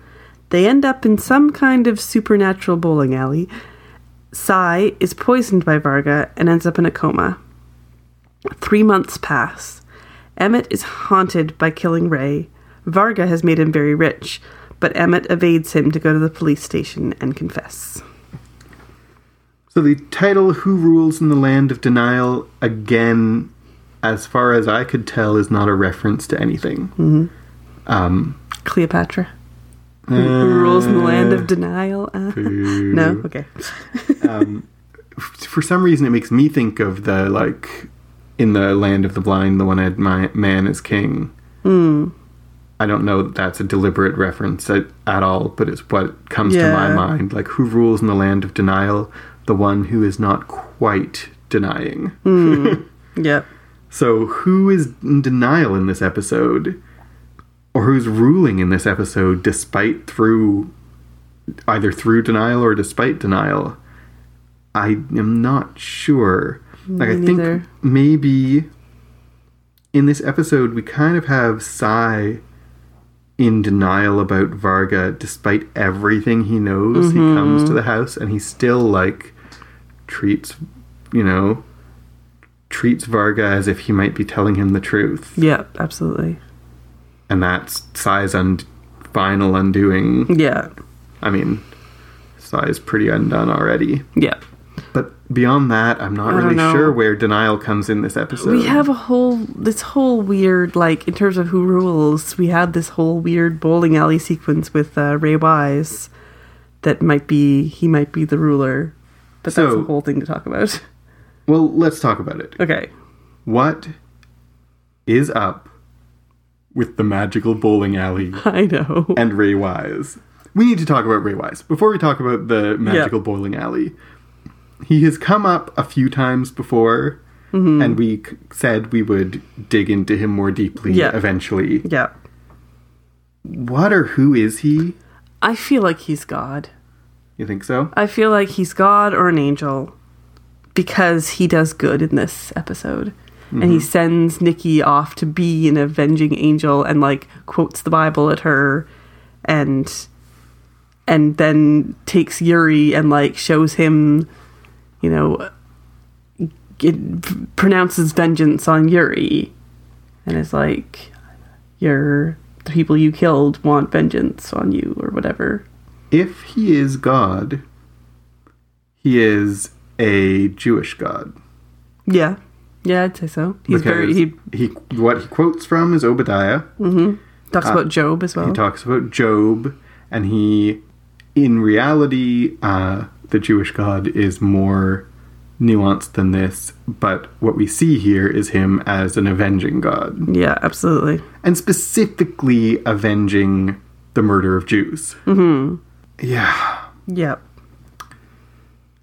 They end up in some kind of supernatural bowling alley. Sai is poisoned by Varga and ends up in a coma. Three months pass. Emmett is haunted by killing Ray. Varga has made him very rich, but Emmett evades him to go to the police station and confess. So the title Who Rules in the Land of Denial again as far as I could tell is not a reference to anything. Um Cleopatra. Mm. Who rules in the land of denial? Uh, no? Okay. for some reason it makes me think of the like in the land of the blind the one-eyed mi- man is king i don't know that that's a deliberate reference at, at all but it's what comes to my Yeah. mind like who rules in the land of denial the one who is not quite denying Yep. so who is in denial in this episode or who's ruling in this episode despite through either through denial or despite denial i am not sure like i Me neither. think maybe in this episode we kind of have Sai in denial about Varga despite everything he knows he Mm-hmm. comes to the house and he still like treats you know treats Varga as if he might be telling him the truth Yep. Absolutely. and that's Sai's un- final undoing Yeah. I mean Sai's pretty undone already Yep. but beyond that I'm not don't really know. sure where denial comes in this episode We have a whole this whole weird like in terms of who rules. We had this whole weird bowling alley sequence with uh, Ray Wise that might be he might be the ruler, but that's So- a whole thing to talk about. well let's talk about it Okay, What is up with the magical bowling alley I know. and Ray Wise? We need to talk about Ray Wise. Before we talk about the magical bowling alley, he has come up a few times before, Mm-hmm. and we c- said we would dig into him more deeply Yeah. eventually. Yeah, What or who is he? I feel like he's God. You think so? I feel like he's God or an angel because he does good in this episode. And he sends Nikki off to be an avenging angel and like quotes the Bible at her and and then takes Yuri and like shows him, you know, it pronounces vengeance on Yuri and is like your the people you killed want vengeance on you or whatever. If he is God, he is a Jewish God. Yeah. Yeah, I'd say so. He's very because he he what he quotes from is Obadiah. talks about Job as well. uh, He talks about Job, and he, in reality, uh, the Jewish God is more nuanced than this, but what we see here is him as an avenging God, yeah, absolutely. and specifically avenging the murder of Jews. Mm-hmm. Yeah. Yep.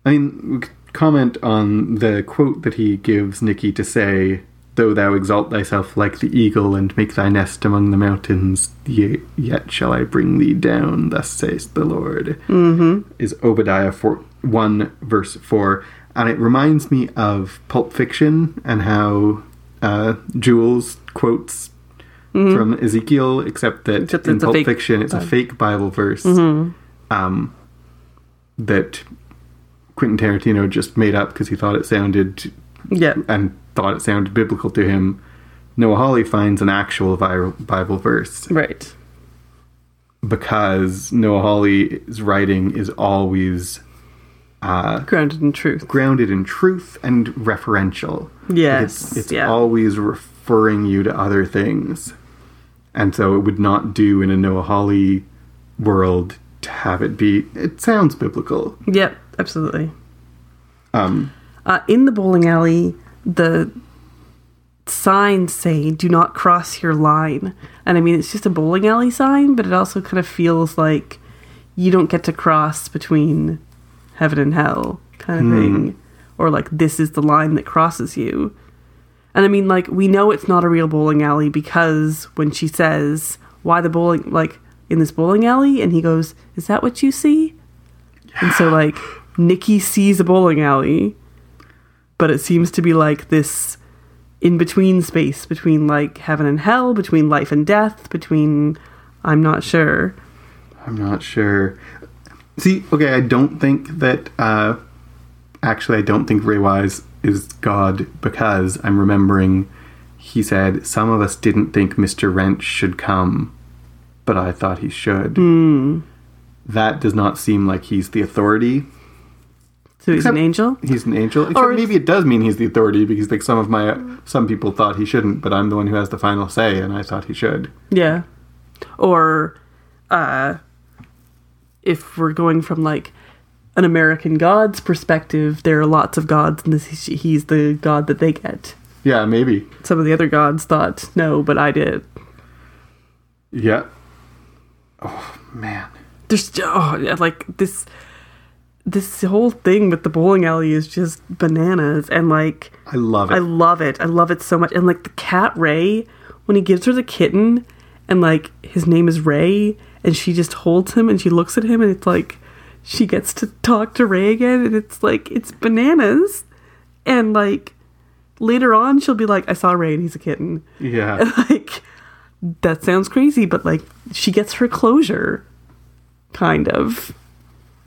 I mean, we could comment on the quote that he gives Nikki to say, Though thou exalt thyself like the eagle and make thy nest among the mountains, ye- yet shall I bring thee down, thus saith the Lord. Mm-hmm. Is Obadiah 4, 1, verse 4. And it reminds me of Pulp Fiction and how uh, Jules quotes from Ezekiel, except that Mm-hmm. Except in it's a Pulp fake- Mm-hmm. Fiction it's a fake Bible verse um, that Quentin Tarantino just made up because he thought it sounded Yep. and thought it sounded biblical to him. Noah Hawley finds an actual vi- Bible verse Right. because Noah Hawley's writing is always Grounded in truth. grounded in truth and referential. Yes, It's, it's yeah. always referring you to other things. And so it would not do in a Noah Hawley world to have it be. It sounds biblical. Yep, absolutely. Um, Uh, in the bowling alley, the signs say "Do not cross your line," and I mean it's just a bowling alley sign, but it also kind of feels like you don't get to cross between heaven and hell kind of thing, or like this is the line that crosses you. And I mean, like we know it's not a real bowling alley because when she says "Why the bowling?" like in this bowling alley, and he goes, "Is that what you see?" And so like Nikki sees a bowling alley, but it seems to be like this in between space between like heaven and hell, between life and death, between I'm not sure. I'm not sure. See, okay, I don't think that. Uh, actually, I don't think Ray Wise is God because I'm remembering he said some of us didn't think Mr. Wrench should come, but I thought he should. Hmm. That does not seem like he's the authority. So he's Except- an angel. He's an angel. Except Or- maybe it does mean he's the authority because like some of my some people thought he shouldn't, but I'm the one who has the final say, and I thought he should. Yeah. Or uh if we're going from like an American god's perspective, there are lots of gods, and this he's the god that they get. Yeah, maybe. Some of the other gods thought no, but I did. Yeah. Oh man. There's oh, yeah, like this. This whole thing with the bowling alley is just bananas, and like I love it. I love it. I love it so much. And like the cat Ray, when he gives her the kitten, and like his name is Ray, and she just holds him and she looks at him, and it's like she gets to talk to Ray again, and it's like it's bananas. And like later on, she'll be like, "I saw Ray, and he's a kitten." yeah. Like that sounds crazy, but like she gets her closure, kind of,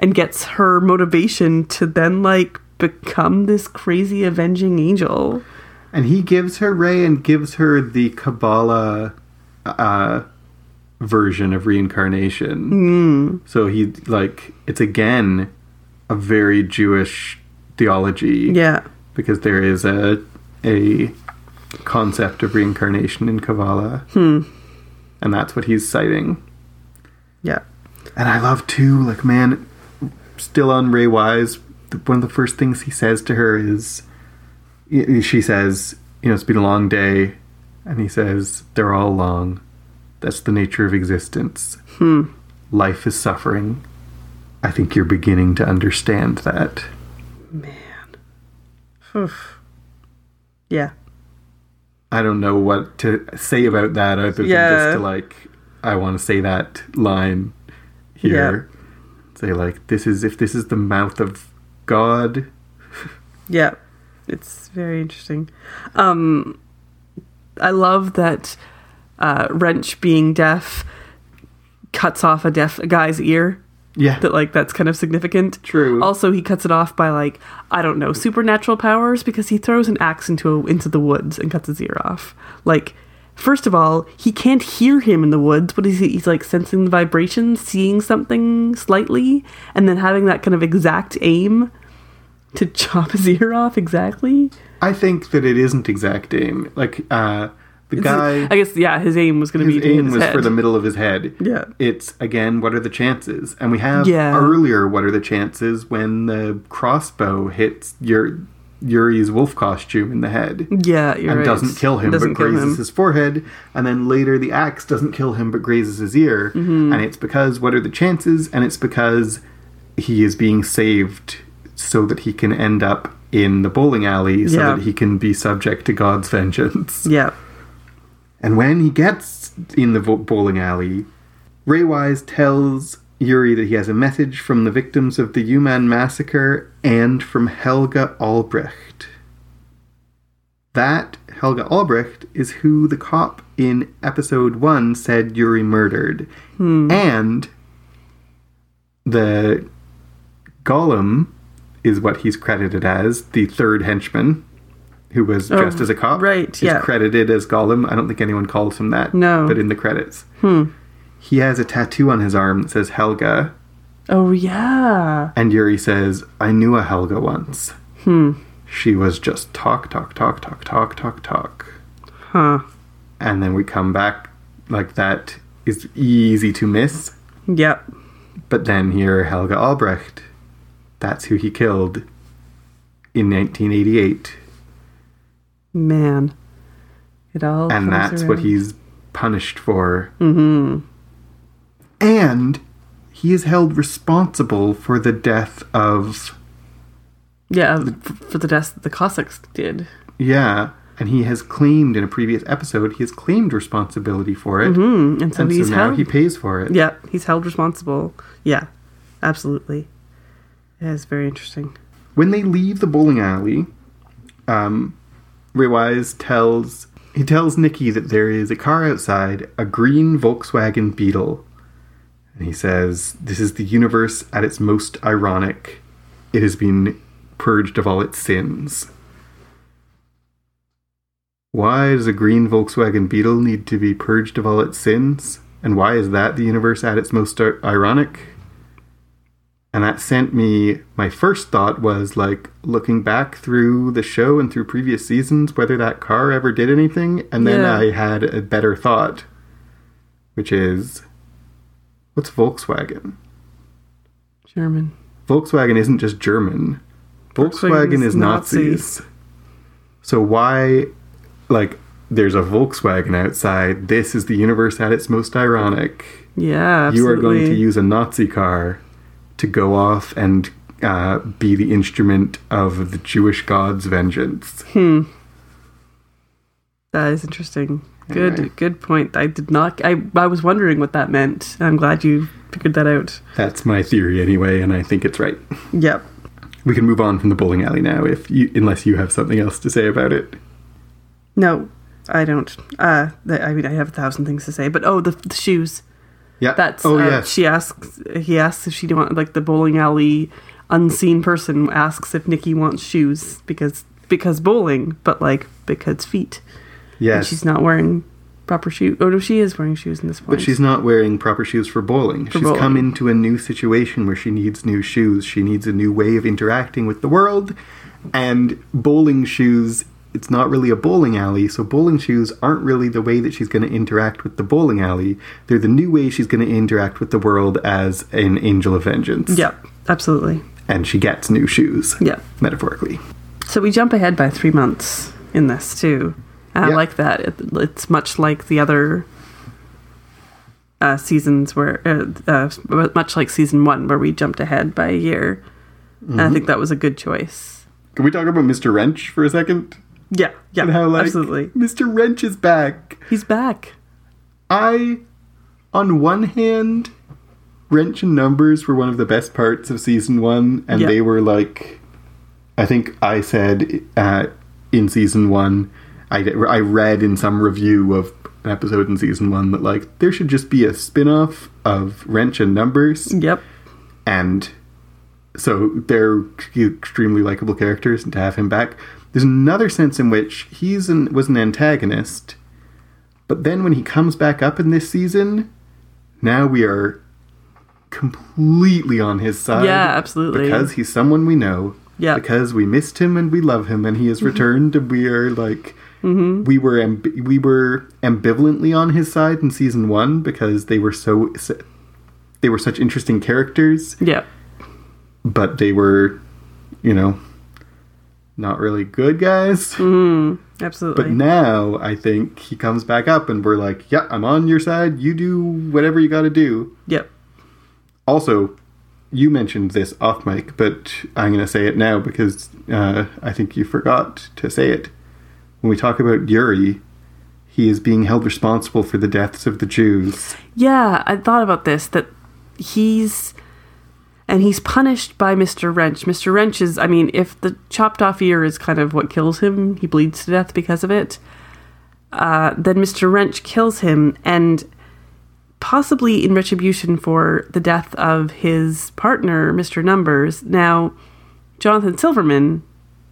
and gets her motivation to then like become this crazy avenging angel. And he gives her Ray and gives her the Kabbalah uh, version of reincarnation. Mm. So he like it's again a very Jewish theology Yeah. because there is a a concept of reincarnation in Kabbalah, and that's what he's citing. Yeah. And I love too, like man, still on Ray Wise. th- One of the first things he says to her is, y- y- she says, you know, it's been a long day, and he says, they're all long. That's the nature of existence. Life is suffering. I think you're beginning to understand that. Yeah. I don't know what to say about that other than Yeah. just to like I want to say that line here. Say like this is if this is the mouth of God. Yeah. It's very interesting. Um I love that uh Wrench being deaf cuts off a deaf a guy's ear. Yeah. That like that's kind of significant. True. Also he cuts it off by like, I don't know, supernatural powers because he throws an axe into a, into the woods and cuts his ear off. Like First of all, he can't hear him in the woods, but he's, he's like sensing the vibrations, seeing something slightly, and then having that kind of exact aim to chop his ear off exactly. I think that it isn't exact aim. Like uh the guy I guess yeah, his aim was going to be his to hit aim his was head. for the middle of his head. Yeah. It's again, what are the chances? And we have Yeah. earlier what are the chances when the crossbow hits your Yuri's wolf costume in the head. yeah, you're and right. doesn't kill him, Doesn't but kill grazes him. his forehead. And then later, the axe doesn't kill him, but grazes his ear. Mm-hmm. And it's because what are the chances? And it's because he is being saved so that he can end up in the bowling alley, so Yeah. that he can be subject to God's vengeance. Yeah, And when he gets in the vo- bowling alley, Ray Wise tells Yuri that he has a message from the victims of the Yuman massacre and from Helga Albrecht. That Helga Albrecht is who the cop in episode one said Yuri murdered. Hmm. And the Gollum is what he's credited as, the third henchman who was dressed as a cop. Oh, right, is yeah. credited as Gollum. I don't think anyone calls him that. No. But in the credits. He has a tattoo on his arm that says Helga, Oh yeah. and Yuri says, I knew a Helga once. Hmm. She was just talk, talk, talk, talk, talk, talk, talk. Huh. And then we come back like that is easy to miss. Yep. But then here, Helga Albrecht. That's who he killed in 1988. Man. It all and comes that's what around. he's punished for. Mm-hmm. And he is held responsible for the death of Yeah, f- for the death that the Cossacks did. yeah, and he has claimed in a previous episode he has claimed responsibility for it, Mm, and so and he's so now held. he pays for it. yeah, he's held responsible. Yeah, absolutely. Yeah, it's very interesting. When they leave the bowling alley, um, Ray Wise tells he tells Nikki that there is a car outside, a green Volkswagen Beetle, and he says, "This is the universe at its most ironic. It has been purged of all its sins." Why does a green Volkswagen Beetle need to be purged of all its sins? And why is that the universe at its most ir- ironic? and that sent me my first thought was like looking back through the show and through previous seasons whether that car ever did anything and then Yeah. i had a better thought which is what's volkswagen German. Volkswagen isn't just German. Volkswagen Volkswagen is is Nazis. So why, like, there's a Volkswagen outside. This is the universe at its most ironic. Yeah, You are absolutely. going to use a Nazi car to go off and uh, be the instrument of the Jewish God's vengeance. Hmm. That is interesting. Good, Anyway. good point. I did not. I I was wondering what that meant. I'm glad you figured that out. That's my theory anyway, and I think it's right. Yep. We can move on from the bowling alley now, if you, unless you have something else to say about it. No, I don't. Uh, th- I mean, I have a thousand things to say, but oh, the, the shoes. Yeah. That's oh uh, yes. She asks. He asks if she want like the bowling alley unseen person asks if Nikki wants shoes because because bowling, but like because feet. And yes. she's not wearing proper shoes. Oh no, she is wearing shoes in this point. But she's not wearing proper shoes for bowling. she's bowling. come into a new situation where she needs new shoes. She needs a new way of interacting with the world. And bowling shoes, it's not really a bowling alley, so bowling shoes aren't really the way that she's going to interact with the bowling alley. They're the new way she's going to interact with the world as an angel of vengeance. Yep. Absolutely. And she gets new shoes. Yep. Metaphorically. So we jump ahead by three months in this too. And Yeah. I like that. It, it's much like the other uh, seasons where, uh, uh, much like season one, where we jumped ahead by a year. And I Mm-hmm. think that was a good choice. Can we talk about Mr. Wrench for a second? Yeah, yeah, And how, like, absolutely. Mr. Wrench is back. He's back. I, on one hand, wrench and numbers were one of the best parts of season one, and Yeah. they were like, I think I said uh, in season one, I, I read in some review of an episode in season one that like there should just be a spin off of wrench and numbers, Yep, and so they're extremely likable characters, and to have him back, there's another sense in which he's an, was an antagonist, but then when he comes back up in this season, now we are completely on his side. Yeah, absolutely. Because he's someone we know. Yeah. Mm-hmm. Because we missed him and we love him, and he has returned, and we are like. We were amb- we were ambivalently on his side in season one because they were so they were such interesting characters yep. but they were, you know, not really good guys. Mm-hmm. Absolutely. But now I think he comes back up and we're like, yeah, I'm on your side. You do whatever you got to do. yep. Also, you mentioned this off mic, but I'm going to say it now because uh, I think you forgot to say it. When we talk about Yuri, he is being held responsible for the deaths of the Jews. Yeah, I thought about this that he's and he's punished by Mr. Wrench. Mr. Wrench is I mean, if the chopped off ear is kind of what kills him, he bleeds to death because of it. Uh, then Mr. Wrench kills him and possibly in retribution for the death of his partner, Mr. Numbers. Now, Jonathan Silverman,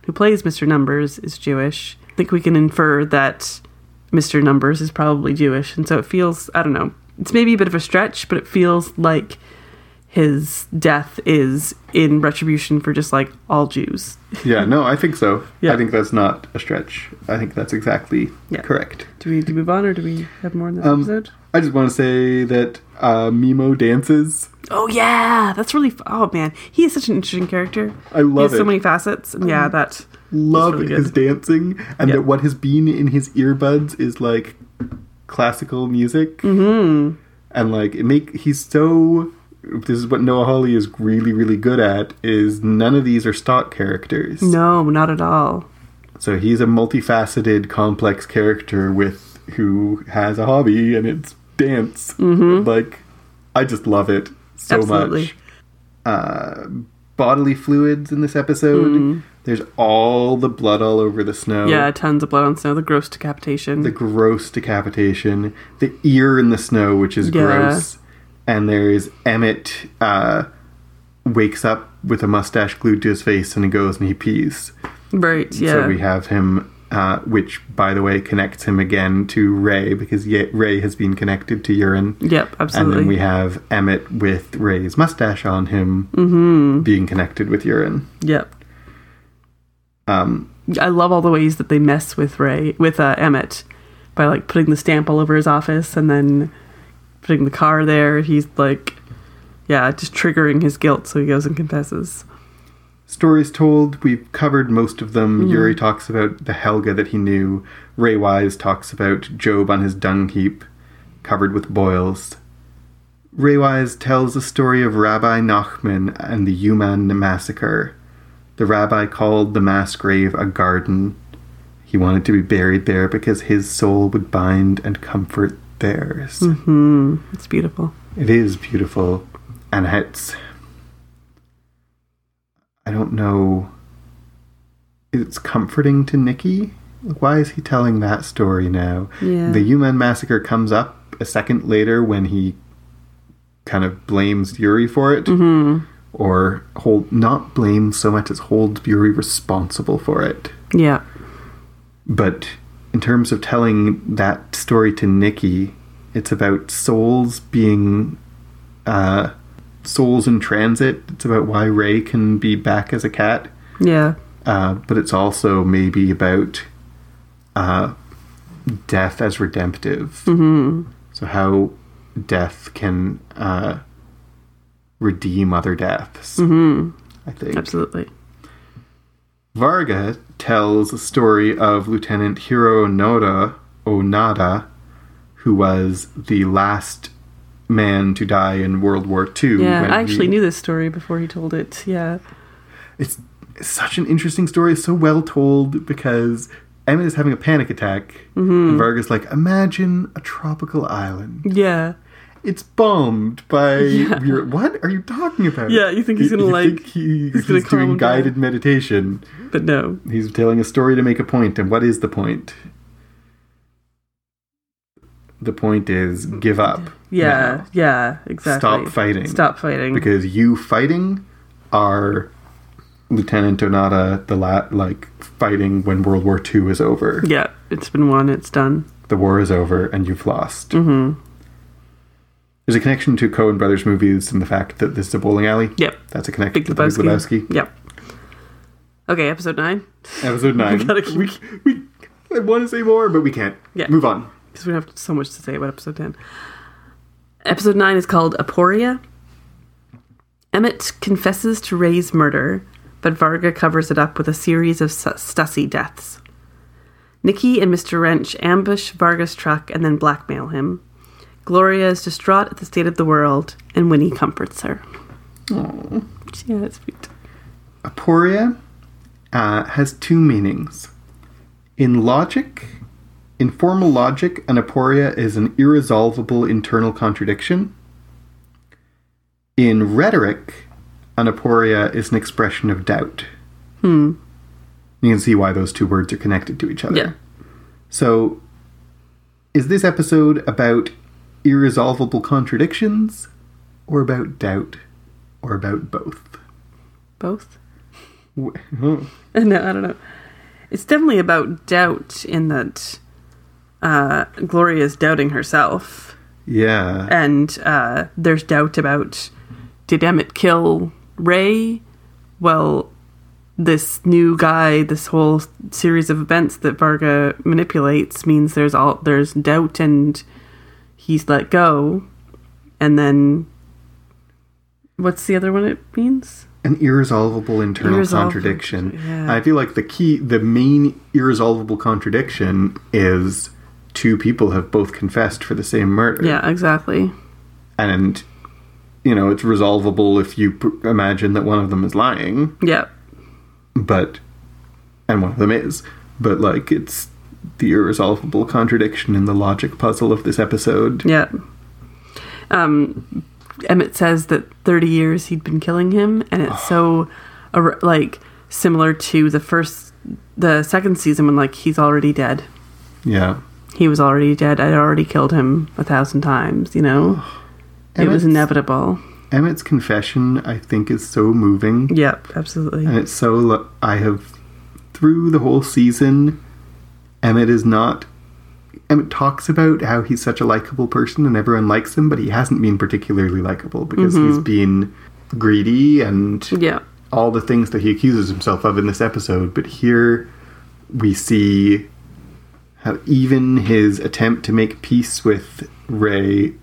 who plays Mr. Numbers, is Jewish. I think we can infer that Mr. Numbers is probably Jewish. And so it feels, I don't know, it's maybe a bit of a stretch, but it feels like his death is in retribution for just like all Jews. Yeah, no, I think so. Yeah. I think that's not a stretch. I think that's exactly Yeah. correct. Do we need to move on or do we have more in this Um, episode? I just want to say that uh, Mimo dances. Oh, yeah. That's really, f- oh man. He is such an interesting character. I He love has it. so many facets. And yeah, that. love really his dancing, and Yeah. that what has been in his earbuds is like classical music, mm-hmm. and like it make he's so. This is what Noah Hawley is really, really good at. Is none of these are stock characters. No, not at all. So he's a multifaceted, complex character with who has a hobby, and it's dance. Like, I just love it so Mm-hmm. Absolutely. much. Uh, bodily fluids in this episode. There's all the blood all over the snow. Mm-hmm. Yeah, tons of blood on snow. The gross decapitation. Oh. The gross decapitation. The ear in the snow, which is Yeah. gross. And there's Emmett uh, wakes up with a mustache glued to his face, and he goes and he pees. right. Yeah. So we have him, uh, which, by the way, connects him again to Ray because Ye- Ray has been connected to urine. Yep, And absolutely. then we have Emmett with Ray's mustache on him Mm-hmm. being connected with urine. yep. Um, I love all the ways that they mess with Ray with uh, Emmett by like putting the stamp all over his office and then putting the car there. He's like Yeah, just triggering his guilt so he goes and confesses. Stories told, we've covered most of them. Yuri talks about the Helga that he knew. Ray Wise talks about Job on his dung heap, covered with boils. Ray Wise tells the story of Rabbi Nachman and the Yuman massacre. The rabbi called the mass grave a garden. He wanted to be buried there because his soul would bind and comfort theirs. It's beautiful. It is beautiful, and it's. I don't know. It's comforting to Nikki. Why is he telling that story now? Yeah. The Yuman massacre comes up a second later when he kind of blames Yuri for it, or hold not blame so much as holds Yuri responsible for it. Yeah. But in terms of telling that story to Nikki, it's about souls being uh, souls in transit. It's about why Ray can be back as a cat, Yeah. uh, but it's also maybe about uh, death as redemptive. Mm-hmm. So how death can uh, redeem other deaths. Mm-hmm. I think. Absolutely. Varga tells a story of Lieutenant Hiro Noda Onada, who was the last man to die in World War II. Yeah. when I actually he- knew this story before he told it. Yeah. It's, it's such an interesting story, so well told because Emmett is having a panic attack, Mm-hmm. and Varga's like, "Imagine a tropical island. Yeah. It's bombed by your what are you talking about? Yeah, you think he's gonna, you like- think he- he's he's, gonna calm doing down. guided meditation." But no. He's telling a story to make a point, and what is the point? The point is give up. Yeah. now. Yeah. Exactly. Stop fighting. Stop fighting. Because you fighting are Lieutenant Donata, the la- like fighting when World War II is over. yeah. It's been won. It's done. The war is over, and you've lost. Mm-hmm. There's a connection to Coen Brothers movies and the fact that this is a bowling alley. Yep. That's a connection Big to Big Lebowski. Lebowski. Yep. Okay. Episode nine. Episode 9. gotta keep- we, we, I want to say more, but we can't. Yeah. Move on. because we have so much to say about episode 10. Episode 9 is called Aporia. Emmett confesses to Ray's murder, but Varga covers it up with a series of Sus- Stussy deaths. Nikki and Mr. Wrench ambush Varga's truck and then blackmail him. Gloria is distraught at the state of the world, and Winnie comforts her. Yeah, that's sweet. aporia uh, has two meanings. In logic, in formal logic, an aporia is an irresolvable internal contradiction. In rhetoric, an aporia is an expression of doubt. Hmm. You can see why those two words are connected to each other. Yeah. So, is this episode about irresolvable contradictions, or about doubt, or about both? Both? W- no, I don't know. It's definitely about doubt in that uh, Gloria is doubting herself, Yeah. and uh, there's doubt about did Emmett kill Ray? Well, this new guy, this whole series of events that Varga manipulates means there's all there's doubt, and he's let go, and then what's the other one? It means An irresolvable internal Irresolvable- contradiction. yeah. I feel like the key, the main irresolvable contradiction is two people have both confessed for the same murder. yeah, exactly. And, you know, it's resolvable if you pr- imagine that one of them is lying, Yeah, but, and one of them is. But, like, it's the irresolvable contradiction in the logic puzzle of this episode. Yeah. Um, Emmett says that 30 years he'd been killing him, and it's so ar- like similar to the first, the second season when like he's already dead. Yeah. He was already dead. I'd already killed him a thousand times. You know, it was Emmett's- inevitable. Emmett's confession, I think, is so moving. Yep, absolutely. and it's so lo- I have through the whole season Emmett is not Emmett talks about how he's such a likable person and everyone likes him but he hasn't been particularly likable because he's been greedy and yeah, all the things that he accuses himself of in this episode but here we see how even his attempt to make peace with Ray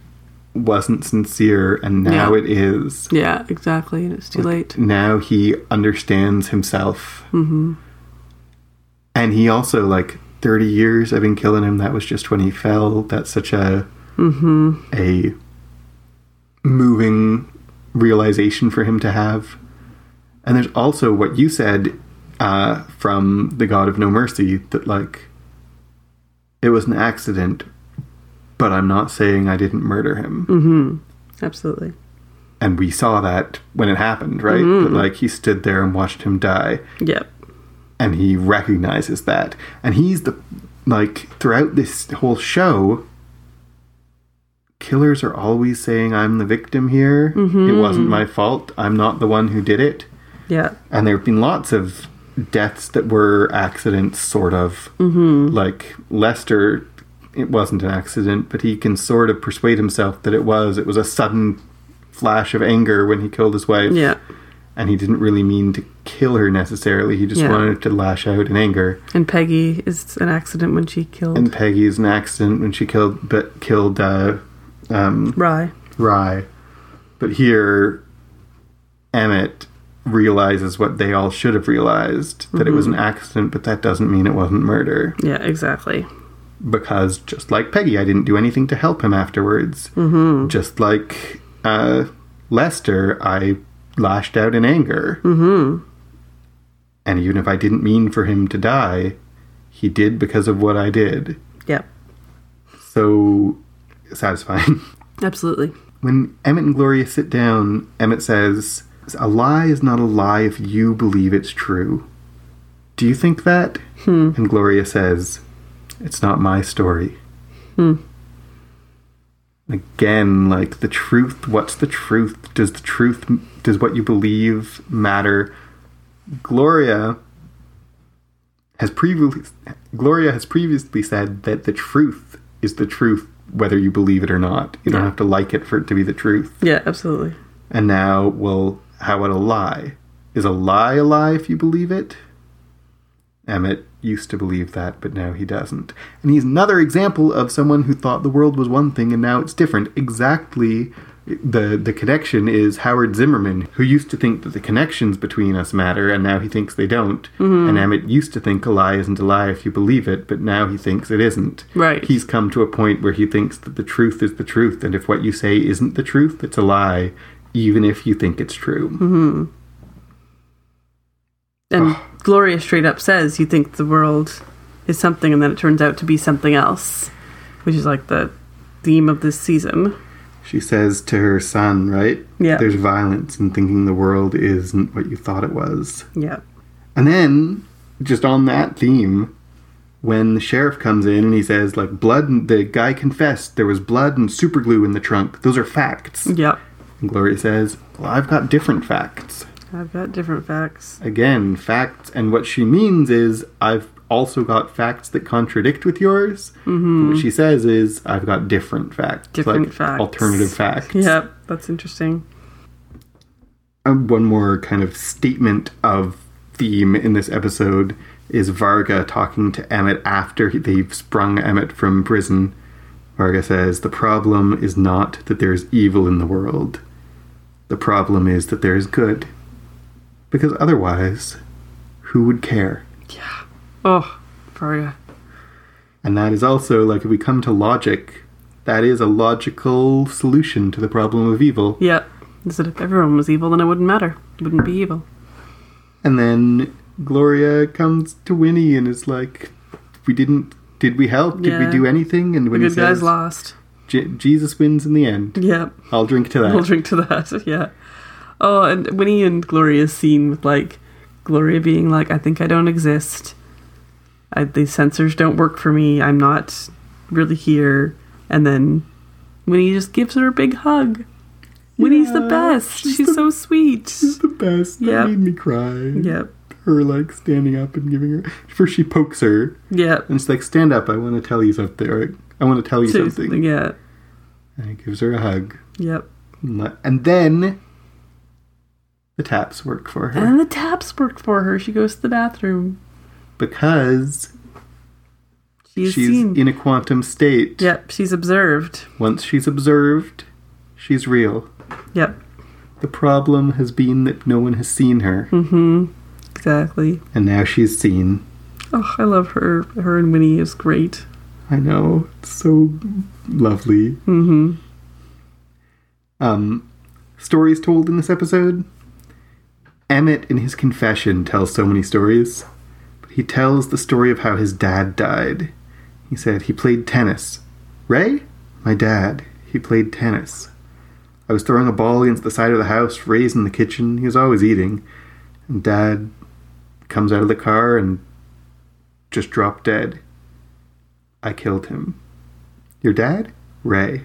wasn't sincere and now Yeah. it is. Yeah, exactly. And it's too late. Now he understands himself. Mm-hmm. And he also, like, 30 years I've been killing him. That was just when he fell. That's such a, a moving realization for him to have. And there's also what you said uh, from the God of No Mercy that, like, it was an accident, but I'm not saying I didn't murder him Absolutely. and we saw that when it happened, right? But like he stood there and watched him die, Yep. and he recognizes that, and he's the like throughout this whole show. Killers are always saying, "I'm the victim here. It wasn't my fault. I'm not the one who did it." Yeah. And there have been lots of deaths that were accidents, sort of. Mm-hmm. Like Lester, it wasn't an accident, but he can sort of persuade himself that it was. It was a sudden flash of anger when he killed his wife. Yeah. And he didn't really mean to kill her necessarily. He just Yeah. wanted to lash out in anger. And Peggy is an accident when she killed And Peggy is an accident when she killed, but killed uh, Rye. Rye. But here, Emmett realizes what they all should have realized that it was an accident, but that doesn't mean it wasn't murder. Yeah, exactly. Because just like Peggy, I didn't do anything to help him afterwards. Just like uh, Lester, I lashed out in anger. Mm-hmm. And even if I didn't mean for him to die, he did because of what I did. Yep. So satisfying. Absolutely. When Emmett and Gloria sit down, Emmett says, A lie is not a lie if you believe it's true. Do you think that? And Gloria says, It's not my story. Again, like the truth, what's the truth? Does the truth, does what you believe matter? Gloria has previously Gloria has previously said that the truth is the truth whether you believe it or not. You don't have to like it for it to be the truth. Yeah, absolutely. And now, well, how about a lie? Is a lie a lie if you believe it? Emmett used to believe that, but now he doesn't. And he's another example of someone who thought the world was one thing and now it's different. Exactly the the connection is Howard Zimmerman, who used to think that the connections between us matter and now he thinks they don't. And Emmett used to think a lie isn't a lie if you believe it, but now he thinks it isn't. Right. He's come to a point where he thinks that the truth is the truth, and if what you say isn't the truth, it's a lie, even if you think it's true. And Gloria straight up says you think the world is something and then it turns out to be something else, which is like the theme of this season. She says to her son, right? Yeah. There's violence in thinking the world isn't what you thought it was. Yeah. And then, just on that theme, when the sheriff comes in and he says, like, blood, the guy confessed there was blood and superglue in the trunk. Those are facts. Yep. And Gloria says, well, I've got different facts. I've got different facts. again facts and what she means is i've also got facts that contradict with yours But what she says is i've got different facts Mm-hmm. Different facts. alternative facts Yep. That's interesting. Uh, one more kind of statement of theme in this episode is varga talking to emmett after he- they've sprung emmett from prison varga says the problem is not that there's evil in the world the problem is that there is good because otherwise who would care Oh, Varga. And that is also, like, if we come to logic, that is a logical solution to the problem of evil. Yep. Is that if everyone was evil, then it wouldn't matter. It wouldn't be evil. And then Gloria comes to Winnie and is like, We didn't, did we help? Did Yeah. we do anything? And The Winnie good guys says, lost. "Je- Jesus wins in the end. Yep. I'll drink to that. I'll drink to that. Yeah. Oh, and Winnie and Gloria's scene with like Gloria being like, "I think I don't exist. I, these sensors don't work for me. I'm not really here." And then Winnie just gives her a big hug. Winnie's the Yeah, best. She's, she's the- so sweet. It's the best. That Yeah. made me cry. Yep. Her, like, standing up and giving her. First, she pokes her Yep. and it's like, Stand up. I want to tell you something. Or, I want to tell you Seriously, something. Yeah. And he gives her a hug. Yep. And then the taps work for her. And then the taps work for her. She goes to the bathroom. because She's, she's seen. in a quantum state. yep. She's observed. Once she's observed, She's real. Yep. The problem has been that no one has seen her, Exactly. and now she's seen. Oh, I love her. Her and Winnie is great. I know. It's so lovely. Mm-hmm. Um, stories told in this episode. Emmett, in his confession, tells so many stories. But he tells the story of how his dad died. He said he played tennis. Ray? My dad. He played tennis. I was throwing a ball against the side of the house, Ray's in the kitchen. He was always eating. And dad comes out of the car and just dropped dead. I killed him. Your dad? Ray.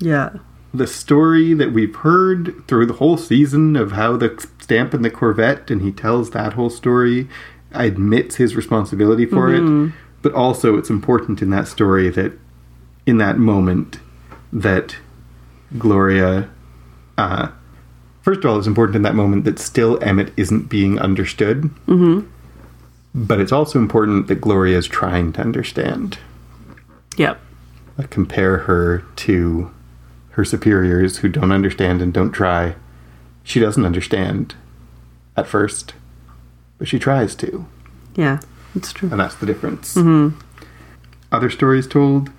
Yeah. The story that we've heard through the whole season of how the stamp and the Corvette, and he tells that whole story, admits his responsibility for it. But also, it's important in that story that, in that moment, that Gloria, uh, first of all, it's important in that moment that still Emmett isn't being understood. Mm-hmm. But it's also important that Gloria is trying to understand Yep. uh, compare her to her superiors who don't understand and don't try. She doesn't understand at first, but she tries to, Yeah. It's true. and that's the difference. Mm-hmm. Other stories told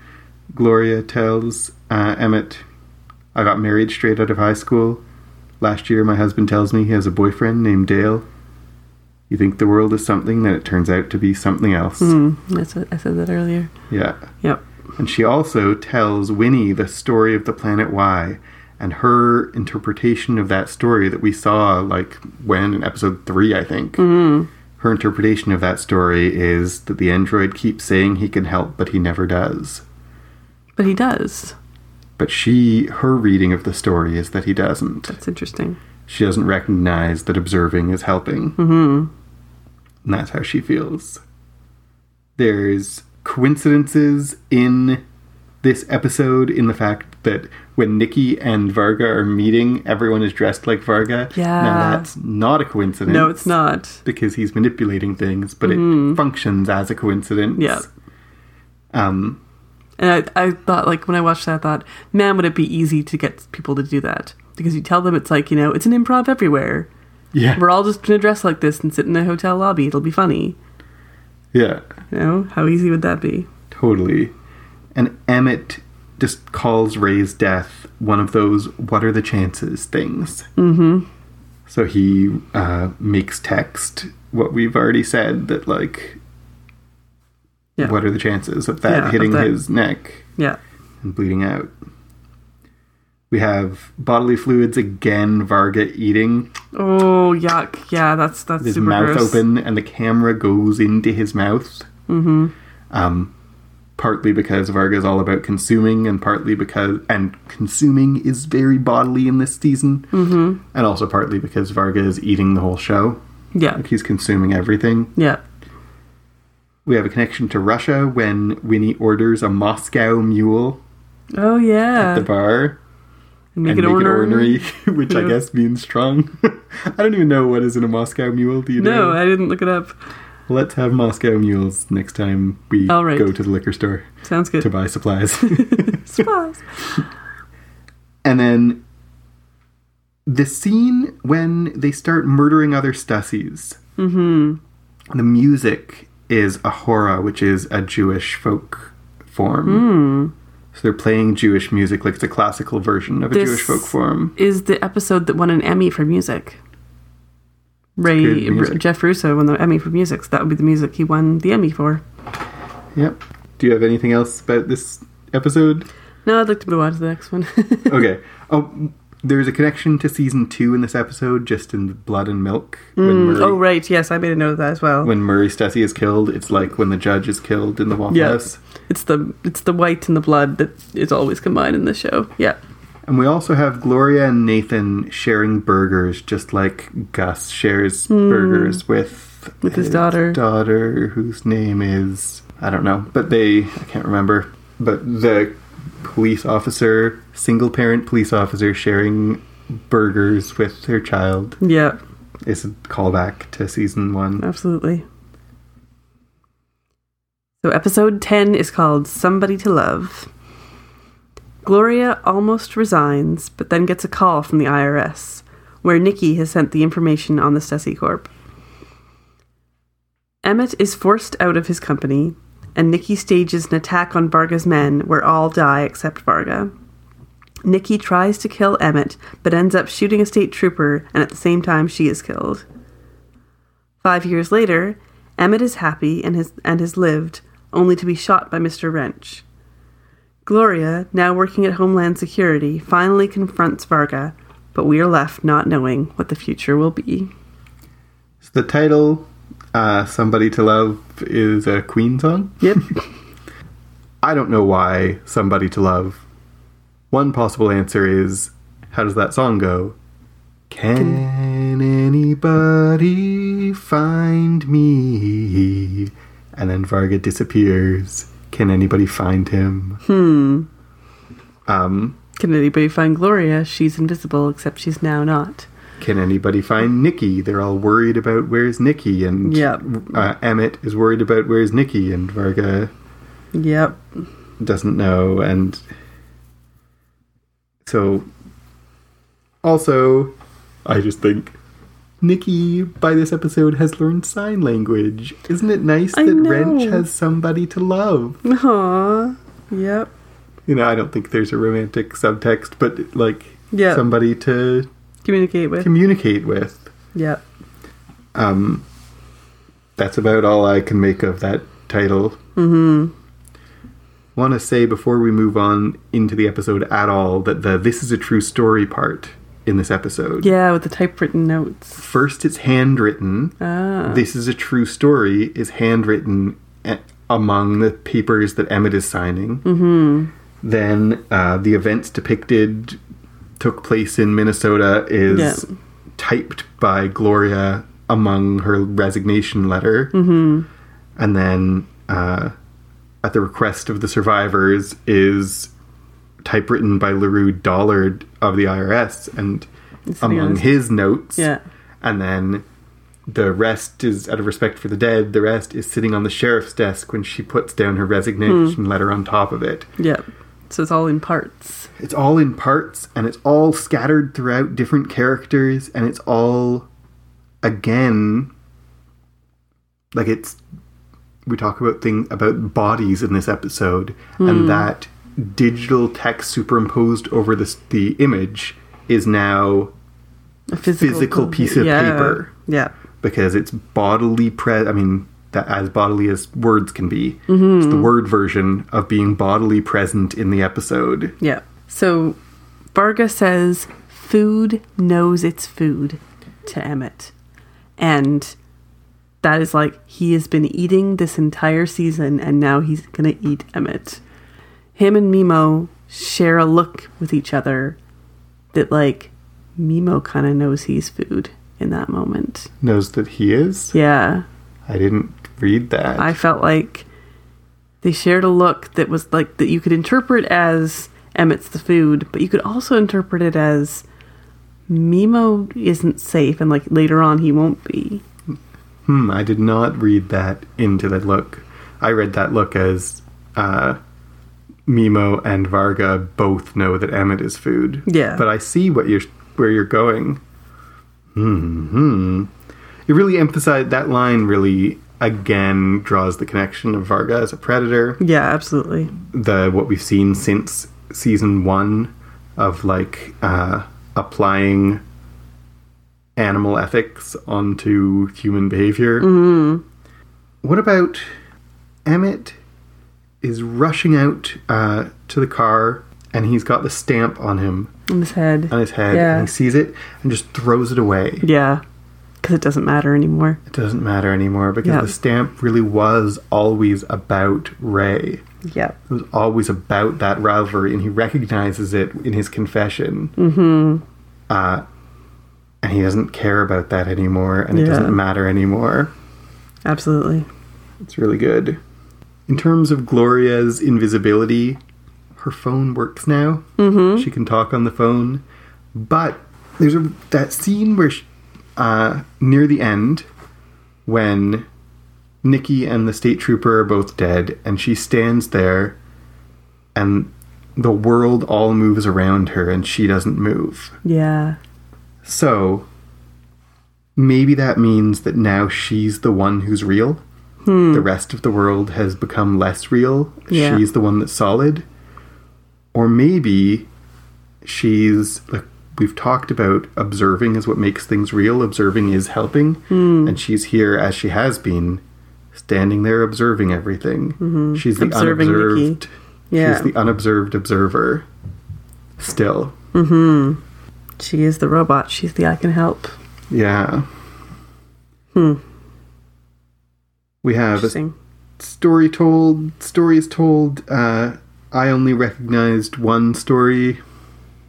Gloria tells uh, Emmett, I got married straight out of high school. Last year, my husband tells me he has a boyfriend named Dale. You think the world is something, then it turns out to be something else. Mm, that's what I said that earlier. Yeah. Yep. And she also tells Winnie the story of the planet Y and her interpretation of that story that we saw, like, when in episode three, I think. Her interpretation of that story is that the android keeps saying he can help, but he never does. But he does. But she, her reading of the story is that he doesn't. That's interesting. She doesn't recognize that observing is helping. Mm-hmm. Mm-hmm. And that's how she feels. There's coincidences in this episode in the fact that when Nikki and Varga are meeting, everyone is dressed like Varga. Yeah. Now that's not a coincidence. No, it's not. Mm-hmm. Because he's manipulating things, but it functions as a coincidence. Yeah. Um, And I, I thought, like, when I watched that, I thought, man, would it be easy to get people to do that? Because you tell them it's like, you know, it's an improv everywhere. yeah. We're all just going to dress like this and sit in a hotel lobby. It'll be funny. Yeah. You know, how easy would that be? Totally. And Emmett just calls Ray's death one of those what are the chances things. Mm-hmm. So he uh, makes text what we've already said that, like, Yeah. what are the chances of that Yeah, of hitting that. his neck Yeah. and bleeding out? We have bodily fluids again, Varga eating, Oh, yuck. Yeah, that's that's his super mouth gross. open, and the camera goes into his mouth. hmm um, partly because Varga is all about consuming, and partly because and consuming is very bodily in this season, mm-hmm. and also partly because Varga is eating the whole show. Yeah. Like he's consuming everything. Yeah. We have a connection to Russia when Winnie orders a Moscow mule Oh, yeah. at the bar And make and it make ornery. it ornery, which I Yeah. guess means strong. I don't even know what is in a Moscow mule. Do you No, know? I didn't look it up. Let's have Moscow mules next time we All right. go to the liquor store Sounds to good. buy supplies. Surprise. And then the scene when they start murdering other Stussies. Mm-hmm. The music is a hora, which is a Jewish folk form. So they're playing Jewish music like it's a classical version of a Mm. This- Jewish folk form. Is the episode that won an Emmy for music? Ray good music. Jeff Russo won the Emmy for music, so that would be the music he won the Emmy for. Yep. Do you have anything else about this episode? No, I'd like to move on to the next one. okay. Oh, there's a connection to season two in this episode, just in Blood and Milk. when Murray oh, right. Yes, I made a note of that as well. when Murray Stussy is killed, it's like when the judge is killed in the Waffle Yeah. House. It's the it's the white and the blood that is always combined in the show. Yeah. And we also have Gloria and Nathan sharing burgers, just like Gus shares burgers with Hmm. With his daughter. daughter, whose name is I don't know, but they I can't remember. But the police officer, single parent police officer, sharing burgers with her child Yeah. is a callback to season one. Absolutely. So, episode 10 is called Somebody to Love. Gloria almost resigns, but then gets a call from the IRS, where Nikki has sent the information on the Stasi Corp. Emmett is forced out of his company, and Nikki stages an attack on Varga's men, where all die except Varga. Nikki tries to kill Emmett, but ends up shooting a state trooper, and at the same time, she is killed. Five years later, Emmett is happy and has, and has lived, only to be shot by Mr. Wrench. Gloria, now working at Homeland Security, finally confronts Varga, but we are left not knowing what the future will be. So the title, uh, Somebody to Love, is a Queen song. Yep. I don't know why Somebody to Love. One possible answer is how does that song go? Can anybody find me? And then Varga disappears. Can anybody find him? Hmm. Um, Can anybody find Gloria? She's invisible, except she's now not. can anybody find Nikki? They're all worried about where's Nikki, and Yep. uh, Emmett is worried about where's Nikki, and Varga Yep. doesn't know and so also i just think nikki by this episode has learned sign language isn't it nice I that know. wrench has somebody to love Aww. Yep. you know i don't think there's a romantic subtext but like Yeah. somebody to Communicate with. communicate with yep. um that's about all i can make of that title mm-hmm want to say before we move on into the episode at all that the this is a true story part in this episode Yeah, with the typewritten notes. first it's handwritten Ah. this is a true story is handwritten a- among the papers that emmett is signing mm-hmm. then uh, the events depicted took place in minnesota is Yeah. typed by gloria among her resignation letter mm-hmm. and then uh, at the request of the survivors is typewritten by larue dollard of the irs and on among his- his notes Yeah. and then the rest is out of respect for the dead the rest is sitting on the sheriff's desk when she puts down her resignation letter on top of it Yep. So it's all in parts. it's all in parts and it's all scattered throughout different characters and it's all again like it's we talk about thing about bodies in this episode Hmm. and that digital text superimposed over this the image is now A physical, Physical piece of yeah. paper. Yeah. because it's bodily pre I mean that as bodily as words can be. It's Mm-hmm. the word version of being bodily present in the episode. Yeah. So Varga says, food knows its food to Emmett. And that is like, he has been eating this entire season and now he's going to eat Emmett. Him and Mimo share a look with each other that, like, Mimo kind of knows he's food in that moment. Knows that he is. Yeah. I didn't read that. I felt like they shared a look that was like that you could interpret as Emmett's the food, but you could also interpret it as Mimo isn't safe and like later on he won't be. hmm, I did not read that into the look. I read that look as uh, Mimo and Varga both know that Emmett is food. Yeah. But I see what you're where you're going. Hmm. It really emphasized that line. Really, again, draws the connection of Varga as a predator. Yeah, absolutely. the what we've seen since season one of like uh, applying animal ethics onto human behavior. Mm-hmm. What about Emmett is rushing out uh, to the car and he's got the stamp on him In his head. on his head Yeah. and he sees it and just throws it away. Yeah. Cuz it doesn't matter anymore. It doesn't matter anymore because Yeah. the stamp really was always about Ray. Yeah. It was always about that rivalry, and he recognizes it in his confession. Mm-hmm. Uh, and he doesn't care about that anymore, and it Yeah. doesn't matter anymore. Absolutely. It's really good. In terms of Gloria's invisibility, her phone works now. Mm-hmm. She can talk on the phone, but there's a that scene where she, uh, near the end when Nikki and the state trooper are both dead, and she stands there, and the world all moves around her and she doesn't move. Yeah. So maybe that means that now she's the one who's real. The rest of the world has become less real. Hmm. Yeah. She's the one that's solid. Or maybe she's like we've talked about observing is what makes things real. Observing is helping. Hmm. And she's here as she has been, standing there observing everything. She's the Mm-hmm. Observing Nikki. unobserved. Yeah. She's the unobserved observer. Still. She is the robot. She's the I can help. Yeah. Hmm. We have a Interesting. story told, stories told. Uh, I only recognized one story.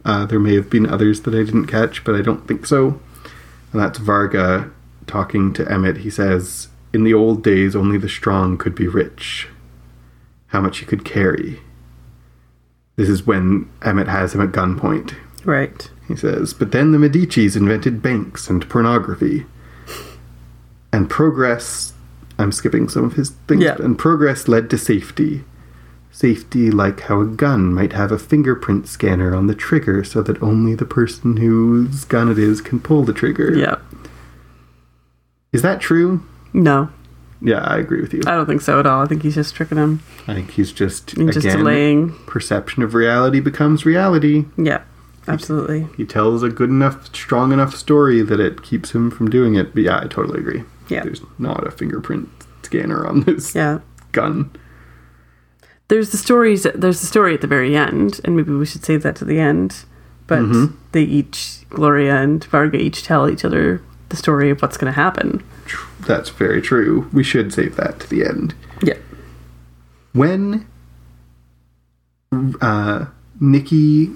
Uh, there may have been others that I didn't catch, but I don't think so. And that's Varga talking to Emmett. He says, In the old days, only the strong could be rich. How much he could carry. This is when Emmett has him at gunpoint. Right. He says, but then the Medicis invented banks and pornography. And progress, I'm skipping some of his things, Yeah. and progress led to safety. Safety, like how a gun might have a fingerprint scanner on the trigger so that only the person whose gun it is can pull the trigger. Yeah. Is that true? No, Yeah, I agree with you. I don't think so at all. I think he's just tricking him I think he's just, and just again, delaying. perception of reality becomes reality. Yeah. Absolutely. he tells a good enough, strong enough story that it keeps him from doing it. But yeah, I totally agree. Yeah. There's not a fingerprint scanner on this Yeah. gun. There's the stories. There's the story at the very end, and maybe we should save that to the end. But they each, Gloria and Varga, each tell each other the story of what's going to happen. Tr- That's very true. We should save that to the end. Yeah. When uh, Nikki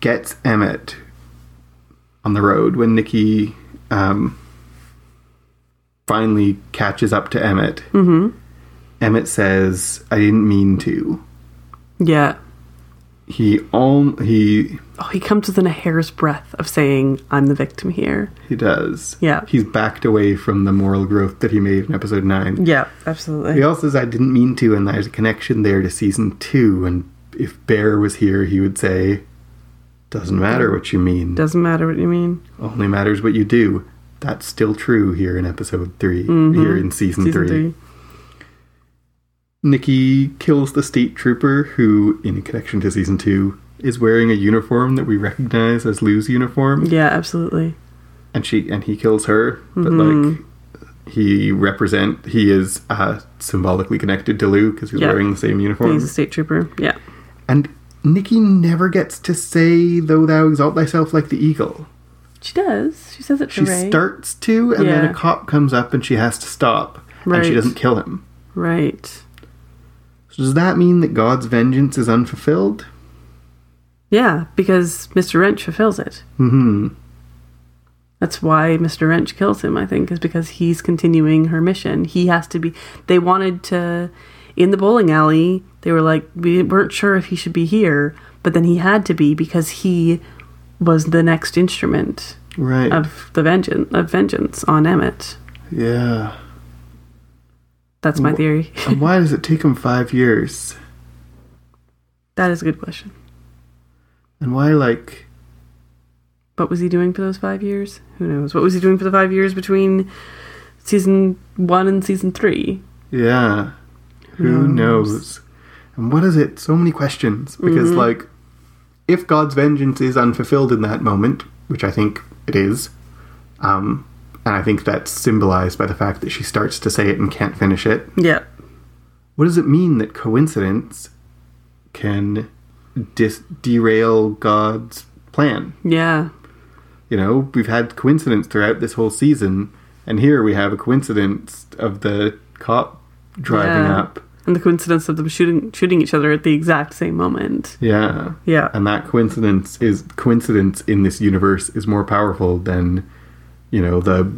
gets Emmett on the road, when Nikki um, finally catches up to Emmett, Mm-hmm. Emmett says, "I didn't mean to." Yeah. he all he Oh, he comes within a hair's breadth of saying, "I'm the victim here." he does. Yeah. He's backed away from the moral growth that he made in episode nine. Yeah, absolutely. He also says I didn't mean to, and there's a connection there to season two, and if Bear was here he would say Doesn't matter what you mean. Doesn't matter what you mean. Only matters what you do. That's still true here in episode 3 Here in season, Mm-hmm. Season three. three. Nikki kills the state trooper who, in connection to season two, is wearing a uniform that we recognize as Lou's uniform. Yeah, absolutely. and she and he kills her but Mm-hmm. like he represent he is uh symbolically connected to lou because he's Yeah. wearing the same uniform He's a state trooper. Yeah. and nikki never gets to say though thou exalt thyself like the eagle She does. She says it to she Ray. starts to and then Yeah. a cop comes up and she has to stop and she Right. doesn't kill him right. so does that mean that god's vengeance is unfulfilled Yeah, because Mr. Wrench fulfills it. Mm-hmm. That's why Mr. Wrench kills him, I think, is because he's continuing her mission. He has to be. They wanted to. In the bowling alley, they were like, we weren't sure if he should be here, but then he had to be because he was the next instrument right of the vengeance of vengeance on Emmett. yeah That's my theory. and why does it take him five years that is a good question. and why like what was he doing for those five years? Who knows? What was he doing for the five years between season one and season three? Yeah. Who knows? Mm-hmm. And what is it? So many questions. Because, like, if God's vengeance is unfulfilled in that moment, which I think it is, um, and I think that's symbolized by the fact that she starts to say it and can't finish it, Yeah. what does it mean that coincidence can dis- derail God's plan? Yeah. You know, we've had coincidence throughout this whole season, and here we have a coincidence of the cop driving Yeah. up. And the coincidence of them shooting shooting each other at the exact same moment. Yeah. Yeah. And that coincidence is coincidence in this universe is more powerful than, you know, the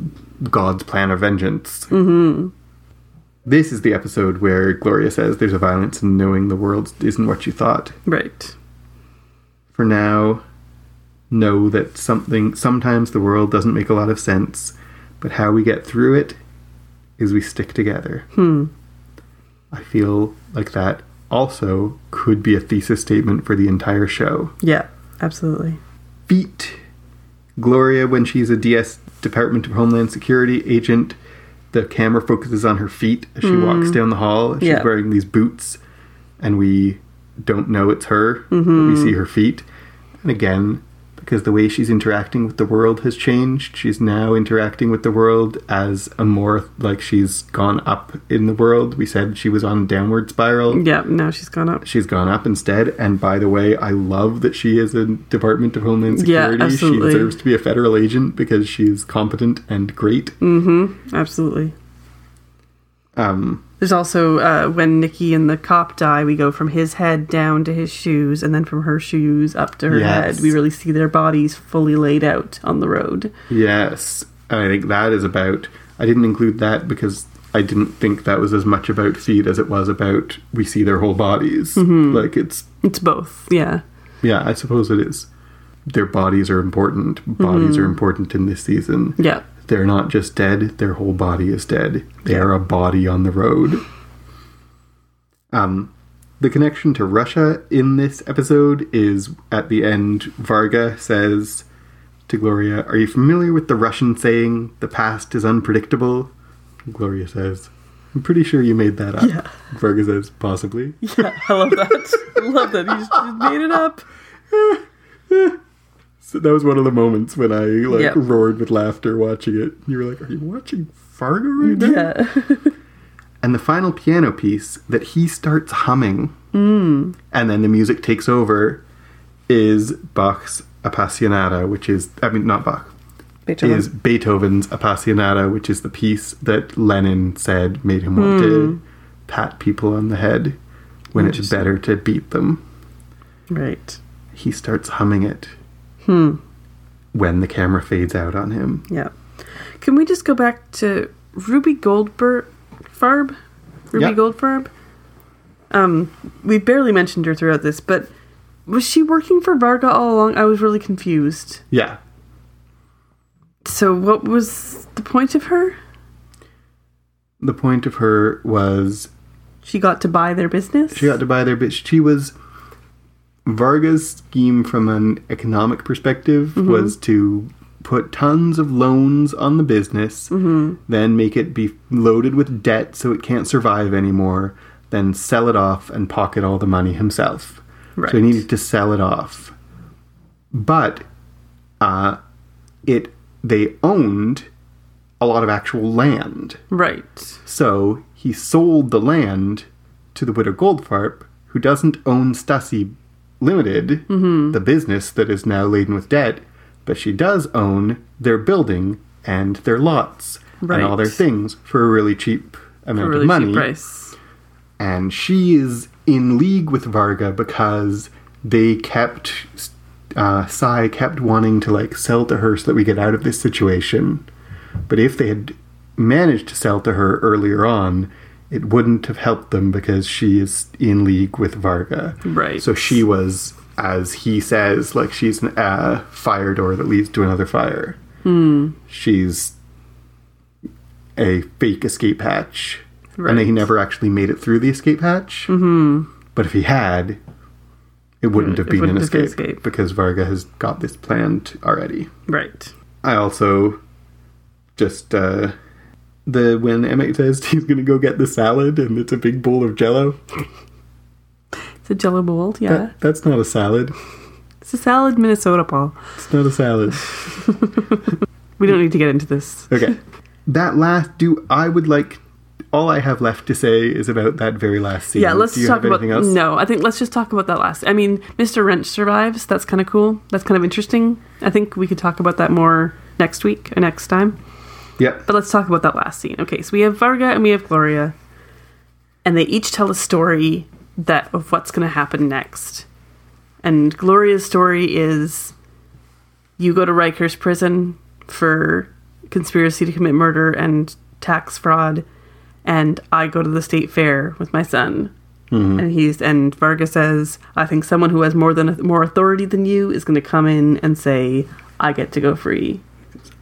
God's plan of vengeance. Mm-hmm. This is the episode where Gloria says there's a violence in knowing the world isn't what you thought. Right. For now, know that something sometimes the world doesn't make a lot of sense, but how we get through it is we stick together. I feel like that also could be a thesis statement for the entire show. Yeah, absolutely. Feet. Gloria, when she's a DS Department of Homeland Security agent, the camera focuses on her feet as she walks down the hall. She's Yeah. wearing these boots, and we don't know it's her. But we see her feet. And again, because the way she's interacting with the world has changed, she's now interacting with the world as a more like she's gone up in the world. We said she was on a downward spiral Yeah, now she's gone up. she's gone up instead. And by the way, I love that she is a Department of Homeland Yeah, Security. she absolutely. deserves to be a federal agent because she's competent and great. Absolutely. Um, There's also uh, when Nikki and the cop die, we go from his head down to his shoes, and then from her shoes up to her Yes. head. We really see their bodies fully laid out on the road. yes, I think that is about. I didn't include that because I didn't think that was as much about feet as it was about we see their whole bodies. Mm-hmm. Like it's It's both, yeah. yeah, I suppose it is. Their bodies are important. Bodies are important in this season. Mm-hmm. Yeah. They're not just dead, their whole body is dead. They Yeah. are a body on the road. Um, the connection to Russia in this episode is at the end, Varga says to Gloria, Are you familiar with the Russian saying, the past is unpredictable? Gloria says, I'm pretty sure you made that up. Yeah. Varga says, Possibly. Yeah, I love that. I love that. He just made it up. So that was one of the moments when I like Yep. roared with laughter watching it. You were like, Are you watching Fargo right now? Yeah. and the final piano piece that he starts humming and then the music takes over is Bach's Appassionata, which is, I mean, not Bach, Beethoven. is Beethoven's Appassionata, which is the piece that Lenin said made him want to pat people on the head when it's Hmm. Interesting. better to beat them. Right. He starts humming it Hmm. when the camera fades out on him. Yeah. Can we just go back to Ruby Goldberg Farb? Ruby Yeah. Goldfarb? Um, we barely mentioned her throughout this, but was she working for Varga all along? I was really confused. Yeah. So what was the point of her? The point of her was She got to buy their business? She got to buy their bitch. She was Varga's scheme from an economic perspective was to put tons of loans on the business, then make it be loaded with debt so it can't survive anymore, then sell it off and pocket all the money himself. So Right. he needed to sell it off. But uh, it they owned a lot of actual land. Right. So he sold the land to the widow Goldfarb, who doesn't own Stussy Limited, Mm-hmm. the business that is now laden with debt, but she does own their building and their lots Right. and all their things for a really cheap amount A really of money cheap price. and she is in league with Varga because they kept uh, Sai kept wanting to like sell to her so that we get out of this situation. But if they had managed to sell to her earlier on, it wouldn't have helped them because she is in league with Varga. Right. So she was, as he says, like she's an uh, fire door that leads to another fire. She's a fake escape hatch. And he Right. never actually made it through the escape hatch. Mm-hmm. But if he had, it wouldn't have it been wouldn't an have been escape, escape. because Varga has got this planned already. Right. I also just uh the when Emmett says he's gonna go get the salad and it's a big bowl of jello. It's a jello bowl, yeah. That, that's not a salad. It's a salad Minnesota Paul. It's not a salad. We don't need to get into this. Okay. that last do I would like all I have left to say is about that very last scene. Yeah, let's do you talk have about anything else? no. I think let's just talk about that last. I mean, Mr. Wrench survives. That's kind of cool. That's kind of interesting. I think we could talk about that more next week or next time. Yep. But let's talk about that last scene. Okay, so we have Varga and we have Gloria, and they each tell a story that of what's going to happen next. And Gloria's story is, you go to Rikers prison for conspiracy to commit murder and tax fraud, and I go to the state fair with my son. And he's and Varga says, I think someone who has more than more authority than you is going to come in and say, I get to go free.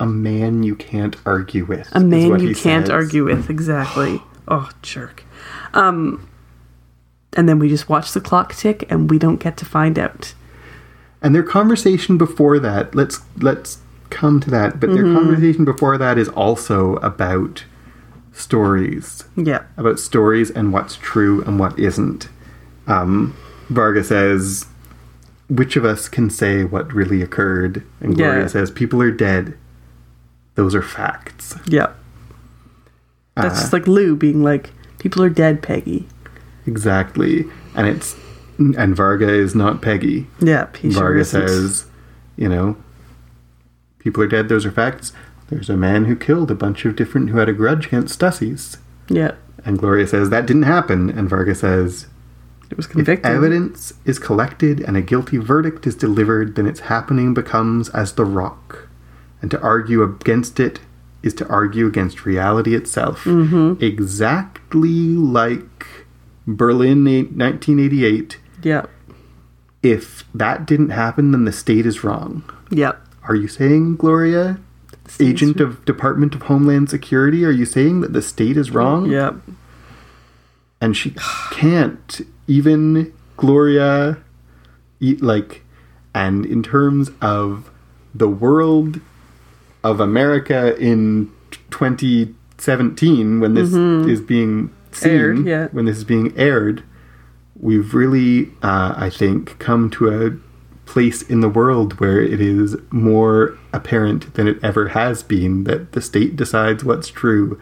A man you can't argue with. A man you can't argue with, exactly. oh, jerk. Um, and then we just watch the clock tick and we don't get to find out. And their conversation before that, let's let's come to that, but Mm-hmm. their conversation before that is also about stories. Yeah. about stories and what's true and what isn't. Um, Varga says, "Which of us can say what really occurred?" And Gloria Yeah. says, "People are dead. Those are facts." Uh, Yeah. Ah. That's just like Lou being like, people are dead, Peggy. Exactly, and it's and Varga is not Peggy. Yeah, he sure Varga isn't. says, "You know, people are dead. Those are facts." There's a man who killed a bunch of different who had a grudge against Stussies. Yeah, And Gloria says, That didn't happen. And Varga says, it was If convicted. evidence is collected and a guilty verdict is delivered, then its happening becomes as the rock. And to argue against it is to argue against reality itself. Exactly like Berlin eight- 1988. Yeah, If that didn't happen, then the state is wrong. yeah. Are you saying, Gloria, state's agent of Department of Homeland Security, are you saying that the state is wrong? Yeah, and she can't even gloria e- like and in terms of the world of america in 2017 when this is being seen Mm-hmm. Aired, yeah. when this is being aired we've really uh, i think come to a place in the world where it is more apparent than it ever has been that the state decides what's true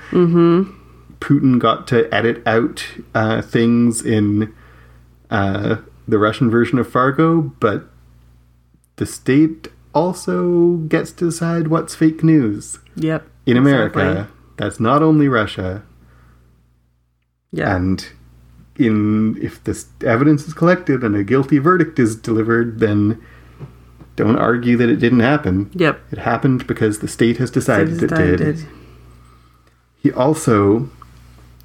Putin got to edit out uh, things in uh, the Russian version of Fargo, but the state also gets to decide what's fake news yep. in America. Exactly. That's not only Russia, Yeah, and in if this evidence is collected and a guilty verdict is delivered, then don't argue that it didn't happen. yep. It happened because the state has decided So it did. decided. He also,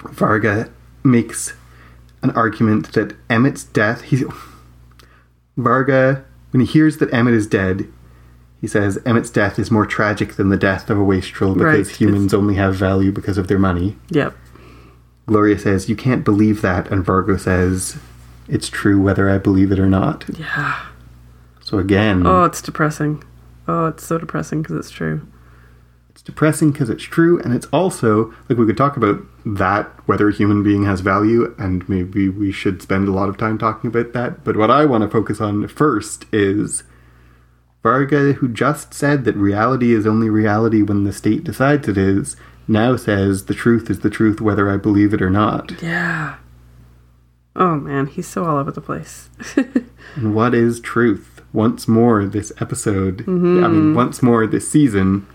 Varga, makes an argument that Emmett's death. He, Varga, when he hears that Emmett is dead, he says Emmett's death is more tragic than the death of a wastrel because Right, humans only have value because of their money. Yep. Gloria says, You can't believe that. And Varga says, It's true whether I believe it or not. Hmm. Yeah. So again, Oh, it's depressing. Oh, it's so depressing because it's true. it's depressing because it's true and it's also like we could talk about that whether a human being has value and maybe we should spend a lot of time talking about that but what i want to focus on first is varga who just said that reality is only reality when the state decides it is now says the truth is the truth whether i believe it or not Yeah. Oh man, he's so all over the place. and what is truth once more this episode i mean once more this season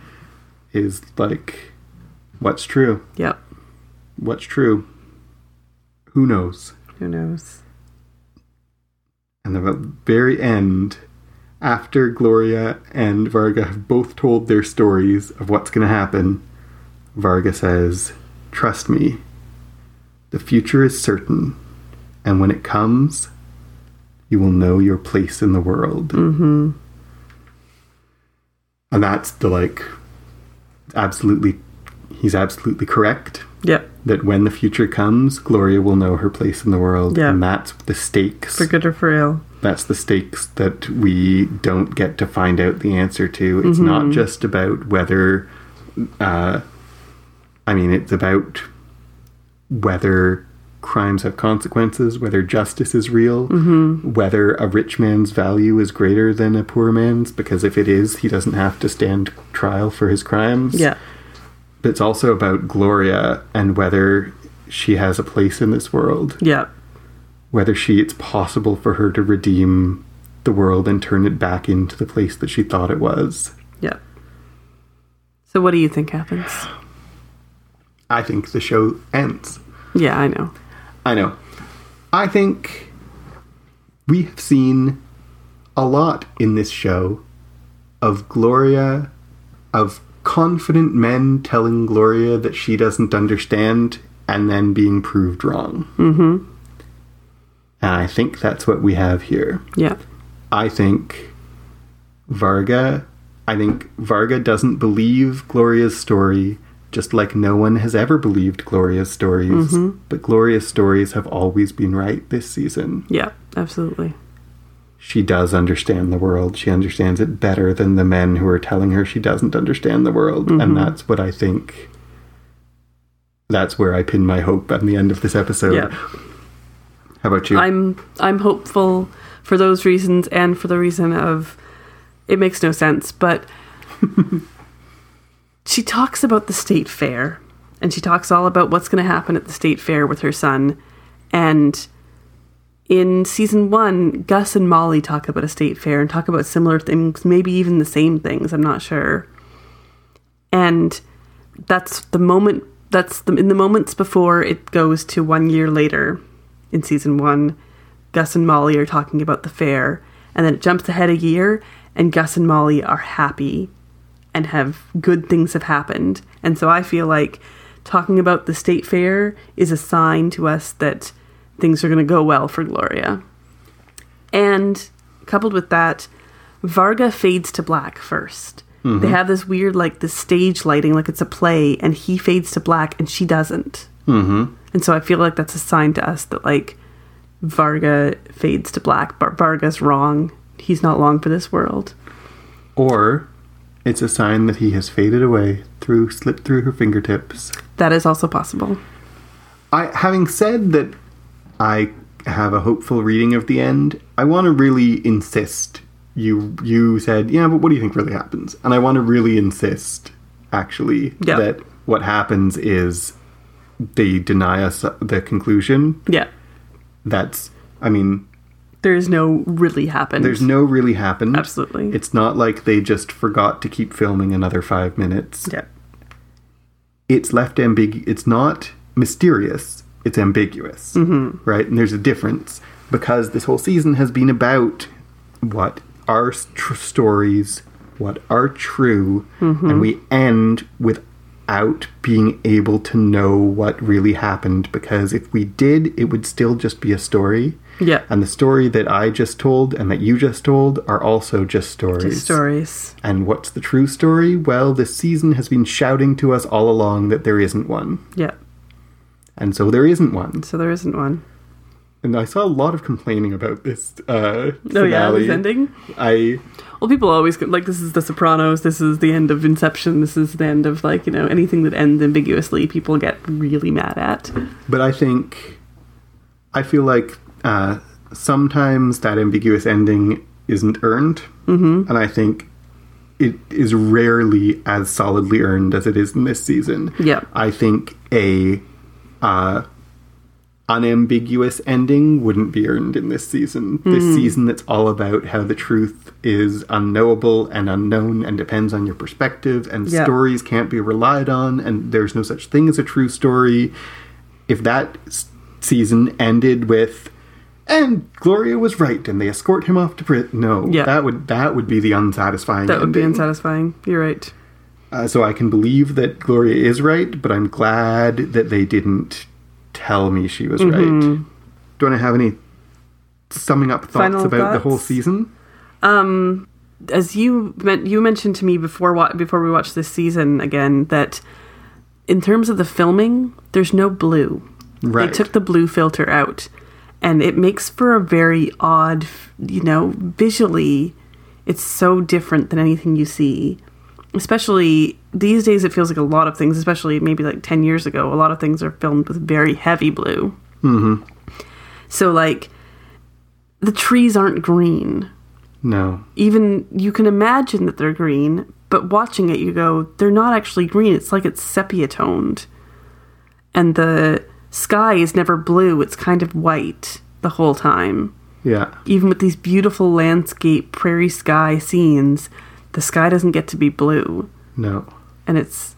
is like what's true yep. What's true? Who knows? Who knows? And then at the very end, after Gloria and Varga have both told their stories of what's going to happen, Varga says, Trust me, the future is certain, and when it comes, you will know your place in the world. Mm-hmm. And that's the like, absolutely, he's absolutely correct. Yep. that when the future comes, Gloria will know her place in the world, Yeah. and that's the stakes. For good or for ill. That's the stakes that we don't get to find out the answer to. It's Mm-hmm. not just about whether, uh, I mean, it's about whether crimes have consequences, whether justice is real, Mm-hmm. whether a rich man's value is greater than a poor man's, because if it is, he doesn't have to stand trial for his crimes Yeah. but it's also about Gloria and whether she has a place in this world, Yep. whether she it's possible for her to redeem the world and turn it back into the place that she thought it was. Yep. So what do you think happens? I think the show ends. Yeah, I know. I know. I think we have seen a lot in this show of Gloria, of confident men telling Gloria that she doesn't understand and then being proved wrong. Mm-hmm. And I think that's what we have here. Yeah. I think Varga, I think Varga doesn't believe Gloria's story, just like no one has ever believed Gloria's stories. Mm-hmm. But Gloria's stories have always been right this season. Yeah, absolutely. She does understand the world. She understands it better than the men who are telling her she doesn't understand the world. Mm-hmm. And that's what I think. That's where I pin my hope at the end of this episode. Yeah. How about you? I'm I'm hopeful for those reasons and for the reason of it makes no sense, but she talks about the state fair and she talks all about what's going to happen at the state fair with her son and in season 1 Gus and Molly talk about a state fair and talk about similar things, maybe even the same things, I'm not sure. And that's the moment that's the, in the moments before it goes to one year later in season one gus and molly are talking about the fair and then it jumps ahead a year and gus and molly are happy and have good things have happened and so i feel like talking about the state fair is a sign to us that things are going to go well for gloria and coupled with that, Varga fades to black 1st Mm-hmm. They have this weird, like, this stage lighting, like it's a play, and he fades to black and she doesn't. Mm-hmm. And so I feel like that's a sign to us that, like, Varga fades to black. Bar- Varga's wrong. He's not long for this world. or it's a sign that he has faded away through slipped through her fingertips. That is also possible. I having said that I have a hopeful reading of the end, I want to really insist you you said, "Yeah, but what do you think really happens?" And I want to really insist actually Yeah. that what happens is they deny us the conclusion. Yeah. That's I mean, There is no really happened. there's no really happened. Absolutely. It's not like they just forgot to keep filming another 5 minutes. yeah. it's left ambiguous. It's not mysterious. It's ambiguous, mm-hmm. right? And there's a difference because this whole season has been about what are s- tr- stories, what are true, and we end without being able to know what really happened. Because if we did, it would still just be a story. Yeah. And the story that I just told and that you just told are also just stories. Stories. And what's the true story? Well, this season has been shouting to us all along that there isn't one. Yeah. And so there isn't one. So there isn't one. And I saw a lot of complaining about this uh, finale. Oh, yeah. This ending? I Well, people always go, like this is The Sopranos, this is the end of Inception, this is the end of like you know anything that ends ambiguously. People get really mad at. but I think I feel like uh, sometimes that ambiguous ending isn't earned, mm-hmm. and I think it is rarely as solidly earned as it is in this season. Yeah. I think a uh, unambiguous ending wouldn't be earned in this season. This Hmm. season that's all about how the truth is unknowable and unknown and depends on your perspective and Yeah. stories can't be relied on and there's no such thing as a true story. If that s- season ended with and Gloria was right and they escort him off to prison. No, Yeah. that would that would be the unsatisfying That would be ending. unsatisfying. You're right. Uh, so I can believe that Gloria is right, but I'm glad that they didn't tell me she was Mm-hmm. right. Don't I have any summing up thoughts Final about the whole thoughts? season? As you meant, you mentioned to me before wa- before we watched this season again that in terms of the filming, there's no blue. Right. They took the blue filter out, and it makes for a very odd, you know, visually, it's so different than anything you see. Especially these days, it feels like a lot of things, especially maybe like 10 years ago, a lot of things are filmed with very heavy blue. Mm-hmm. So, like, the trees aren't green. No. Even you can imagine that they're green, but watching it, you go, they're not actually green. It's like it's sepia toned and the sky is never blue, it's kind of white the whole time. Yeah. Even with these beautiful landscape prairie sky scenes, the sky doesn't get to be blue No. and it's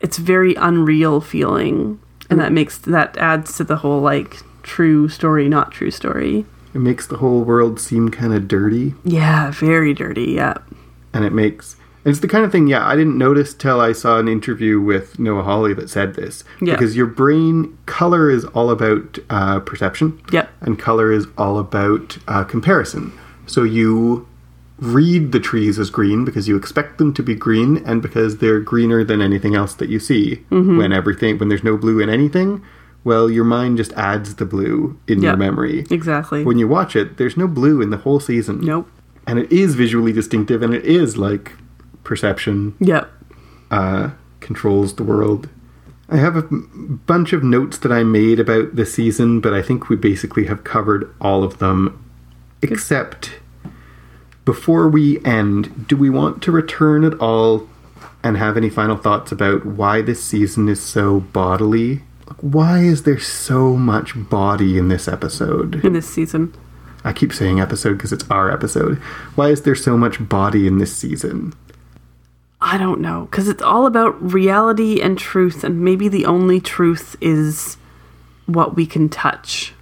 it's very unreal feeling and that makes that adds to the whole like true story not true story. It makes the whole world seem kind of dirty, Yeah, very dirty. Yeah. and it makes. It's the kind of thing, yeah, I didn't notice till I saw an interview with Noah Hawley that said this. Yeah. Because your brain, color is all about uh, perception. Yep. and color is all about uh, comparison. So you read the trees as green because you expect them to be green and because they're greener than anything else that you see. Mm-hmm. When everything when there's no blue in anything, well, your mind just adds the blue in your Yep. memory. Exactly. When you watch it, there's no blue in the whole season. nope. And it is visually distinctive and it is like perception Yep. uh, controls the world. I have a m- bunch of notes that I made about the season, but I think we basically have covered all of them. Except before we end, do we want to return at all and have any final thoughts about why this season is so bodily? Like, Why is there so much body in this episode? In this season. I keep saying episode because it's our episode. Why is there so much body in this season? I don't know, because it's all about reality and truth, and maybe the only truth is what we can touch.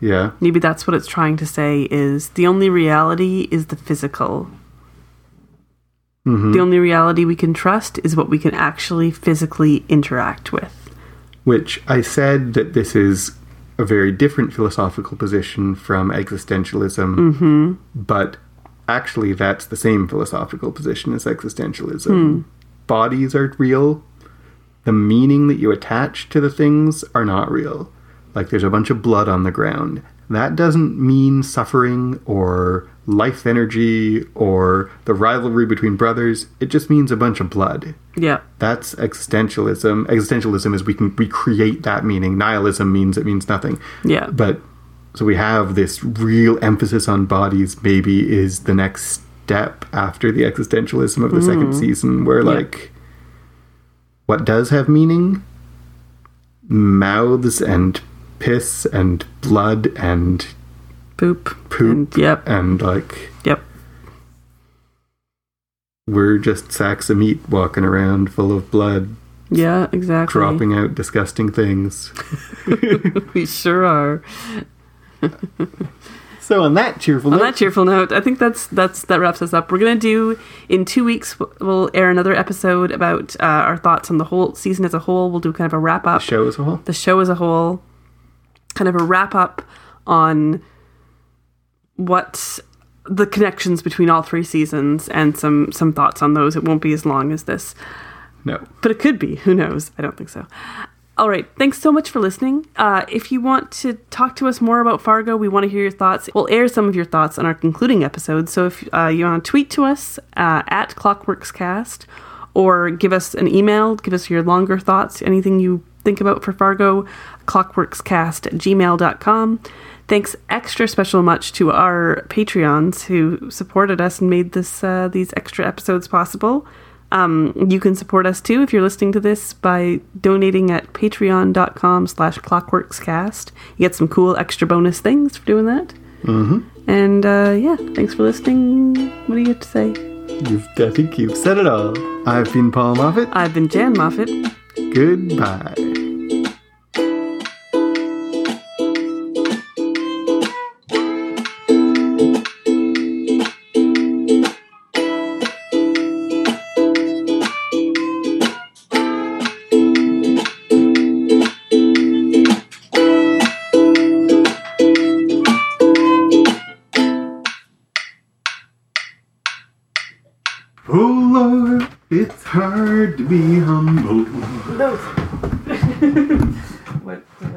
Yeah. Maybe that's what it's trying to say is the only reality is the physical. Mm-hmm. The only reality we can trust is what we can actually physically interact with. which I said that this is a very different philosophical position from existentialism, but actually that's the same philosophical position as existentialism. Bodies are real. The meaning that you attach to the things are not real. Like there's a bunch of blood on the ground. That doesn't mean suffering or life energy or the rivalry between brothers. It just means a bunch of blood. Yeah. That's existentialism. Existentialism is we can recreate that meaning. Nihilism means it means nothing. Yeah. But so we have this real emphasis on bodies, maybe is the next step after the existentialism Mm-hmm. of the second season, where like what does have meaning? Mouths and piss and blood and Boop. Poop. And yep. and like Yep. we're just sacks of meat walking around full of blood, Yeah, exactly. dropping out disgusting things. We sure are. So on that cheerful On note, that cheerful note, I think that's that's that wraps us up. We're gonna do in two weeks. w- We'll air another episode about uh, our thoughts on the whole season as a whole. We'll do kind of a wrap up. show as a whole. the show as a whole, kind of a wrap up on what the connections between all three seasons and some some thoughts on those. It won't be as long as this, No. but it could be. Who knows? I don't think so. All right. Thanks so much for listening. Uh, if you want to talk to us more about Fargo, we want to hear your thoughts. We'll air some of your thoughts on our concluding episode. So if uh, you want to tweet to us uh, at ClockworksCast or give us an email, give us your longer thoughts, anything you think about for Fargo, clockworkscast at gmail.com. Thanks extra special much to our Patreons who supported us and made this uh, these extra episodes possible. Um, you can support us too if you're listening to this by donating at patreon.com slash clockworkscast. You get some cool extra bonus things for doing that. Mm-hmm. And uh, yeah, thanks for listening. What do you have to say? You've, I think you've said it all. I've been Paul Moffat. I've been Jan Moffat. Goodbye. Oh Lord, it's hard to be humble. What?